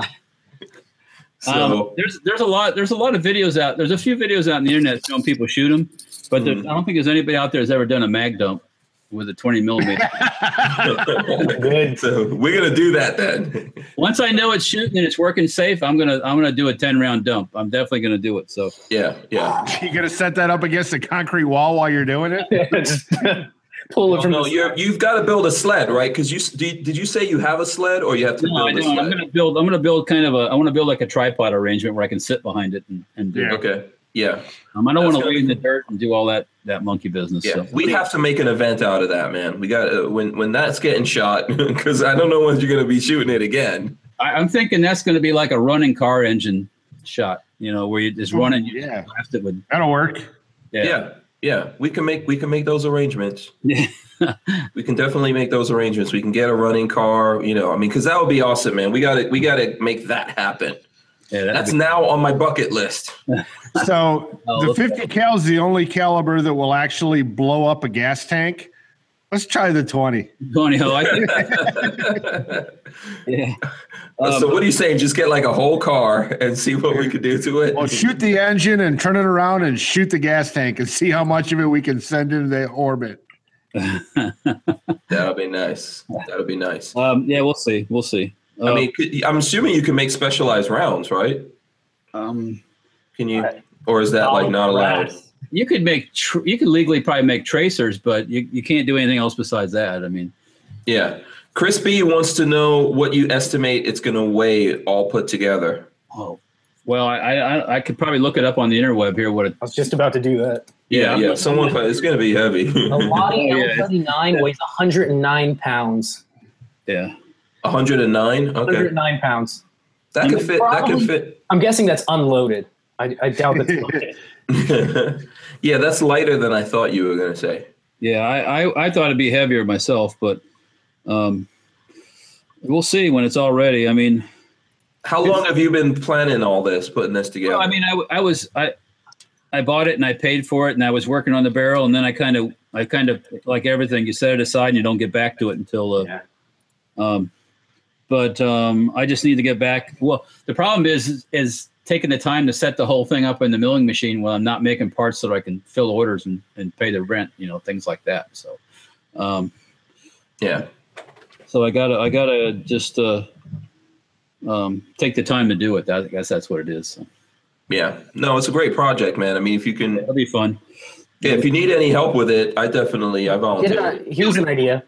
Speaker 3: Um,
Speaker 1: so
Speaker 3: there's there's a lot there's a lot of videos out there's a few videos out on the internet showing people shoot them, but there's I don't think there's anybody out there that's ever done a mag dump with a 20 millimeter.
Speaker 1: [LAUGHS]
Speaker 4: Good. [LAUGHS]
Speaker 1: so we're gonna do that then.
Speaker 3: Once I know it's shooting and it's working safe, I'm gonna I'm gonna do a 10 round dump. I'm definitely gonna do it. So
Speaker 1: Yeah, yeah.
Speaker 2: you going to set that up against a concrete wall while you're doing it?
Speaker 4: Just pull it
Speaker 1: Oh,
Speaker 4: from
Speaker 1: no,
Speaker 4: the
Speaker 1: you're, you've got to build a sled, right? Because you s- did, did you say you have a sled or you have to
Speaker 3: no, I
Speaker 1: build a
Speaker 3: don't.
Speaker 1: sled?
Speaker 3: I'm gonna build I'm gonna build kind of a I want to build like a tripod arrangement where I can sit behind it and, and do
Speaker 2: Yeah.
Speaker 3: it.
Speaker 1: okay, yeah.
Speaker 3: Um, I don't
Speaker 1: That's
Speaker 3: want to
Speaker 1: gonna
Speaker 3: lay
Speaker 1: be
Speaker 3: in the dirt and do all that that monkey business.
Speaker 1: Yeah,
Speaker 3: so.
Speaker 1: we have to make an event out of that, man. We got to when when that's getting shot [LAUGHS] because I don't know when you're gonna be shooting it again.
Speaker 3: I, I'm thinking that's gonna be like a running car engine shot. You know, where you just running, you
Speaker 2: Yeah.
Speaker 3: blast it with
Speaker 2: That'll work.
Speaker 1: Mm-hmm. Yeah. yeah, we can make we can make those
Speaker 3: [LAUGHS]
Speaker 1: arrangements.
Speaker 3: Yeah.
Speaker 1: we can definitely make those arrangements. We can get a running car, you know. I mean, because that would be awesome, man. We got to we got to make that happen.
Speaker 3: Yeah, that'd
Speaker 1: That's now on my bucket list.
Speaker 2: So
Speaker 3: Oh,
Speaker 2: the
Speaker 3: okay.
Speaker 2: 50 cal is the only caliber that will actually blow up a gas tank. Let's try the 20.
Speaker 3: be funny. though. I think,
Speaker 1: [LAUGHS]
Speaker 3: yeah. Um,
Speaker 1: Uh, so what are you saying? Just get like a whole car and see what we could do to it.
Speaker 2: Well, shoot the engine and turn it around and shoot the gas tank and see how much of it we can send into the orbit.
Speaker 1: That'll be nice. That'll be nice.
Speaker 3: um, yeah, we'll see. We'll see.
Speaker 1: I
Speaker 3: Uh,
Speaker 1: mean, could- I'm assuming you can make specialized rounds, right?
Speaker 3: um,
Speaker 1: Can you, or is that like not allowed?
Speaker 3: you could make tr- you could legally probably make tracers, but you, you can't do anything else besides that. I mean,
Speaker 1: Yeah. Chris B wants to know what you estimate it's going to weigh all put together.
Speaker 3: oh, well, I, I I- I could probably look it up on the interweb here. What it,
Speaker 4: I was just about to do that.
Speaker 1: Yeah, yeah. Someone, it's going to be heavy.
Speaker 6: A
Speaker 1: [LAUGHS]
Speaker 6: Wadi
Speaker 3: Oh, yeah.
Speaker 6: L39
Speaker 4: weighs 109 pounds.
Speaker 3: yeah,
Speaker 1: 109. Okay,
Speaker 4: 109 pounds.
Speaker 1: that could fit. That could fit.
Speaker 4: I'm guessing that's unloaded. I, I doubt [LAUGHS] that's loaded.
Speaker 1: [LAUGHS] yeah, that's lighter than I thought you were going to say.
Speaker 3: yeah. I, I I thought it'd be heavier myself, but um, we'll see when it's all ready. I mean,
Speaker 1: How long have you been planning all this, putting this together?
Speaker 3: Well, I mean, I, w- I was I I bought it and I paid for it and I was working on the barrel and then I kind of I kind of like everything you set it aside and you don't get back to it until uh,
Speaker 4: Yeah.
Speaker 3: um but um I just need to get back well the problem is is taking the time to set the whole thing up in the milling machine while I'm not making parts so that I can fill orders and, and pay the rent you know things like that so um
Speaker 1: yeah,
Speaker 3: so I gotta I gotta just uh um take the time to do it I guess that's what it is so
Speaker 1: yeah. No, it's a great project, man. I mean, if you can,
Speaker 3: that'll be fun
Speaker 1: yeah, if you need any help with it, I definitely, I
Speaker 4: Get
Speaker 1: volunteer.
Speaker 4: an- here's an idea.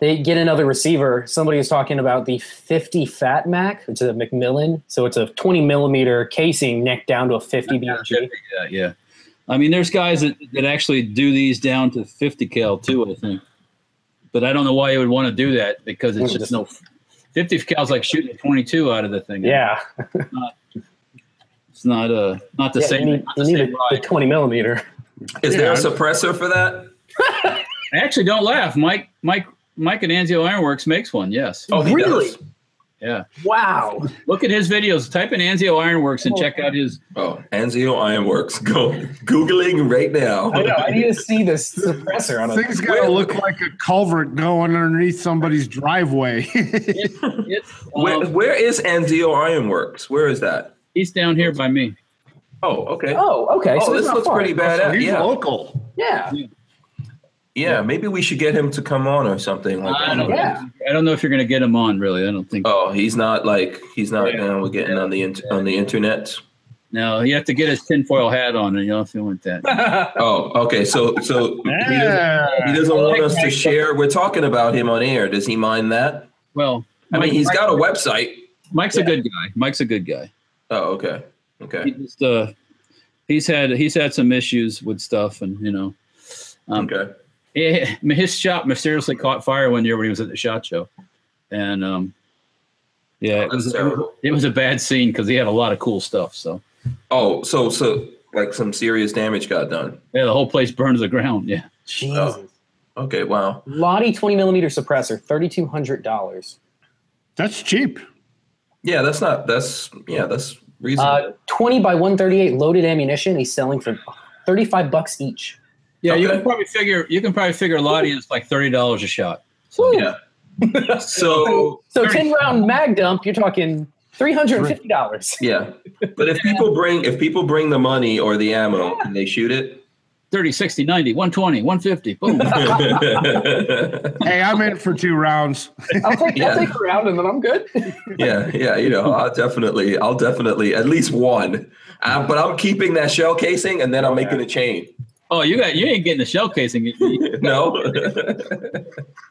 Speaker 4: They get another receiver. Somebody was talking about the 50 Fat Mac, which is a Macmillan. So it's a 20 millimeter casing neck down to a 50 BMG.
Speaker 3: Yeah, yeah. I mean, there's guys that, that actually do these down to 50 cal too, I think. But I don't know why you would want to do that because it's just no 50 cal's like shooting a 22 out of the thing.
Speaker 4: Yeah,
Speaker 3: it's not uh not the
Speaker 4: yeah you
Speaker 3: same.
Speaker 4: need,
Speaker 3: not
Speaker 4: you
Speaker 3: the
Speaker 4: need
Speaker 3: same
Speaker 4: a- the
Speaker 3: ride.
Speaker 4: 20 millimeter.
Speaker 1: Is there a
Speaker 2: Yeah.
Speaker 1: suppressor for that?
Speaker 3: Actually, don't laugh, Mike. Mike. Mike at Anzio Ironworks makes one. Yes.
Speaker 1: Oh, he
Speaker 4: Really?
Speaker 1: does.
Speaker 3: Yeah.
Speaker 4: Wow.
Speaker 3: Look at his videos. Type in Anzio Ironworks and check out his.
Speaker 1: Oh, Anzio Ironworks. Go googling right now.
Speaker 4: I know. I need to see [LAUGHS] this suppressor on it.
Speaker 2: Thing's got to look like a culvert going underneath somebody's driveway. [LAUGHS]
Speaker 3: It's,
Speaker 1: Where,
Speaker 3: um,
Speaker 1: where is Anzio Ironworks? Where is that?
Speaker 3: he's down here by me.
Speaker 1: Oh, okay. Oh,
Speaker 4: Oh, okay. so
Speaker 1: this
Speaker 4: it's not
Speaker 1: looks
Speaker 4: far.
Speaker 1: pretty badass.
Speaker 2: He's
Speaker 1: Yeah.
Speaker 2: local.
Speaker 1: [LAUGHS]
Speaker 4: Yeah.
Speaker 1: yeah, maybe we should get him to come on or something like
Speaker 3: I
Speaker 1: that.
Speaker 3: don't,
Speaker 4: Yeah.
Speaker 3: I don't know if you're going to get him on, really. I don't think.
Speaker 1: Oh, he's not like he's not
Speaker 3: Yeah.
Speaker 1: now getting on the int- on the internet.
Speaker 3: No, you have to get his tinfoil hat on, and you don't feel like that.
Speaker 1: Oh, okay. So so he doesn't, he
Speaker 2: Yeah.
Speaker 1: doesn't want us to share. We're talking about him on air. Does he mind that?
Speaker 3: Well,
Speaker 1: I mean, he's got a website.
Speaker 3: Mike's a good guy. Mike's a good guy.
Speaker 1: Oh, okay. Okay.
Speaker 3: He just, uh, he's had he's had some issues with stuff, and you know, um,
Speaker 1: Okay.
Speaker 3: Yeah, I mean, his shop mysteriously caught fire one year when he was at the shot show, and um, yeah, it
Speaker 1: That's
Speaker 3: was
Speaker 1: terrible.
Speaker 3: it was a bad scene because he had a lot of cool stuff. So
Speaker 1: Oh, so so like some serious damage got done. Oh.
Speaker 3: yeah, the whole place burned to the ground. Yeah,
Speaker 4: Jesus.
Speaker 1: Okay, wow.
Speaker 4: Lottie 20 millimeter suppressor, $3,200.
Speaker 2: That's cheap.
Speaker 1: Yeah, that's not that's yeah, that's
Speaker 4: Uh,
Speaker 1: reasonable.
Speaker 4: 20 by 138 loaded ammunition. He's selling for 35 bucks each.
Speaker 3: yeah. You
Speaker 1: Okay.
Speaker 3: can probably figure you can probably figure Lottie is like thirty dollars a shot. So
Speaker 4: Woo.
Speaker 1: yeah. so
Speaker 4: So 10 round mag dump, you're talking $350.
Speaker 1: yeah. But if people bring if people bring the money or the ammo and they shoot it.
Speaker 3: 30, 60, 90, 120, 150.
Speaker 4: [LAUGHS]
Speaker 3: Boom. [LAUGHS]
Speaker 1: [LAUGHS]
Speaker 2: Hey, I'm in for two rounds.
Speaker 4: I'll take,
Speaker 1: Yeah.
Speaker 4: I'll take a round and then I'm good.
Speaker 1: yeah, yeah, you know, I'll definitely I'll definitely at least one. Uh, but I'm keeping that shell casing and then I'm making a chain.
Speaker 3: oh, you got you ain't getting the shell casing.
Speaker 1: No.
Speaker 2: [LAUGHS]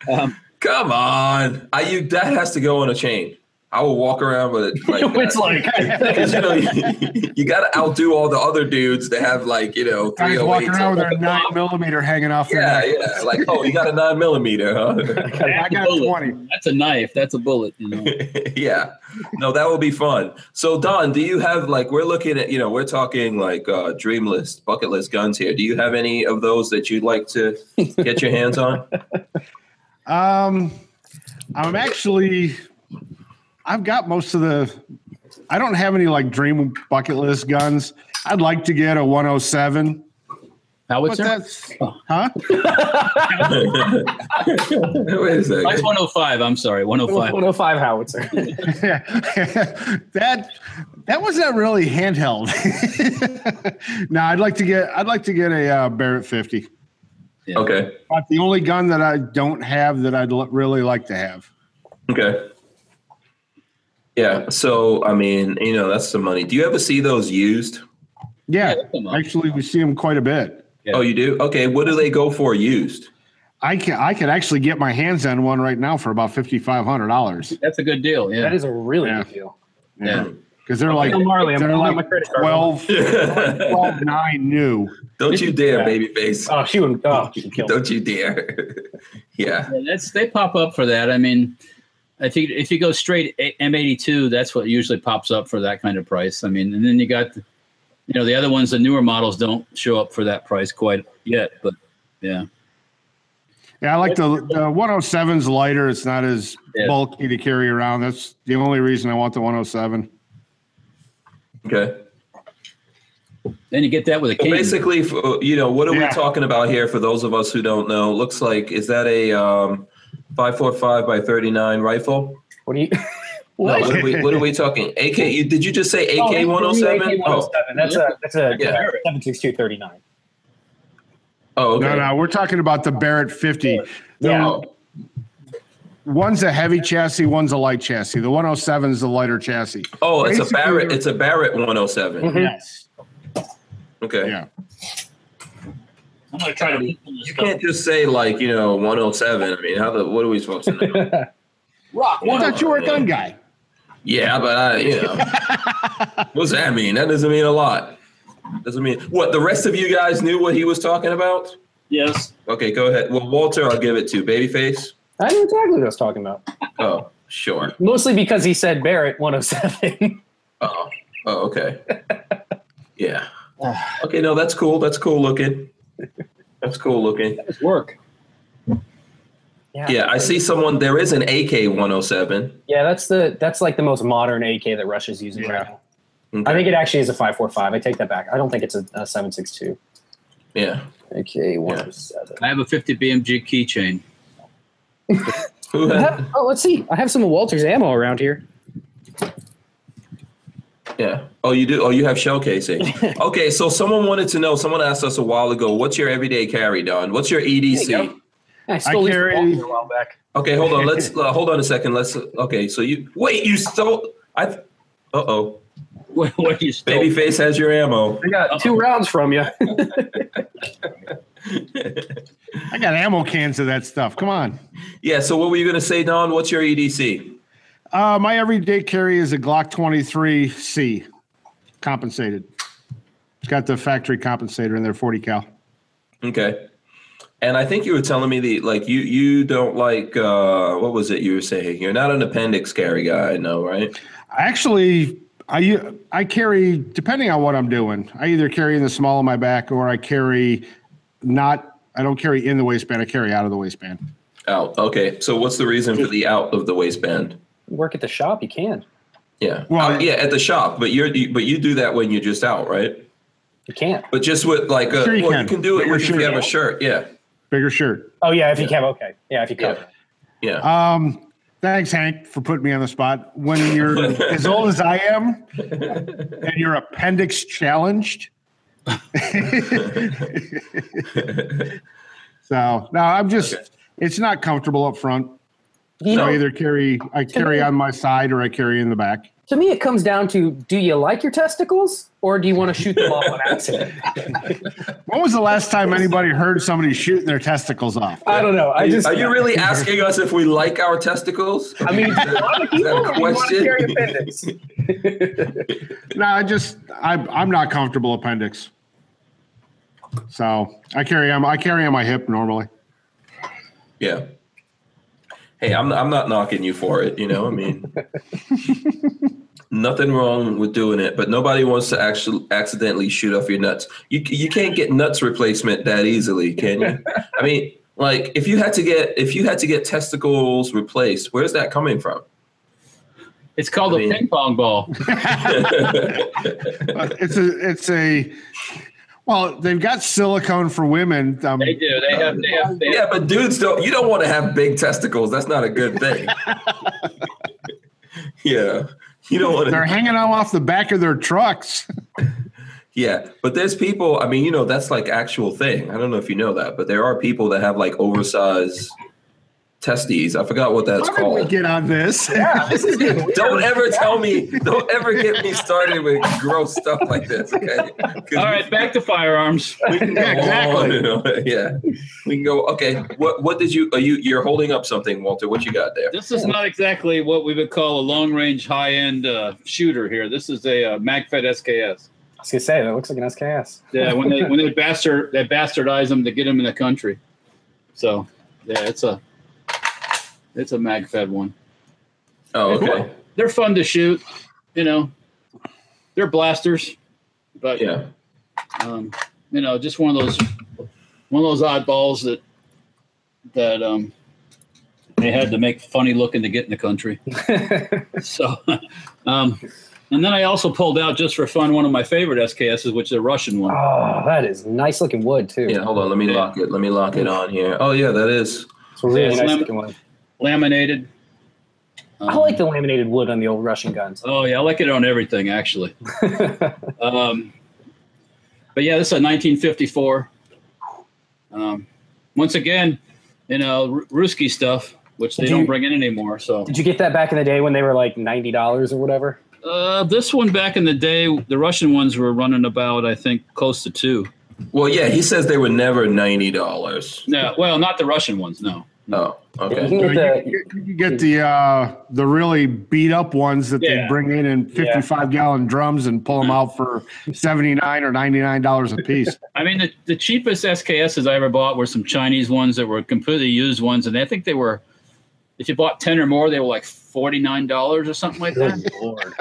Speaker 3: Um,
Speaker 1: Come on. I you that has to go on a chain. I will walk around
Speaker 2: [LAUGHS]
Speaker 1: with it like
Speaker 4: it's
Speaker 1: that.
Speaker 4: like,
Speaker 1: 'Cause, [LAUGHS] you know, you, gotta outdo all the other dudes that have like you know
Speaker 2: Guys walking
Speaker 1: 308s.
Speaker 2: around with their nine millimeter hanging off their
Speaker 1: yeah,
Speaker 2: neck.
Speaker 1: yeah. Like, oh, you got a nine millimeter, huh? [LAUGHS]
Speaker 2: I got
Speaker 3: Bullet.
Speaker 2: twenty.
Speaker 3: That's a knife. That's a bullet. You know.
Speaker 1: [LAUGHS] yeah. No, that would be fun. So, Don, do you have like we're looking at you know we're talking like uh, dream list, bucket list guns here. Do you have any of those that you'd like to get your hands
Speaker 4: [LAUGHS]
Speaker 1: on? [LAUGHS]
Speaker 2: Um, I'm actually, I've got most of the. I don't have any like dream bucket list guns. I'd like to get a 107, but
Speaker 3: Howitzer?
Speaker 2: that's huh?
Speaker 1: Wait a
Speaker 3: That's
Speaker 1: second.
Speaker 3: 105. I'm sorry.
Speaker 4: [LAUGHS]
Speaker 3: 105.
Speaker 4: 105
Speaker 2: [LAUGHS]
Speaker 4: howitzer.
Speaker 2: that that wasn't really handheld. [LAUGHS] no, I'd like to get I'd like to get a uh, Barrett 50.
Speaker 1: Okay.
Speaker 2: But the only gun that I don't have that I'd l- really like to have.
Speaker 1: Okay. Yeah. So, I mean, you know, that's some money. Do you ever see those used?
Speaker 4: oh
Speaker 2: Yeah,
Speaker 3: Yeah, come on.
Speaker 2: actually, we see them quite a bit.
Speaker 3: Yeah.
Speaker 1: Oh, you do? Okay. What do they go for used? [LAUGHS]
Speaker 2: I can I could actually get my hands on one right now for about fifty five hundred dollars.
Speaker 3: That's a good deal. Yeah.
Speaker 4: That is a really
Speaker 2: Yeah.
Speaker 4: good deal.
Speaker 3: yeah.
Speaker 2: because they're like
Speaker 4: Bill Marley, I'm
Speaker 2: they're
Speaker 4: pulling out my
Speaker 2: like
Speaker 4: credit card.
Speaker 2: 12, 12 9 new.
Speaker 1: Don't you dare,
Speaker 4: Yeah.
Speaker 1: babyface.
Speaker 4: oh, she would. Oh, she'd kill me.
Speaker 1: Don't you dare. [LAUGHS] yeah.
Speaker 3: Yeah, that's they pop up for that. I mean, I think if you go straight A- M82, that's what usually pops up for that kind of price. I mean, and then you got, the- you know, the other ones, the newer models don't show up for that price quite yet. But yeah,
Speaker 2: Yeah, I like the the one hundred seven's lighter. It's not as
Speaker 3: Yeah.
Speaker 2: bulky to carry around. That's the only reason I want the one hundred seven.
Speaker 1: Okay.
Speaker 3: then you get that with a
Speaker 1: So
Speaker 3: cane.
Speaker 1: basically, f- uh, you know, what are
Speaker 2: Yeah.
Speaker 1: we talking about here for those of us who don't know? Looks like, is that a um, 545 by 39 rifle?
Speaker 4: What do you?
Speaker 1: No,
Speaker 4: What?
Speaker 1: what are we, what are we talking? AK, you, did you just say
Speaker 4: Oh,
Speaker 1: AK 107?
Speaker 4: [LAUGHS]
Speaker 1: Oh,
Speaker 4: 107. That's a that's a
Speaker 1: Yeah.
Speaker 4: yeah. seven six two thirty nine.
Speaker 1: oh, okay.
Speaker 2: No, no, we're talking about the Barrett fifty. The
Speaker 4: Yeah.
Speaker 2: one's a heavy chassis, one's a light chassis. The one hundred seven is the lighter chassis.
Speaker 1: Oh, it's a
Speaker 2: Basically,
Speaker 1: Barrett.
Speaker 2: they're-
Speaker 1: It's a Barrett 107.
Speaker 4: Mhm.
Speaker 2: Yes.
Speaker 1: Okay.
Speaker 2: Yeah.
Speaker 7: I'm gonna try to.
Speaker 1: You can't just say like you know 107. I mean, how the what are we supposed to know?
Speaker 2: Rock. I thought you were a gun guy.
Speaker 1: yeah, but I you know
Speaker 4: [LAUGHS]
Speaker 1: what's that mean? That doesn't mean a lot. Doesn't mean what the rest of you guys knew what he was talking about.
Speaker 7: Yes.
Speaker 1: Okay, go ahead. Well, Walter, I'll give it to Babyface.
Speaker 4: I knew exactly what I was talking about.
Speaker 1: Oh, sure.
Speaker 4: Mostly because he said Barrett [LAUGHS] 107.
Speaker 1: Oh, oh,
Speaker 4: [LAUGHS]
Speaker 1: okay. Yeah.
Speaker 4: Ah.
Speaker 1: Okay, no, that's cool. That's cool looking. That's cool looking.
Speaker 3: It's work.
Speaker 4: Yeah.
Speaker 1: Yeah, I see someone. There is an AK 107.
Speaker 4: Yeah, that's the that's like the most modern AK that Russia's using
Speaker 2: Yeah.
Speaker 4: right now.
Speaker 1: Okay.
Speaker 4: I think it actually is a five four five. I take that back. I don't think it's a, a seven six two.
Speaker 1: yeah.
Speaker 4: AK one seven. [LAUGHS]
Speaker 3: I have a 50 BMG keychain. [LAUGHS]
Speaker 1: Who had,
Speaker 4: Oh, let's see. I have some of Walter's ammo around here.
Speaker 1: yeah. Oh, you do. Oh, you have shell casing.
Speaker 4: [LAUGHS]
Speaker 1: Okay, so someone wanted to know. Someone asked us a while ago. What's your everyday carry, Don? What's your
Speaker 4: There you
Speaker 1: EDC?
Speaker 4: I stole these
Speaker 2: carry-
Speaker 4: from Walter a while back.
Speaker 1: Okay, hold on.
Speaker 4: [LAUGHS]
Speaker 1: Let's uh, hold on a second. Let's. Okay, so you wait. You stole. I. Uh oh.
Speaker 3: What, what do you stole?
Speaker 1: Babyface has your ammo. [LAUGHS]
Speaker 4: I got two rounds from you.
Speaker 2: I got ammo cans of that stuff. Come on.
Speaker 1: Yeah. So what were you gonna say, Don? What's your E EDC?
Speaker 2: Uh, my everyday carry is a Glock 23C, compensated. It's got the factory compensator in there, 40 cal.
Speaker 1: Okay. And I think you were telling me the like you you don't like uh what was it you were saying? You're not an appendix carry guy, I know, right?
Speaker 2: Actually, I I carry depending on what I'm doing. I either carry in the small of my back or I carry not. I don't carry in the waistband. I carry out of the waistband.
Speaker 1: Out. Okay. So what's the reason for the out of the waistband?
Speaker 4: [LAUGHS] Work at the shop, you can.
Speaker 1: Yeah.
Speaker 2: Well-
Speaker 1: Well, yeah, at the shop, but you're you, but you do that when you're just out, right?
Speaker 4: You can't.
Speaker 1: But just with like a
Speaker 2: Sure you
Speaker 1: well,
Speaker 2: can.
Speaker 1: you can do it
Speaker 2: Bigger
Speaker 1: with if you
Speaker 2: shirt.
Speaker 1: have a shirt. Yeah.
Speaker 2: Bigger shirt.
Speaker 4: Oh yeah, if you can. Okay. Yeah, if you can.
Speaker 1: Yeah. Yeah.
Speaker 2: Um, thanks, Hank, for putting me on the spot. When you're as old as I am, and your appendix challenged. [LAUGHS] Uh,
Speaker 1: [LAUGHS]
Speaker 2: so no, I'm just.
Speaker 1: Okay.
Speaker 2: It's not comfortable up front.
Speaker 4: You
Speaker 2: so I
Speaker 4: know,
Speaker 2: either carry I carry on my side or I carry in the back.
Speaker 4: to me, it comes down to: do you like your testicles, or do you want to shoot them off on
Speaker 1: [LAUGHS]
Speaker 4: accident?
Speaker 2: When was the last time anybody heard somebody shooting their testicles off?
Speaker 4: I don't know. I
Speaker 1: Are you-
Speaker 4: just
Speaker 1: are you really asking us if we like our testicles?
Speaker 4: I mean,
Speaker 1: that- is that a question?
Speaker 2: No, I just I I'm not comfortable appendix. So I carry on I carry on my hip normally.
Speaker 1: Yeah. Hey, I'm I'm not knocking you for it. You know, I mean, nothing wrong with doing it, but nobody wants to actually accidentally shoot off your nuts. You you can't get nuts replacement that easily, can you? I mean, like if you had to get if you had to get testicles replaced, where's that coming from?
Speaker 3: It's called
Speaker 1: I
Speaker 3: a
Speaker 1: mean-
Speaker 3: ping pong ball.
Speaker 2: But Uh, it's a it's a well, they've got silicone for women. Um,
Speaker 3: They do. They have. They have. They
Speaker 1: yeah, but dudes don't. You don't want to have big testicles. That's not a good thing. yeah, you don't want to.
Speaker 2: they're hanging on off the back of their trucks.
Speaker 1: Yeah, but there's people. I mean, you know, that's like actual thing. I don't know if you know that, but there are people that have like oversized testes. I forgot what that's
Speaker 2: How did we
Speaker 1: called.
Speaker 2: get on this? [LAUGHS]
Speaker 1: Don't ever tell me. Don't ever get me started with gross stuff like this. Okay.
Speaker 2: [LAUGHS]
Speaker 1: 'Cause
Speaker 3: All right, back to firearms.
Speaker 1: we can go
Speaker 2: Yeah, exactly.
Speaker 1: on and on. [LAUGHS] Yeah, we can go. Okay, what what did you? Are you you're holding up something, Walter? What you got there?
Speaker 3: This is not exactly what we would call a long-range, high-end uh, shooter here. This is a uh, Magfed SKS.
Speaker 4: I was gonna say that looks like an SKS. [LAUGHS]
Speaker 3: Yeah, when they when they bastard they bastardize them to get them in the country. So yeah, it's a it's a Magfed one.
Speaker 1: Oh, okay.
Speaker 3: They're fun to shoot. You know, they're blasters, but
Speaker 1: Yeah.
Speaker 3: um, you know, just one of those one of those oddballs that that um, they had to make funny looking to get in the country. so, um, and then I also pulled out just for fun one of my favorite SKSs, which is a Russian one.
Speaker 4: Oh, that is nice looking wood too.
Speaker 1: Yeah. Hold on. Let me
Speaker 3: Yeah.
Speaker 1: lock it. Let me lock it on here. Oh yeah, that is.
Speaker 4: It's a really
Speaker 3: It's
Speaker 4: nice
Speaker 3: lam-
Speaker 4: looking one.
Speaker 3: laminated. Um,
Speaker 4: I like the laminated wood on the old Russian guns.
Speaker 3: Oh yeah, I like it on everything actually. um, but yeah, this is a 1954. Um, once again, you know, Ru- Ruski stuff, which they
Speaker 4: Did
Speaker 3: don't
Speaker 4: you-
Speaker 3: bring in anymore. So
Speaker 4: Did you get that back in the day when they were like ninety dollars or whatever?
Speaker 3: uh, this one back in the day, the Russian ones were running about, I think, close to two.
Speaker 1: Well, yeah. He says they were never ninety dollars.
Speaker 3: No, well, not the Russian ones. No.
Speaker 1: Oh, okay.
Speaker 4: You
Speaker 2: So you,
Speaker 4: can get the-
Speaker 2: you- you get the uh, the really beat up ones that they
Speaker 3: Yeah.
Speaker 2: bring in in 55 gallon drums and pull them out for 79 or 99 dollars a piece.
Speaker 3: I mean, the, the cheapest SKSs I ever bought were some Chinese ones that were completely used ones, and I think they were, if you bought ten or more, they were like forty nine dollars or something like that.
Speaker 4: Good lord.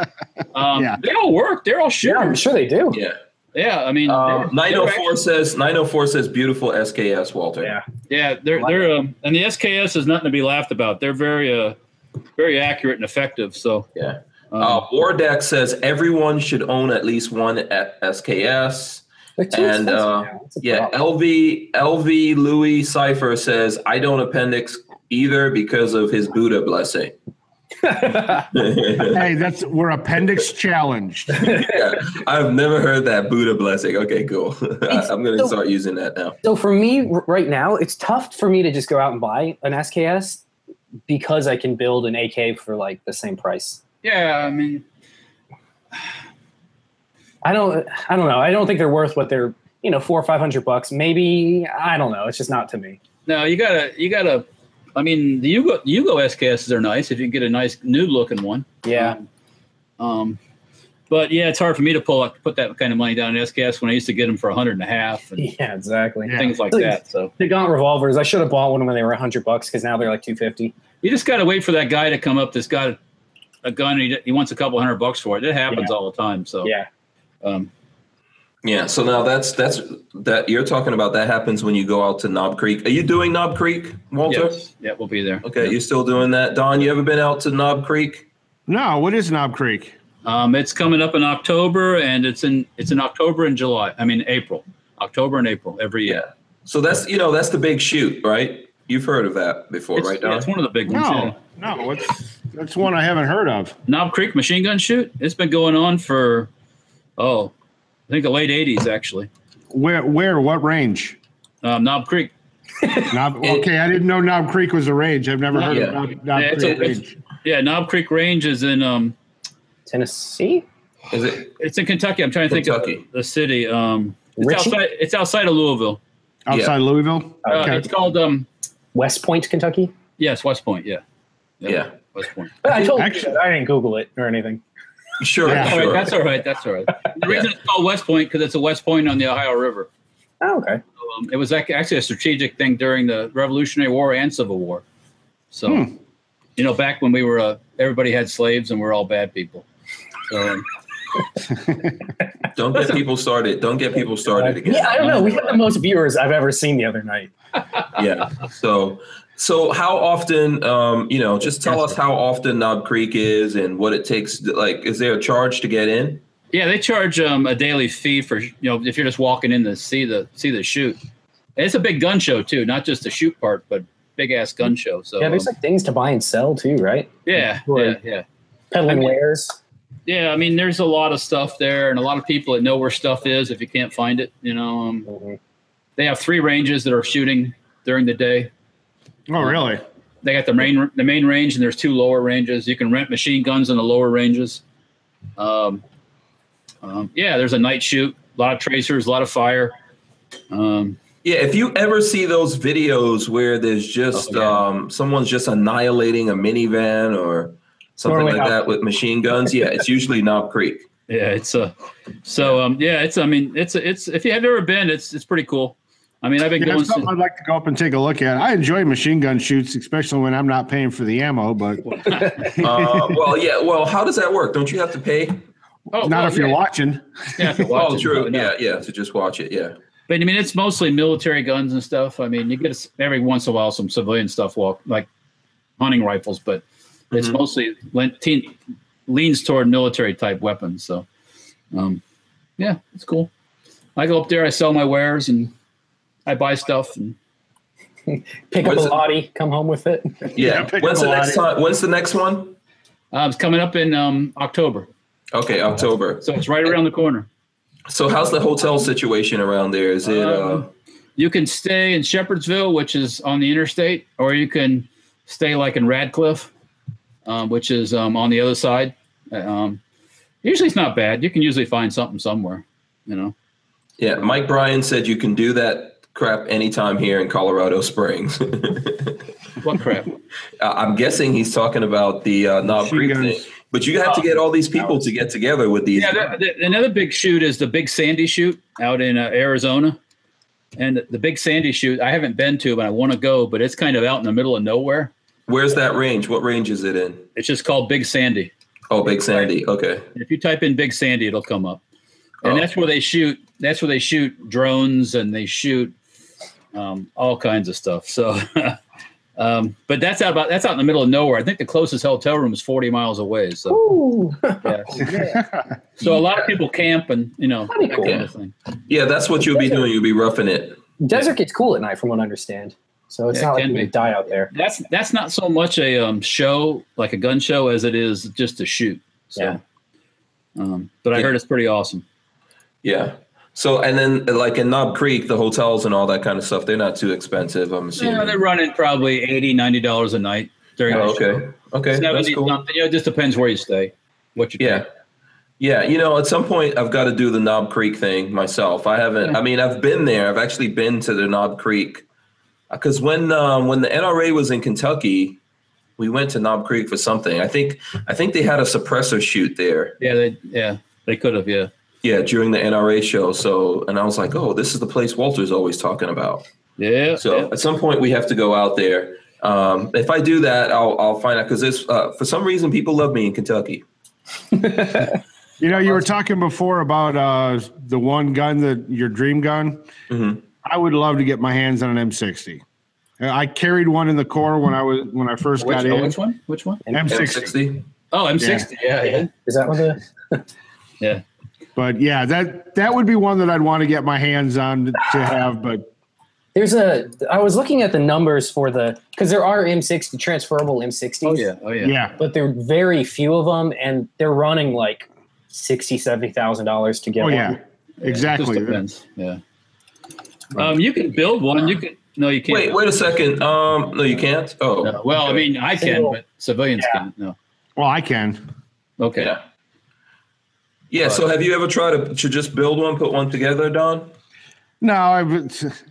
Speaker 3: Um,
Speaker 2: Yeah.
Speaker 3: They all work. They're all
Speaker 4: Yeah, I'm
Speaker 3: shooters.
Speaker 4: sure they do.
Speaker 1: Yeah.
Speaker 3: Yeah, I mean,
Speaker 1: Um,
Speaker 3: they're- they're
Speaker 1: 904 says 904 says beautiful SKS Walter.
Speaker 4: Yeah.
Speaker 3: Yeah, they're they're um, and the SKS is nothing to be laughed about. They're very uh very accurate and effective. So
Speaker 1: Yeah.
Speaker 3: um,
Speaker 1: Uh, Wardeck says everyone should own at least one at SKS.
Speaker 4: They're too
Speaker 1: And,
Speaker 4: expensive
Speaker 1: uh,
Speaker 4: now. That's a
Speaker 1: Yeah,
Speaker 4: problem.
Speaker 1: LV LV Louis Cipher says I don't appendix either because of his Buddha blessing. [LAUGHS] yeah,
Speaker 2: Hey, that's we're appendix challenged.
Speaker 1: I've never heard that Buddha blessing. Okay, cool. [LAUGHS] I, am gonna
Speaker 4: so-
Speaker 1: start using that now.
Speaker 4: [LAUGHS] so for me r- right now, it's tough for me to just go out and buy an SKS because I can build an AK for like the same price.
Speaker 3: yeah, I mean,
Speaker 4: I don't I don't know. I don't think they're worth what they're you know four or five hundred bucks. Maybe I don't know. It's just not to me.
Speaker 3: no, you gotta you gotta. I mean, the Yugo Yugo SKSs are nice if you can get a nice nude looking one.
Speaker 4: Yeah. [LAUGHS]
Speaker 3: Um, but yeah, it's hard for me to pull up, put that kind of money down in SKS when I used to get them for a hundred and a half and
Speaker 4: Yeah, exactly.
Speaker 2: Yeah.
Speaker 3: things like that. So
Speaker 4: The Gaunt revolvers. I should have bought one when they were hundred bucks because now they're like two fifty.
Speaker 3: you just gotta wait for that guy to come up that's got a gun and he, he wants a couple hundred bucks for it. It happens all the time. So
Speaker 4: Yeah.
Speaker 3: um,
Speaker 1: Yeah. So now that's that's that you're talking about. That happens when you go out to Knob Creek. Are you doing Knob Creek, Walter?
Speaker 3: yes, yeah, we'll be there.
Speaker 1: Okay, you're still doing that, Don. You ever been out to Knob Creek?
Speaker 2: No, what is Knob Creek?
Speaker 3: Um, it's coming up in October, and it's in it's in October and July. I mean April, October and April every year.
Speaker 1: So that's you know that's the big shoot, right? You've heard of that before,
Speaker 3: It's,
Speaker 1: right,
Speaker 3: yeah,
Speaker 1: Don?
Speaker 3: it's one of the big ones. yeah.
Speaker 2: No, no, it's that's one I haven't heard of.
Speaker 3: Knob Creek machine gun shoot. It's been going on for oh, I think the late '80s actually.
Speaker 2: Where, where, what range?
Speaker 3: Um, Knob Creek.
Speaker 2: Knob,
Speaker 1: It-
Speaker 2: okay, I didn't know Knob Creek was a range. I've never heard
Speaker 1: Yeah.
Speaker 2: of Knob, Knob
Speaker 3: Yeah, it's
Speaker 2: Creek
Speaker 3: a- it's-
Speaker 2: range.
Speaker 3: Yeah, Knob Creek Range is in um,
Speaker 4: Tennessee.
Speaker 1: Is it
Speaker 3: it's in Kentucky. I'm trying to think
Speaker 1: Kentucky.
Speaker 3: of the city. Um, it's
Speaker 4: Richie?
Speaker 3: outside. It's outside of Louisville.
Speaker 2: Outside Louisville?
Speaker 3: Uh,
Speaker 2: Okay.
Speaker 3: It's called um,
Speaker 4: West Point, Kentucky.
Speaker 3: yes, West Point. Yeah.
Speaker 1: Yeah.
Speaker 3: West Point.
Speaker 4: But I told
Speaker 2: Actually-
Speaker 4: you I didn't Google it or anything.
Speaker 1: sure?
Speaker 2: Yeah.
Speaker 3: All right,
Speaker 1: sure.
Speaker 3: that's all right. That's all right. The reason it's called West Point because it's a West Point on the Ohio River.
Speaker 4: Oh, okay.
Speaker 3: Um, it was ac- actually a strategic thing during the Revolutionary War and Civil War. So, you know, back when we were, uh, everybody had slaves and we're all bad people. So, um,
Speaker 1: Don't get people started. Don't get people started again.
Speaker 4: Yeah, I don't know. We
Speaker 3: uh,
Speaker 4: had the most viewers I've ever seen the other night.
Speaker 1: yeah. So, so how often? Um, you know, just tell us how often Knob Creek is and what it takes. Like, is there a charge to get in?
Speaker 3: yeah, they charge um, a daily fee for, you know, if you're just walking in to see the, see the shoot. And it's a big gun show too, not just the shoot part, but big ass gun show. So,
Speaker 4: Yeah, there's
Speaker 3: um,
Speaker 4: like things to buy and sell too, right?
Speaker 3: yeah, yeah,
Speaker 4: Right.
Speaker 3: yeah.
Speaker 4: Peddling
Speaker 3: I mean-
Speaker 4: wares.
Speaker 3: Yeah, I mean, there's a lot of stuff there, and a lot of people that know where stuff is. If you can't find it, you know, um,
Speaker 4: Mhm.
Speaker 3: they have three ranges that are shooting during the day.
Speaker 2: oh, really?
Speaker 3: They got the main the main range, and there's two lower ranges. You can rent machine guns in the lower ranges. Um, um, yeah, there's a night shoot, a lot of tracers, a lot of fire. Um,
Speaker 1: Yeah, if you ever see those videos where there's just
Speaker 3: Oh, yeah.
Speaker 1: um, someone's just annihiling a minivan or something
Speaker 4: Throwing
Speaker 1: like
Speaker 4: out-
Speaker 1: that with machine guns, yeah, it's usually Knob Creek.
Speaker 3: yeah, it's a so um, yeah, it's I mean, it's it's if you have never been, it's it's pretty cool. I mean, I've been
Speaker 2: Yeah,
Speaker 3: going.
Speaker 2: that's something
Speaker 3: since-
Speaker 2: I'd like to go up and take a look at. I enjoy machine gun shoots, especially when I'm not paying for the ammo, but
Speaker 1: Uh, well, yeah. Well, how does that work? Don't you have to pay?
Speaker 3: [LAUGHS] Oh,
Speaker 2: not
Speaker 3: well,
Speaker 2: if you're
Speaker 3: yeah,
Speaker 2: watching.
Speaker 3: yeah, if you're
Speaker 1: Oh,
Speaker 3: watching,
Speaker 1: true.
Speaker 3: probably not.
Speaker 1: Yeah, yeah. To just watch it. Yeah.
Speaker 3: But I mean, it's mostly military guns and stuff. I mean, you get s- every once in a while some civilian stuff, walk like hunting rifles, but it's
Speaker 1: Mhm.
Speaker 3: mostly len- teen, leans toward military type weapons. So, um, yeah, it's cool. I go up there, I sell my wares, and I buy stuff. And
Speaker 4: Pick up a
Speaker 1: What's it-
Speaker 4: lottie, come home with it.
Speaker 1: Yeah.
Speaker 2: pick
Speaker 1: When's
Speaker 2: up
Speaker 1: the
Speaker 2: a
Speaker 1: next
Speaker 2: lot
Speaker 1: time? When's the next one?
Speaker 3: uh, it's coming up in um, October,
Speaker 1: Okay, October.
Speaker 3: so it's right around the corner.
Speaker 1: So how's the hotel situation around there? Is it? Uh,
Speaker 3: Um, You can stay in Shepherdsville, which is on the interstate, or you can stay like in Radcliffe, um, which is um, on the other side. Um, usually, it's not bad. You can usually find something somewhere. You know.
Speaker 1: yeah. Mike Bryan said you can do that crap anytime here in Colorado Springs. [LAUGHS]
Speaker 3: What crap?
Speaker 1: Uh, I'm guessing he's talking about the uh, Knob
Speaker 2: Machine
Speaker 1: Creek thing.
Speaker 2: guns.
Speaker 1: But you have to get all these people to get together with these.
Speaker 3: yeah. The, the, another big shoot is the Big Sandy shoot out in uh, Arizona, and the, the Big Sandy shoot I haven't been to, but I want to go. But it's kind of out in the middle of nowhere.
Speaker 1: Where's that range? What range is it in?
Speaker 3: It's just called Big Sandy.
Speaker 1: Oh, Big Sandy. Okay.
Speaker 3: If you type in Big Sandy, it'll come up. and
Speaker 1: Oh.
Speaker 3: that's where they shoot. That's where they shoot drones and they shoot um, all kinds of stuff. So, [LAUGHS] um, but that's out about that's out in the middle of nowhere. I think the closest hotel room is forty miles away. So,
Speaker 4: [LAUGHS] Ooh.
Speaker 3: yeah. so a lot of people camp and you know
Speaker 4: That'd be
Speaker 3: that
Speaker 4: cool.
Speaker 3: kind of thing.
Speaker 1: Yeah, that's what you'll be doing. You'll be roughing it.
Speaker 4: Desert gets cool at night, from what I understand. So it's
Speaker 3: Yeah, it
Speaker 4: not like
Speaker 3: can
Speaker 4: you
Speaker 3: be.
Speaker 4: can die out there.
Speaker 3: That's that's not so much a um, show like a gun show as it is just a shoot. So,
Speaker 4: Yeah.
Speaker 3: um, but I
Speaker 1: Yeah.
Speaker 3: heard it's pretty awesome.
Speaker 1: Yeah. So and then like in Knob Creek, the hotels and all that kind of stuff, they're not too expensive. I'm assuming.
Speaker 3: Yeah, they're running probably 80 dollars a night during
Speaker 1: Oh,
Speaker 3: the show.
Speaker 1: okay. Okay, that's
Speaker 3: 70
Speaker 1: cool.
Speaker 3: something. You know, it just depends where you stay, what you
Speaker 1: Yeah. Yeah, you know, at some point I've got to do the Knob Creek thing myself. I haven't. I mean, I've been there. I've actually been to the Knob Creek because when um, when the NRA was in Kentucky, we went to Knob Creek for something. I think I think they had a suppressor shoot there.
Speaker 3: Yeah, they, yeah, they could have. Yeah,
Speaker 1: Yeah, during the NRA show. So, and I was like, oh, this is the place Walter's always talking about.
Speaker 3: yeah.
Speaker 1: So
Speaker 3: yeah.
Speaker 1: at some point we have to go out there. Um, if I do that, I'll I'll find out because there's uh, for some reason people love me in Kentucky.
Speaker 2: You know, you were talking before about uh, the one gun that your dream gun.
Speaker 3: Mm-hmm.
Speaker 1: Mhm.
Speaker 2: I would love to get my hands on an M60. Uh, I carried one in the Corps when I was when I first
Speaker 3: Which,
Speaker 2: got
Speaker 3: oh,
Speaker 2: in.
Speaker 3: which one? Which one?
Speaker 2: M60.
Speaker 1: M60.
Speaker 3: Oh, M60. Yeah, yeah.
Speaker 4: Is that what
Speaker 3: [LAUGHS]
Speaker 4: the
Speaker 2: But yeah, that that would be one that I'd want to get my hands on to have. But
Speaker 4: there's a I was looking at the numbers for the because there are M60 transferable M60s.
Speaker 3: Oh, yeah. Oh, yeah.
Speaker 2: yeah,
Speaker 4: But there are very few of them, and they're running like sixty, seventy thousand dollars to get
Speaker 2: oh
Speaker 4: one.
Speaker 2: yeah, exactly.
Speaker 3: It just depends. Yeah. Um, you can build one. You can. No, you can't.
Speaker 1: Wait, wait a second. Um, no, you can't. Oh,
Speaker 3: No. Well, I mean, I can, but civilians
Speaker 4: Yeah.
Speaker 3: can't. No.
Speaker 2: Well, I can.
Speaker 3: Okay.
Speaker 1: yeah. Yeah. So, have you ever tried to, to just build one, put one together, Don?
Speaker 2: No, I've [LAUGHS]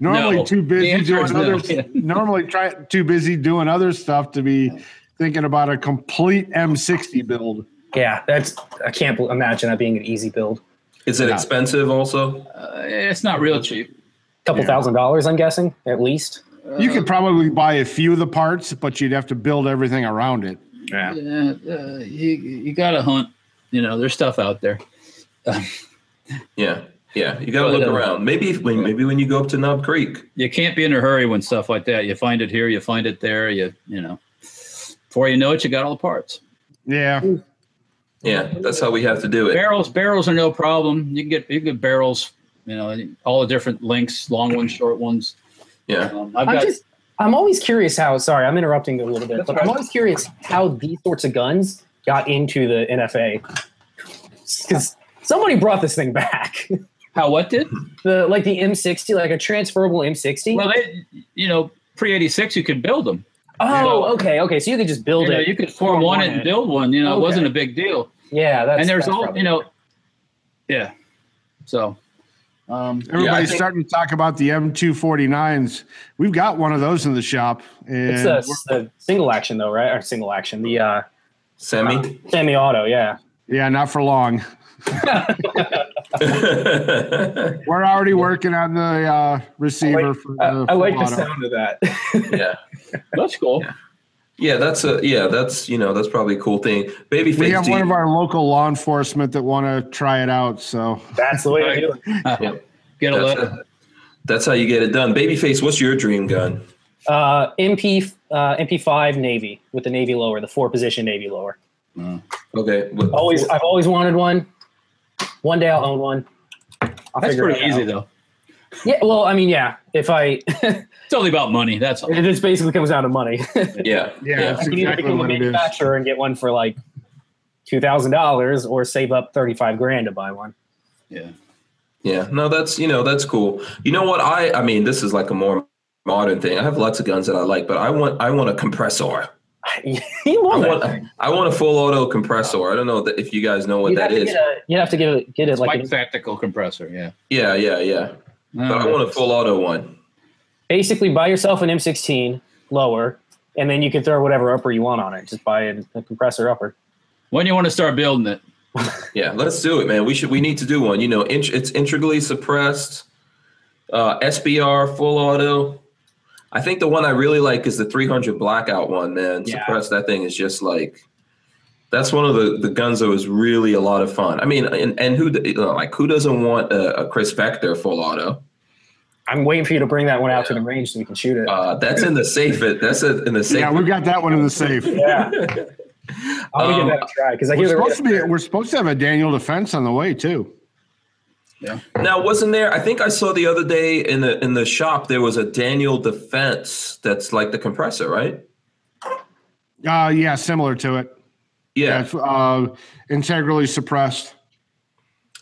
Speaker 2: normally
Speaker 3: No.
Speaker 2: too
Speaker 3: The
Speaker 2: busy
Speaker 3: answer is
Speaker 2: doing
Speaker 3: no.
Speaker 2: other. normally try too busy doing other stuff to be thinking about a complete M60 build.
Speaker 4: Yeah, that's I can't bel- imagine that being an easy build.
Speaker 1: Is it
Speaker 2: No.
Speaker 1: expensive? Also,
Speaker 3: Uh, it's not real cheap.
Speaker 4: couple
Speaker 2: Yeah.
Speaker 4: thousand dollars, I'm guessing, at least.
Speaker 2: You could probably buy a few of the parts, but you'd have to build everything around it.
Speaker 3: Yeah. Uh, you you gotta hunt. You know, there's stuff out there.
Speaker 1: yeah, yeah. You got to
Speaker 3: Well,
Speaker 1: look
Speaker 3: uh,
Speaker 1: around. Maybe if- when maybe when you go up to Knob Creek.
Speaker 3: you can't be in a hurry when stuff like that. You find it here, you find it there, you you know. Before you know it, you got all the parts.
Speaker 2: Yeah.
Speaker 1: Yeah, that's how we have to do it.
Speaker 3: Barrels, barrels are no problem. You can get you can get barrels, you know, all the different lengths, long ones, short ones.
Speaker 1: Yeah.
Speaker 3: Um, I've
Speaker 4: I'm
Speaker 3: got
Speaker 4: just I'm always curious how sorry, I'm interrupting a little bit,
Speaker 3: That's
Speaker 4: but
Speaker 3: all
Speaker 4: I'm
Speaker 3: right.
Speaker 4: always curious how these sorts of guns got into the NFA. Because somebody brought this thing back. [LAUGHS]
Speaker 3: how what did?
Speaker 4: The like the M60, like a transferable M60.
Speaker 3: Well, they, you know, pre eighty six, you could build them.
Speaker 4: oh, okay, okay. So you could just build
Speaker 3: You, know,
Speaker 4: it.
Speaker 3: you could form one and build one. You know,
Speaker 4: Okay.
Speaker 3: it wasn't a big deal.
Speaker 4: yeah, that's
Speaker 3: and there's
Speaker 4: that's
Speaker 3: all
Speaker 4: probably-
Speaker 3: you know, yeah. So, um,
Speaker 1: Yeah, I
Speaker 2: Everybody's
Speaker 1: think-
Speaker 2: starting to talk about the M249s. We've got one of those in the shop. And
Speaker 4: It's a, the single action though, right? Or single action, the uh,
Speaker 3: [LAUGHS]
Speaker 1: Semi.
Speaker 4: semi-auto. Yeah,
Speaker 2: we're- yeah, not for long.
Speaker 1: [LAUGHS] yeah.
Speaker 2: We're already working on the uh, receiver. for the
Speaker 4: I, I like the
Speaker 2: full Uh, auto.
Speaker 4: sound of that. [LAUGHS]
Speaker 3: that's cool.
Speaker 1: Yeah, that's a yeah, that's you know, that's probably a cool thing. Babyface.
Speaker 2: We have
Speaker 1: do
Speaker 2: one
Speaker 1: you-
Speaker 2: of our local law enforcement that want to try it out. So
Speaker 4: That's the way to do it.
Speaker 3: Uh, Get a
Speaker 1: that's,
Speaker 3: letter.
Speaker 1: that's how you get it done. Babyface, what's your dream gun?
Speaker 4: Uh, MP uh, MP5 Navy with the Navy lower, the four position Navy lower.
Speaker 1: Okay. what-
Speaker 4: Always, I've always wanted one. One day I'll own one. I'll
Speaker 3: That's
Speaker 4: figure
Speaker 3: pretty
Speaker 4: it
Speaker 3: easy
Speaker 4: out.
Speaker 3: though.
Speaker 4: Yeah, well, I mean, yeah. If I, [LAUGHS]
Speaker 3: It's only about money. That's all.
Speaker 4: it just basically comes down to money. [LAUGHS]
Speaker 1: Yeah.
Speaker 2: yeah, that's
Speaker 4: you need to
Speaker 2: exactly
Speaker 4: become a
Speaker 2: what it is.
Speaker 4: manufacturer and get one for like two thousand dollars, or save up thirty-five grand to buy one. [LAUGHS]
Speaker 3: Yeah.
Speaker 1: Yeah, no, that's you know that's cool. You know what I I mean, this is like a more modern thing. I have lots of guns that I like, but I want I want a compressor.
Speaker 4: you love
Speaker 1: I
Speaker 4: it.
Speaker 1: want I want a full auto compressor. I don't know that if you guys know what
Speaker 4: You'd
Speaker 1: that
Speaker 4: have to
Speaker 1: is.
Speaker 4: get a- You'd have to get it, get it like
Speaker 3: Like
Speaker 4: an-
Speaker 3: tactical compressor, yeah.
Speaker 1: yeah,
Speaker 3: Uh,
Speaker 1: yeah, yeah. But
Speaker 3: Hmm.
Speaker 1: I want a full auto one.
Speaker 4: basically buy yourself an M16 lower, and then you can throw whatever upper you want on it. Just buy a, a compressor upper.
Speaker 3: When do you want to start building it?
Speaker 1: Yeah, let's do it, man. We should we need to do one. You know, int- it's integrally suppressed. Uh, SBR full auto. I think the one I really like is the 300 blackout one, man.
Speaker 4: Yeah.
Speaker 1: Suppressed that thing is just like That's one of the, the guns that was really a lot of fun. I mean, and, and who d- like who doesn't want a, a Chris Vector full auto?
Speaker 4: I'm waiting for you to bring that one out to the range so we can shoot it.
Speaker 1: Uh, that's in the safe. It that's a, in the safe.
Speaker 2: Yeah, we've got that one in the
Speaker 1: [LAUGHS]
Speaker 2: safe.
Speaker 4: yeah, I'm gonna
Speaker 1: Um,
Speaker 4: give that a try because I
Speaker 2: We're
Speaker 4: hear they're
Speaker 2: supposed to be. We're supposed to have a Daniel defense on the way too.
Speaker 1: Now, wasn't there? I think I saw the other day in the in the shop there was a Daniel Defense that's like the compressor, right?
Speaker 2: Uh, yeah, similar to it.
Speaker 1: Yeah.
Speaker 2: That's uh, integrally suppressed.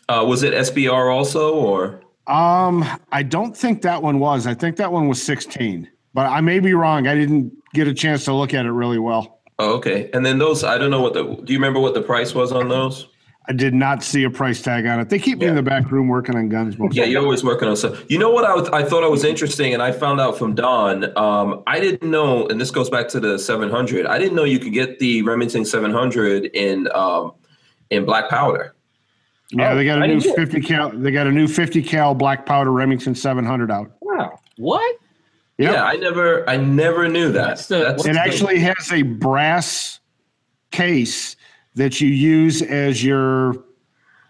Speaker 1: Uh, was it SBR also, or
Speaker 2: Um, I don't think that one was. I think that one was 16, but I may be wrong. I didn't get a chance to look at it really well.
Speaker 1: oh, okay? And then those, I don't know what the. Do you remember what the price was on those?
Speaker 2: I did not see a price tag on it. They keep me in
Speaker 1: Yeah.
Speaker 2: the back room working on guns. most
Speaker 1: Yeah,
Speaker 2: of the
Speaker 1: you're always working on stuff. You know what I, was- I thought I was interesting, and I found out from Don. Um, I didn't know, and this goes back to the 700. I didn't know you could get the Remington 700 in um, in black powder.
Speaker 2: time. Yeah, they got a
Speaker 4: I
Speaker 2: new
Speaker 4: didn't get it.
Speaker 2: 50 cal. They got a new 50 cal black powder Remington 700 out.
Speaker 4: wow.
Speaker 8: What?
Speaker 2: Yep.
Speaker 1: Yeah, I never, I never knew that.
Speaker 8: That's the-
Speaker 1: That's-
Speaker 2: It
Speaker 8: What's
Speaker 2: actually has a brass case that you use as your.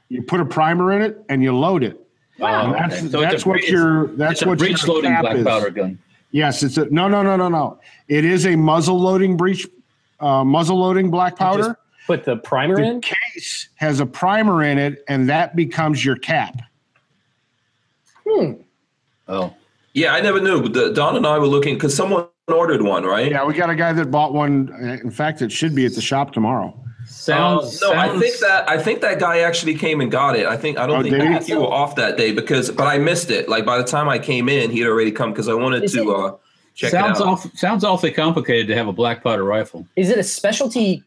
Speaker 2: You put a primer in it and you load it.
Speaker 8: Wow.
Speaker 3: Oh,
Speaker 2: And that's
Speaker 8: Oh, Okay. So it's
Speaker 2: that's
Speaker 8: a
Speaker 2: what
Speaker 8: bre- it's-
Speaker 2: your that's
Speaker 8: It's a
Speaker 2: what your
Speaker 8: breech loading
Speaker 2: cap
Speaker 8: black
Speaker 2: is.
Speaker 8: powder gun.
Speaker 2: Yes, it's a no, no, no, no, no. It is a muzzle loading breech, uh, muzzle loading black powder.
Speaker 4: Put the primer
Speaker 2: The
Speaker 4: in.
Speaker 2: case has a primer in it, and that becomes your cap.
Speaker 8: Oh,
Speaker 1: Yeah, I never knew. The, Don and I were looking because someone ordered one, right?
Speaker 2: Yeah, we got a guy that bought one. uh, In fact, it should be at the shop tomorrow.
Speaker 8: sounds.
Speaker 1: no, I
Speaker 8: sounds-
Speaker 1: think that I think that guy actually came and got it. I think I don't
Speaker 2: Oh,
Speaker 1: think,
Speaker 2: did he?
Speaker 1: I think you were off that day because, but I missed it. Like by the time I came in, he'd already come because I wanted
Speaker 4: Is
Speaker 1: to
Speaker 4: it-
Speaker 1: uh, check
Speaker 8: sounds
Speaker 1: it out.
Speaker 8: awful, sounds awfully complicated to have a black powder rifle.
Speaker 4: Is it a specialty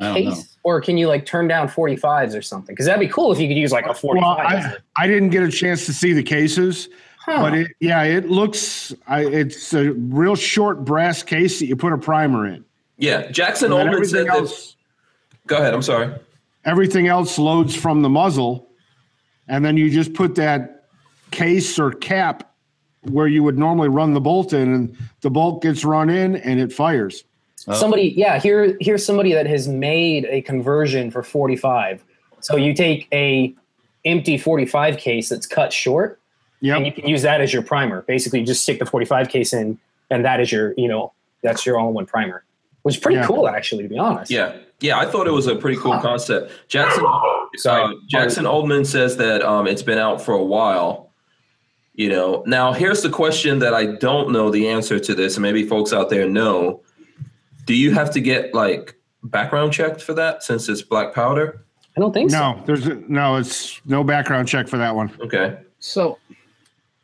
Speaker 8: I don't know.
Speaker 4: case, or can you like turn down 45s or something? Because that'd be cool if you could use like a
Speaker 2: Well,
Speaker 4: 45.
Speaker 2: I, I didn't get a chance to see the cases,
Speaker 4: Huh.
Speaker 2: but it, yeah, it looks. I, it's a real short brass case that you put a primer in.
Speaker 1: Yeah, Jackson
Speaker 2: And then
Speaker 1: Oldman said
Speaker 2: everything
Speaker 1: that.
Speaker 2: else.
Speaker 1: Go ahead. I'm sorry.
Speaker 2: everything else loads from the muzzle and then you just put that case or cap where you would normally run the bolt in and the bolt gets run in and it fires
Speaker 4: somebody yeah here here's somebody that has made a conversion for 45 so you take a empty 45 case that's cut short and you
Speaker 2: yep
Speaker 4: can use that as your primer basically you just stick the 45 case in and that is your you know that's your all-in-one primer which is pretty
Speaker 2: Yeah.
Speaker 4: cool actually to be honest
Speaker 1: Yeah, yeah, I thought it was a pretty cool concept.
Speaker 2: [LAUGHS]
Speaker 1: Jackson
Speaker 2: Oh,
Speaker 4: Sorry.
Speaker 1: uh, Jackson Oldman says that um, it's been out for a while. You know, now here's the question that I don't know the answer to this, and maybe folks out there know. Do you have to get like background checked for that since it's black powder?
Speaker 4: i don't think so
Speaker 2: no there's no it's no background check for that one
Speaker 1: Okay.
Speaker 8: So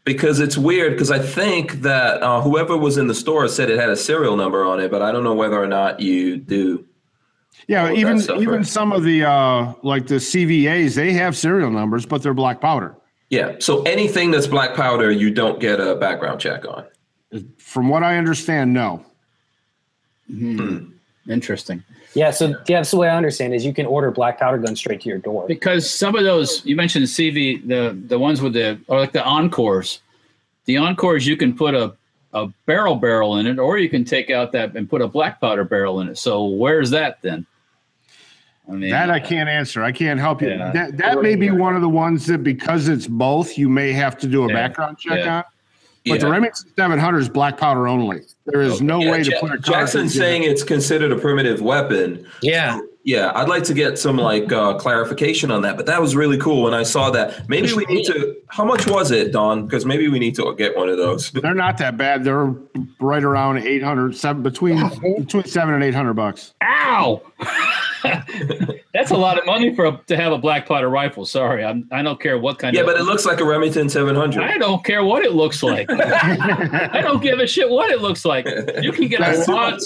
Speaker 1: Because it's weird, because I think that uh, whoever was in the store said it had a serial number on it, but I don't know whether or not you do.
Speaker 2: yeah
Speaker 1: Well,
Speaker 2: even
Speaker 1: that's tough,
Speaker 2: even
Speaker 1: right?
Speaker 2: some of the uh like the cvas they have serial numbers but they're black powder
Speaker 1: Yeah. So anything that's black powder, you don't get a background check on.
Speaker 2: from what i understand no
Speaker 8: interesting
Speaker 4: yeah so yeah that's the way i understand is you can order black powder gun straight to your door
Speaker 8: because some of those you mentioned the CV, the the ones with the or like the encores, the encores you can put a a barrel barrel in it, or you can take out that and put a black powder barrel in it. So where's that then? I mean,
Speaker 2: That I can't answer. I can't help you.
Speaker 8: Yeah.
Speaker 2: That that may be one of the ones that because it's both, you may have to do a
Speaker 8: Yeah.
Speaker 2: background check
Speaker 8: Yeah.
Speaker 2: on. But the
Speaker 1: Yeah.
Speaker 2: Remington 700 is black powder only. There is no
Speaker 1: Yeah,
Speaker 2: way to
Speaker 1: Ja-
Speaker 2: put a card
Speaker 1: Jackson's
Speaker 2: in it.
Speaker 1: saying it's considered a primitive weapon.
Speaker 4: yeah
Speaker 1: Yeah, I'd like to get some like uh, clarification on that, but that was really cool when I saw that. Maybe we need to. How much was it, Don? Because maybe we need to get one of those.
Speaker 2: they're not that bad. They're right around 800, seven, between between seven and 800 bucks.
Speaker 8: ow. [LAUGHS] That's a lot of money for a, to have a black powder rifle. Sorry, I'm, I don't care what kind
Speaker 1: Yeah,
Speaker 8: of.
Speaker 1: but it looks like a Remington 700.
Speaker 8: I don't care what it looks like. I don't give a shit what it looks like. You can get
Speaker 2: That's
Speaker 8: a
Speaker 2: too
Speaker 8: lot.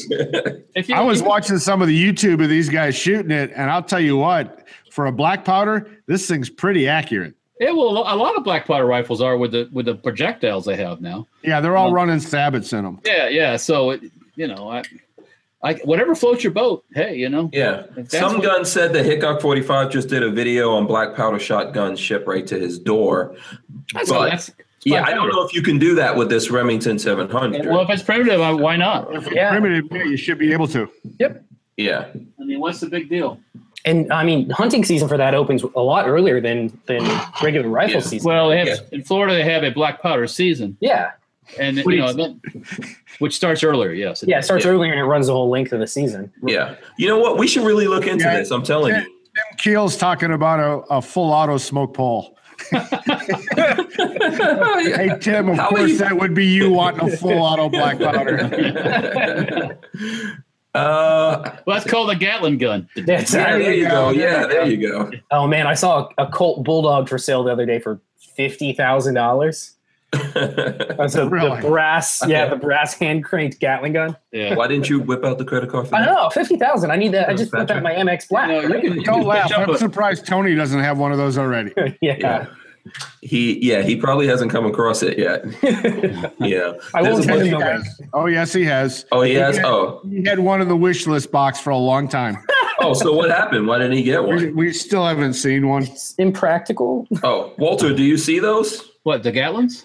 Speaker 8: If you,
Speaker 2: I was
Speaker 8: you-
Speaker 2: watching some of the YouTube of these guys shooting it, and I'll tell you what, for a black powder, this thing's pretty accurate.
Speaker 8: Yeah, well, a lot of black powder rifles are with the with the projectiles they have now.
Speaker 2: Yeah, they're all running sabots in them.
Speaker 8: Yeah, yeah. So it, you know, I, I whatever floats your boat. Hey, you know.
Speaker 1: [LAUGHS] Yeah.
Speaker 8: If that's
Speaker 1: Some
Speaker 8: what-
Speaker 1: gun said that Hickok 45 just did a video on black powder shotguns shipped right to his door.
Speaker 8: That's,
Speaker 1: But-
Speaker 8: that's, that's
Speaker 1: Yeah,
Speaker 8: black
Speaker 1: I don't
Speaker 8: powder.
Speaker 1: know if you can do that with this Remington 700.
Speaker 8: Well, if it's primitive, I, why not?
Speaker 4: yeah
Speaker 2: Primitive, yeah, you should be able to.
Speaker 1: yeah.
Speaker 8: I mean, what's the big deal?
Speaker 4: And I mean, hunting season for that opens a lot earlier than than regular rifle
Speaker 1: Yeah.
Speaker 4: season.
Speaker 3: Well, they have in Florida they have a black powder season,
Speaker 4: yeah,
Speaker 3: and
Speaker 4: What
Speaker 3: you know,
Speaker 4: is-
Speaker 3: then- which starts earlier. Yes, it
Speaker 4: yeah. It
Speaker 3: does.
Speaker 4: starts
Speaker 1: Yeah.
Speaker 4: earlier and it runs the whole length of the season.
Speaker 1: Yeah. You know what? We should really look into
Speaker 2: Yeah.
Speaker 1: this. I'm telling you.
Speaker 2: Tim Keel's talking about a, a full auto smoke pole. [LAUGHS] Hey Tim, of
Speaker 1: How are
Speaker 2: course
Speaker 1: you-
Speaker 2: that would be you wanting a full auto black powder.
Speaker 1: [LAUGHS] uh,
Speaker 3: Well, that's called the Gatlin gun.
Speaker 4: That's,
Speaker 1: yeah, there you go. Yeah, there you go.
Speaker 4: Oh man, I saw a, a Colt Bulldog for sale the other day for fifty thousand dollars. That's a
Speaker 2: Really?
Speaker 4: the brass, yeah, the brass hand cranked Gatling gun.
Speaker 1: [LAUGHS]
Speaker 3: Yeah.
Speaker 1: Why didn't you whip out the credit card for
Speaker 4: I
Speaker 1: that?
Speaker 4: know fifty thousand. I need that. I just put that in my MX Black.
Speaker 8: No,
Speaker 4: [LAUGHS]
Speaker 8: you can, you
Speaker 2: Don't
Speaker 8: can
Speaker 2: laugh.
Speaker 8: pitch up
Speaker 2: I'm
Speaker 8: a-
Speaker 2: surprised Tony doesn't have one of those already.
Speaker 4: yeah.
Speaker 1: Yeah. He yeah, he probably hasn't come across it yet. Yeah.
Speaker 4: I
Speaker 1: There's
Speaker 4: won't
Speaker 1: a
Speaker 4: tell
Speaker 1: bunch-
Speaker 4: you.
Speaker 2: Oh yes, he has.
Speaker 1: Oh, he has. Oh,
Speaker 2: He had one in the wish list box for a long time.
Speaker 1: oh. So what happened? Why didn't he get
Speaker 2: We,
Speaker 1: one?
Speaker 2: we still haven't
Speaker 1: [LAUGHS]
Speaker 2: seen one.
Speaker 4: It's [LAUGHS] impractical.
Speaker 1: Oh, Walter, do you see those?
Speaker 3: what the Gatlins?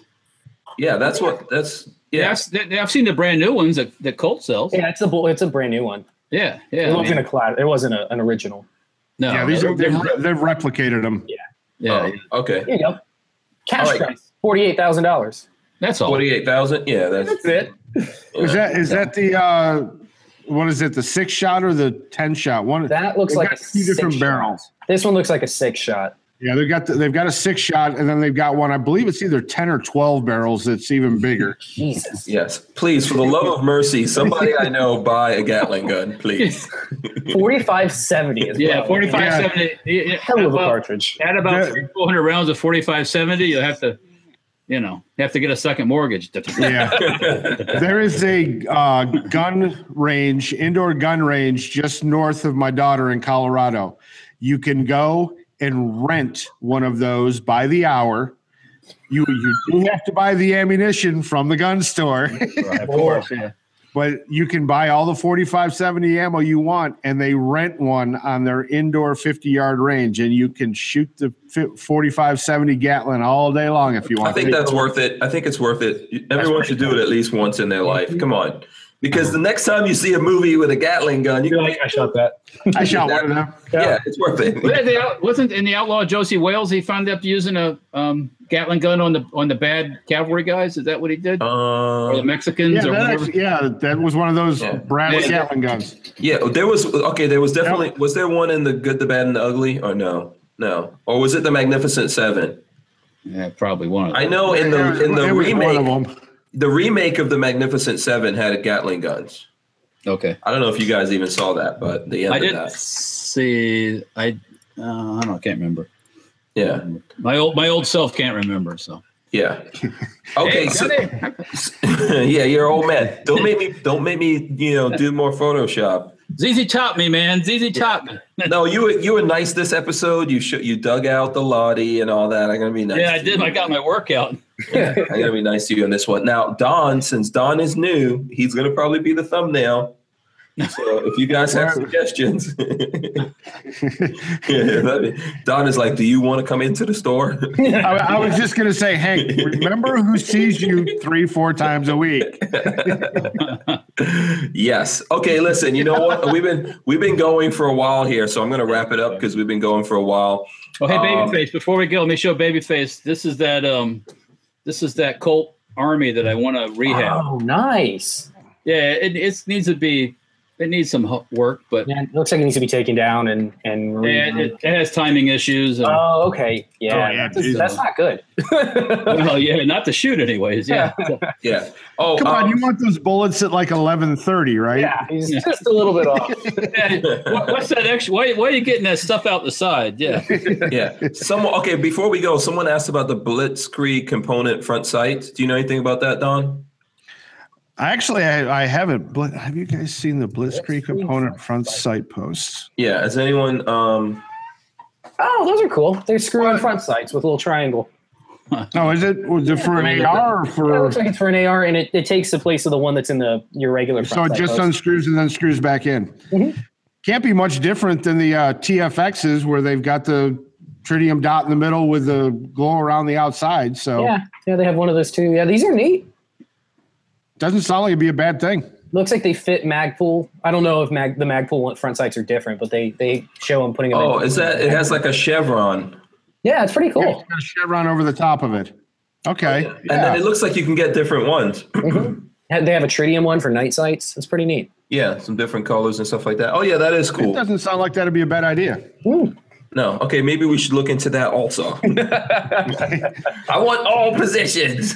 Speaker 1: Yeah, that's what. That's
Speaker 3: Yeah,
Speaker 1: yeah.
Speaker 3: I've, they- I've seen the brand new ones that, that Colt sells. Yeah,
Speaker 4: Yeah, it's a bull- it's a brand new one.
Speaker 3: yeah.
Speaker 4: It
Speaker 3: I mean,
Speaker 4: wasn't a cloud. It wasn't a, an original.
Speaker 3: no,
Speaker 2: Yeah, these
Speaker 3: they're-
Speaker 2: are, they've,
Speaker 3: they're-
Speaker 2: they've replicated them.
Speaker 3: yeah,
Speaker 1: Oh,
Speaker 3: yeah.
Speaker 1: okay.
Speaker 4: Here you go. Cash
Speaker 1: All right.
Speaker 4: price forty eight thousand dollars.
Speaker 3: That's all.
Speaker 1: Forty-eight thousand. Yeah, that's,
Speaker 4: it.
Speaker 2: Is that is that the uh, what is it? The six shot or the ten shot? One
Speaker 4: That looks
Speaker 2: They've
Speaker 4: like
Speaker 2: got
Speaker 4: a
Speaker 2: two different
Speaker 4: six
Speaker 2: barrels.
Speaker 4: shot. This one looks like a six shot.
Speaker 2: Yeah, they've got the, they've got a six shot, and then they've got one. I believe it's either ten or twelve barrels. That's even bigger.
Speaker 1: [LAUGHS]
Speaker 4: Jesus.
Speaker 1: Yes, please, for the love of mercy, somebody I know buy a Gatling gun, please.
Speaker 4: Forty five seventy is
Speaker 3: [LAUGHS] yeah,
Speaker 4: what-
Speaker 3: forty-five
Speaker 2: Yeah.
Speaker 3: seventy. Yeah, yeah.
Speaker 4: Hell of a
Speaker 3: Well,
Speaker 4: cartridge.
Speaker 3: Add about
Speaker 2: Yeah.
Speaker 3: 400 rounds of 4570, you'll have to, you know, you have to get a second mortgage. [LAUGHS]
Speaker 2: Yeah, there is a uh, gun range, indoor gun range, just north of my daughter in Colorado. You can go and rent one of those by the hour. You you do have to buy the ammunition from the gun store.
Speaker 3: [LAUGHS]
Speaker 2: [LAUGHS]
Speaker 3: of course. Yeah.
Speaker 2: but you can buy all the 4570 ammo you want and they rent one on their indoor 50 yard range and you can shoot the fi- 4570 gatlin all day long if you
Speaker 1: I
Speaker 2: want
Speaker 1: think that's worth it. I think it's worth it. Everyone should do it at least once in their life. Come on, because the next time you see a movie with a Gatling gun, you
Speaker 4: You're
Speaker 1: can
Speaker 4: like, I shot that.
Speaker 2: i shot one of them
Speaker 1: yeah, it's worth it.
Speaker 3: Wasn't the out- Wasn't in the outlaw Josie Wales, he found up using a um, Gatling gun on the on the bad cavalry guys? Is that what he did? or
Speaker 1: [LAUGHS]
Speaker 3: the
Speaker 1: Um,
Speaker 3: Mexicans
Speaker 2: yeah
Speaker 3: or
Speaker 2: that,
Speaker 3: whatever?
Speaker 2: actually, yeah that was one of those
Speaker 1: Yeah.
Speaker 2: brass
Speaker 3: Yeah.
Speaker 2: gatlin guns
Speaker 1: yeah, there was okay. There was definitely was there one in the Good, the Bad, and the Ugly, or no, no, or was it the Magnificent Seven?
Speaker 3: yeah, probably one of
Speaker 1: I
Speaker 3: them.
Speaker 1: know in the in the
Speaker 2: It was one of
Speaker 1: remake,
Speaker 2: them.
Speaker 1: the remake of the Magnificent Seven had Gatling guns.
Speaker 3: Okay.
Speaker 1: I don't know if you guys even saw that, but the end
Speaker 3: I
Speaker 1: of
Speaker 3: didn't
Speaker 1: that.
Speaker 3: see. I uh, I don't. know, I can't remember.
Speaker 1: Yeah,
Speaker 3: My old my old self can't remember. So
Speaker 1: yeah. Okay,
Speaker 3: Hey,
Speaker 1: so,
Speaker 3: Johnny,
Speaker 1: [LAUGHS] yeah, you're an old man. Don't make me, don't make me, you know, do more
Speaker 3: [LAUGHS]
Speaker 1: Photoshop.
Speaker 3: ZZ top me, man. ZZ top me.
Speaker 1: No, you were you were nice this episode. You should you dug out the Lottie and all that. I'm gonna be nice.
Speaker 3: Yeah, I
Speaker 1: to
Speaker 3: did.
Speaker 1: you.
Speaker 3: I got my workout.
Speaker 1: [LAUGHS] I'm gonna be nice to you on this one. Now, Don, since Don is new, he's gonna probably be the thumbnail. So if you guys have suggestions, yeah, that'd be- Don is like, do you want to come into the
Speaker 2: [LAUGHS]
Speaker 1: store?
Speaker 2: I, I was just gonna
Speaker 1: [LAUGHS]
Speaker 2: say hank remember who sees you three four times a week
Speaker 1: yes. Okay. Listen. You know what? We've been we've been going for a while here, so I'm going to wrap it up because we've been going for a while.
Speaker 3: Oh, hey,
Speaker 1: Um,
Speaker 3: Babyface! Before we go, let me show Babyface. This is that um, this is that Colt Army that I want to rehab.
Speaker 4: Oh, nice.
Speaker 3: Yeah, it, it needs to be. It needs some hu- work, but
Speaker 4: Yeah, it looks like it needs to be taken down and and.
Speaker 3: yeah, it, it has timing issues. And,
Speaker 4: oh, okay. Yeah,
Speaker 2: Oh, yeah,
Speaker 4: that's,
Speaker 2: geez.
Speaker 4: that's not good. [LAUGHS]
Speaker 3: well, yeah, not to shoot, anyways. Yeah,
Speaker 1: Yeah. Oh,
Speaker 2: come on
Speaker 1: um, [LAUGHS]
Speaker 2: you want those bullets at like 11.30 right
Speaker 4: yeah, he's just a little bit [LAUGHS] off.
Speaker 3: Yeah, what, what's that extra? Why, why are you getting that stuff out the side? Yeah,
Speaker 1: yeah. Someone. Okay. Before we go, someone asked about the Blitzkrieg component front sight. Do you know anything about that, Don?
Speaker 2: Actually, I, I haven't. But have you guys seen the Blitzkrieg component front sight posts?
Speaker 1: Yeah. Has anyone? Um.
Speaker 4: Oh, those are cool. They're screw on front sights with a little triangle.
Speaker 2: Oh, is it was it for an AR or
Speaker 4: It
Speaker 2: for?
Speaker 4: looks like it's for an AR, and it, it takes the place of the one that's in the your regular.
Speaker 2: So
Speaker 4: Front
Speaker 2: it
Speaker 4: sight
Speaker 2: just
Speaker 4: post.
Speaker 2: unscrews and then screws back in.
Speaker 4: Mhm.
Speaker 2: Can't be much different than the uh, TFXs where they've got the tritium dot in the middle with the glow around the outside. So
Speaker 4: yeah, yeah, they have one of those too. Yeah, these are neat.
Speaker 2: doesn't sound like it'd be a bad thing.
Speaker 4: Looks like they fit Magpul. I don't know if Mag, the Magpul one- front sights are different, but they they show them putting them.
Speaker 1: Oh,
Speaker 4: in-
Speaker 1: is that it has like a chevron.
Speaker 4: Yeah, it's pretty cool.
Speaker 2: Got a chevron over the top of it. Okay.
Speaker 1: Oh, And then it looks like you can get different ones. [CLEARS THROAT]
Speaker 4: Ha- They have a tritium one for night sights. It's pretty neat.
Speaker 1: Yeah, some different colors and stuff like that. Oh yeah, that is
Speaker 2: It
Speaker 1: cool.
Speaker 2: doesn't sound like that'd be a bad idea.
Speaker 1: No, okay, maybe we should look into that also. I want all positions.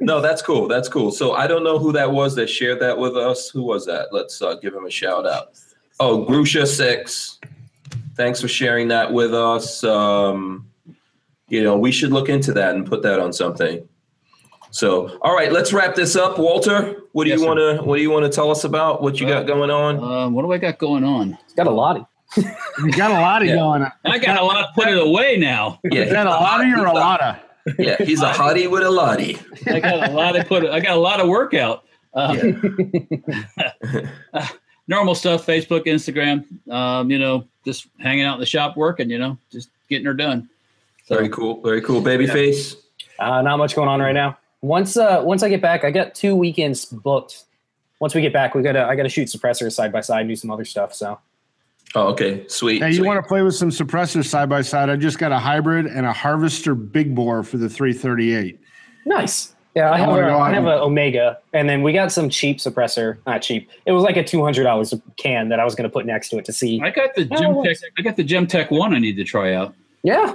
Speaker 1: no, that's cool. That's cool. So I don't know who that was that shared that with us. Who was that? Let's uh, give him a shout out. Oh, Grusha Six. Thanks for sharing that with us. Um, you know, we should look into that and put that on something. So, all right, let's wrap this up. Walter, what do
Speaker 3: Yes,
Speaker 1: you
Speaker 3: sir.
Speaker 1: want to what do you want to tell us about? What you
Speaker 2: Uh,
Speaker 1: got going on?
Speaker 3: Um, what do I got going on?
Speaker 4: It's got a lot.
Speaker 2: You got a lot of
Speaker 1: Yeah.
Speaker 2: going on.
Speaker 8: I got a lot put it away now.
Speaker 1: Yeah,
Speaker 2: You got a lot of your a lot of.
Speaker 1: yeah, he's a hottie with a lottie.
Speaker 8: I got a lot of put. I got a lot of workout. Uh, uh, normal stuff: Facebook, Instagram. Um, you know, just hanging out in the shop, working. You know, just getting her done.
Speaker 1: Very cool. Very cool. Babyface.
Speaker 4: Uh, not much going on right now. Once uh, once I get back, I got two weekends booked. Once we get back, we gotta I gotta shoot suppressors side by side, and do some other stuff. So
Speaker 1: Oh, okay. Sweet.
Speaker 2: Now you
Speaker 1: sweet.
Speaker 2: want to play with some suppressors side by side. I just got a hybrid and a harvester big bore for the 338.
Speaker 4: Nice. Yeah, I have,
Speaker 2: wanna
Speaker 4: a,
Speaker 2: go out
Speaker 4: I have
Speaker 2: and-
Speaker 4: a Omega, and then we got some cheap suppressor. Not cheap. It was like a two hundred dollars can that I was going to put next to it to see.
Speaker 8: I got the
Speaker 4: Oh,
Speaker 8: gym tech. I got the gym tech one. I need to try out.
Speaker 4: Yeah,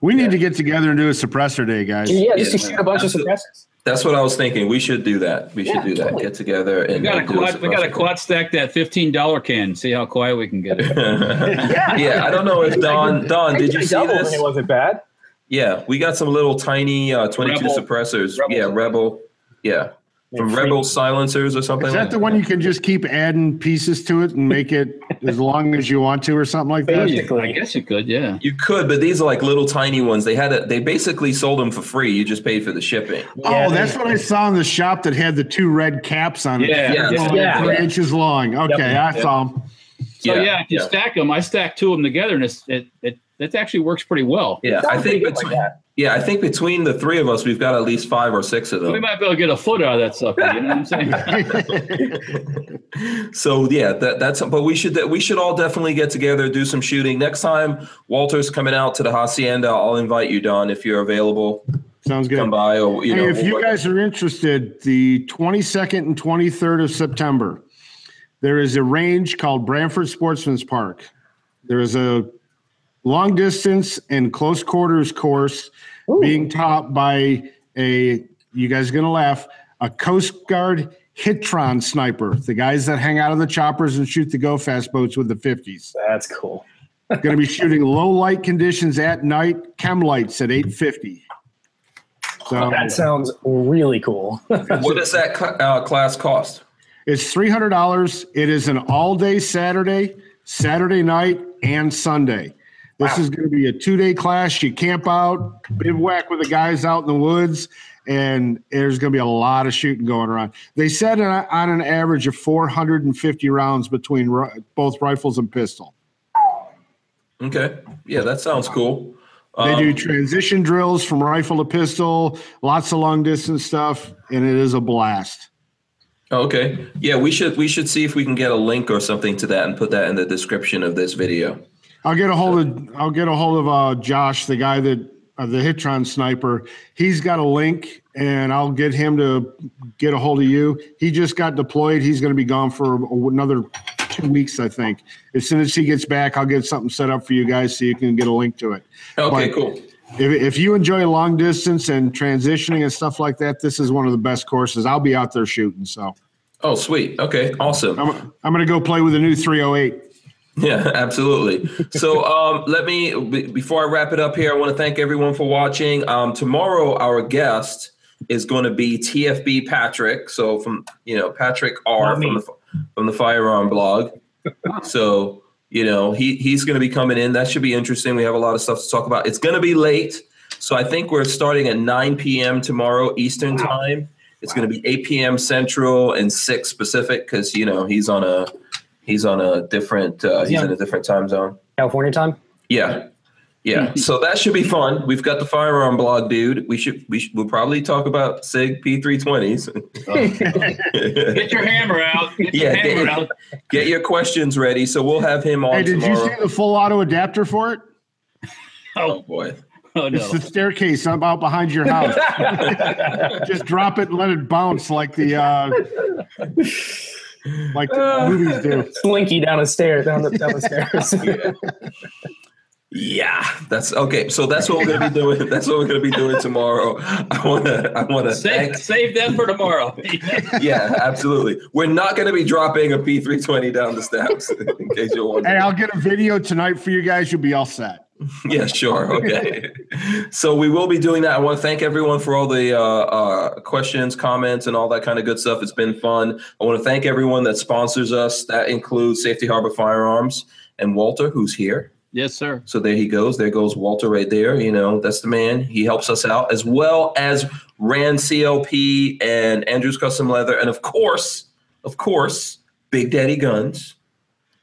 Speaker 2: We need to get together and do a suppressor day, guys.
Speaker 4: yeah, just to
Speaker 1: Yeah.
Speaker 4: shoot a bunch of
Speaker 1: Absolutely.
Speaker 4: suppressors.
Speaker 1: That's what I was thinking. We should do that. We should
Speaker 4: Yeah,
Speaker 1: do that.
Speaker 4: totally.
Speaker 1: Get together and
Speaker 8: We got a
Speaker 1: and do
Speaker 8: quad. We got a
Speaker 1: suppressor.
Speaker 8: quad stack that fifteen dollar can. See how quiet we can get it.
Speaker 1: [LAUGHS] yeah. I don't know if Don. Don, did you see
Speaker 4: doubled and
Speaker 1: this?
Speaker 4: it wasn't bad.
Speaker 1: Yeah, we got some little tiny uh, 22
Speaker 8: Rebel.
Speaker 1: suppressors.
Speaker 8: Rebel.
Speaker 1: Yeah, Rebel. Yeah, from
Speaker 4: Yeah,
Speaker 1: Rebel silencers or something.
Speaker 2: Is that
Speaker 1: like
Speaker 2: the one you can just keep adding pieces to it and make
Speaker 4: [LAUGHS]
Speaker 2: it as long as you want to or something like that?
Speaker 4: Basically.
Speaker 8: I guess you could. Yeah.
Speaker 1: You could, but these are like little tiny ones. They had a, They basically sold them for free. You just paid for the shipping.
Speaker 4: Yeah,
Speaker 2: oh, that's what I saw in the shop that had the two red caps on it.
Speaker 8: Yeah.
Speaker 1: Yeah.
Speaker 2: Well,
Speaker 4: Yeah.
Speaker 2: Three inches long. Okay, I saw them.
Speaker 8: So yeah, I can
Speaker 1: yeah.
Speaker 8: stack them. I stack two of them together, and it's, it it that actually works pretty well.
Speaker 1: Yeah, I
Speaker 4: Sounds pretty
Speaker 1: think
Speaker 4: good
Speaker 1: between,
Speaker 4: like that.
Speaker 1: yeah, I think between the three of us, we've got at least five or six of them.
Speaker 8: We might be able to get a foot out of that sucker. You know what I'm saying?
Speaker 1: So yeah, that, that's but we should we should all definitely get together, do some shooting next time. Walter's coming out to the hacienda. I'll invite you, Don, if you're available.
Speaker 2: [LAUGHS] Sounds good.
Speaker 1: Come by, or you
Speaker 2: Hey,
Speaker 1: know,
Speaker 2: if you guys are interested, the 22nd and 23rd of September, there is a range called Branford Sportsman's Park. There is a long distance and close quarters course being taught by a, you guys are going to laugh, a Coast Guard Hitron sniper, the guys that hang out of the choppers and shoot the go fast boats with
Speaker 1: [LAUGHS]
Speaker 2: the 50s.
Speaker 4: That's cool.
Speaker 2: Going to be shooting low light conditions at night, chem lights at 850. So
Speaker 4: That sounds really cool.
Speaker 1: what does that cl- uh, class cost?
Speaker 2: It's three hundred dollars. It is an all-day Saturday, Saturday night, and Sunday. This is going to be a two-day class. You camp out, bivouac with the guys out in the woods, and there's going to be a lot of shooting going around. They said on on an average of four hundred and fifty rounds between ri- both rifles and pistol.
Speaker 1: Okay, yeah, that sounds cool.
Speaker 2: They do
Speaker 1: Um,
Speaker 2: transition drills from rifle to pistol, lots of long-distance stuff, and it is a blast.
Speaker 1: okay, yeah, we should we should see if we can get a link or something to that and put that in the description of this video.
Speaker 2: I'll get a hold of I'll get a hold of uh, Josh, the guy that uh, the Hitron sniper. He's got a link, and I'll get him to get a hold of you. He just got deployed. He's going to be gone for another two weeks, I think. As soon as he gets back, I'll get something set up for you guys so you can get a link to it.
Speaker 1: Okay,
Speaker 2: Right.
Speaker 1: cool.
Speaker 2: If, if you enjoy long distance and transitioning and stuff like that, this is one of the best courses. I'll be out there shooting, so
Speaker 1: Oh, sweet. Okay, awesome.
Speaker 2: I'm, I'm going to go play with a new 308.
Speaker 1: Yeah, [LAUGHS] absolutely. So um, let me, be- before I wrap it up here, I want to thank everyone for watching. Um, tomorrow, our guest is going to be TFB Patrick. So from, you know, Patrick R from the, from the Firearm blog. so, you know, he, he's going to be coming in. That should be interesting. We have a lot of stuff to talk about. It's going to be late. So I think we're starting at 9 p.m. tomorrow Eastern time. It's going to be 8 p.m. Central and 6 Pacific because, you know, he's on a, He's on a different. Uh, he's
Speaker 4: Yeah.
Speaker 1: in a different time zone.
Speaker 4: California time.
Speaker 1: Yeah,
Speaker 2: [LAUGHS]
Speaker 1: Yeah, so that should be fun. We've got the firearm blog, dude. We should we should, we'll probably talk about Sig [LAUGHS] P320s.
Speaker 8: Get your hammer out. Get
Speaker 1: yeah,
Speaker 8: your hammer
Speaker 1: get,
Speaker 8: out. [LAUGHS]
Speaker 1: get your questions ready. So we'll have him on
Speaker 2: Hey, did you
Speaker 1: tomorrow.
Speaker 2: see the full auto adapter for it?
Speaker 1: oh boy.
Speaker 8: Oh
Speaker 2: It's
Speaker 8: no.
Speaker 2: the staircase up out behind your house. Just drop it and let it bounce like the uh, like the movies do.
Speaker 4: Slinky down a stair, down the, down the stairs.
Speaker 1: [LAUGHS]
Speaker 4: [LAUGHS]
Speaker 1: Yeah, that's okay. So that's what we're
Speaker 2: [LAUGHS]
Speaker 1: gonna be doing. That's what we're gonna be doing tomorrow. I wanna, I wanna.
Speaker 8: Save,
Speaker 1: Thank,
Speaker 8: save them for tomorrow.
Speaker 1: yeah, absolutely. We're not gonna be dropping a P three twenty down the steps, [LAUGHS] in case you're wondering.
Speaker 2: Hey, I'll get a video tonight for you guys. You'll be all set.
Speaker 1: [LAUGHS] yeah, sure. Okay. so we will be doing that. I want to thank everyone for all the uh, uh, questions, comments, and all that kind of good stuff. It's been fun. I want to thank everyone that sponsors us. That includes Safety Harbor Firearms and Walter, who's here.
Speaker 8: [LAUGHS] yes, sir.
Speaker 1: So there he goes. There goes Walter right there. You know, that's the man. He helps us out as well as Rand CLP and Andrew's Custom Leather. And of course, of course, Big Daddy Guns.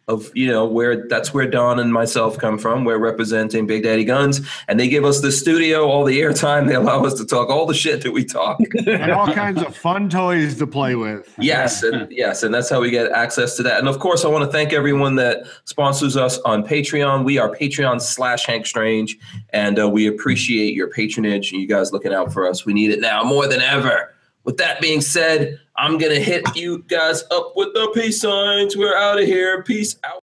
Speaker 1: Of you know where that's where Don and myself come from. We're representing Big Daddy Guns, and they give us the studio, all the airtime. They allow us to talk all the shit that we talk.
Speaker 2: And all kinds of fun toys to play with.
Speaker 1: Yes, and yes, and that's how we get access to that. And of course, I want to thank everyone that sponsors us on Patreon. We are Patreon slash Hank Strange, and uh, we appreciate your patronage and you guys looking out for us. We need it now more than ever. With that being said, I'm gonna hit you guys up with the peace signs. We're out of here. Peace out.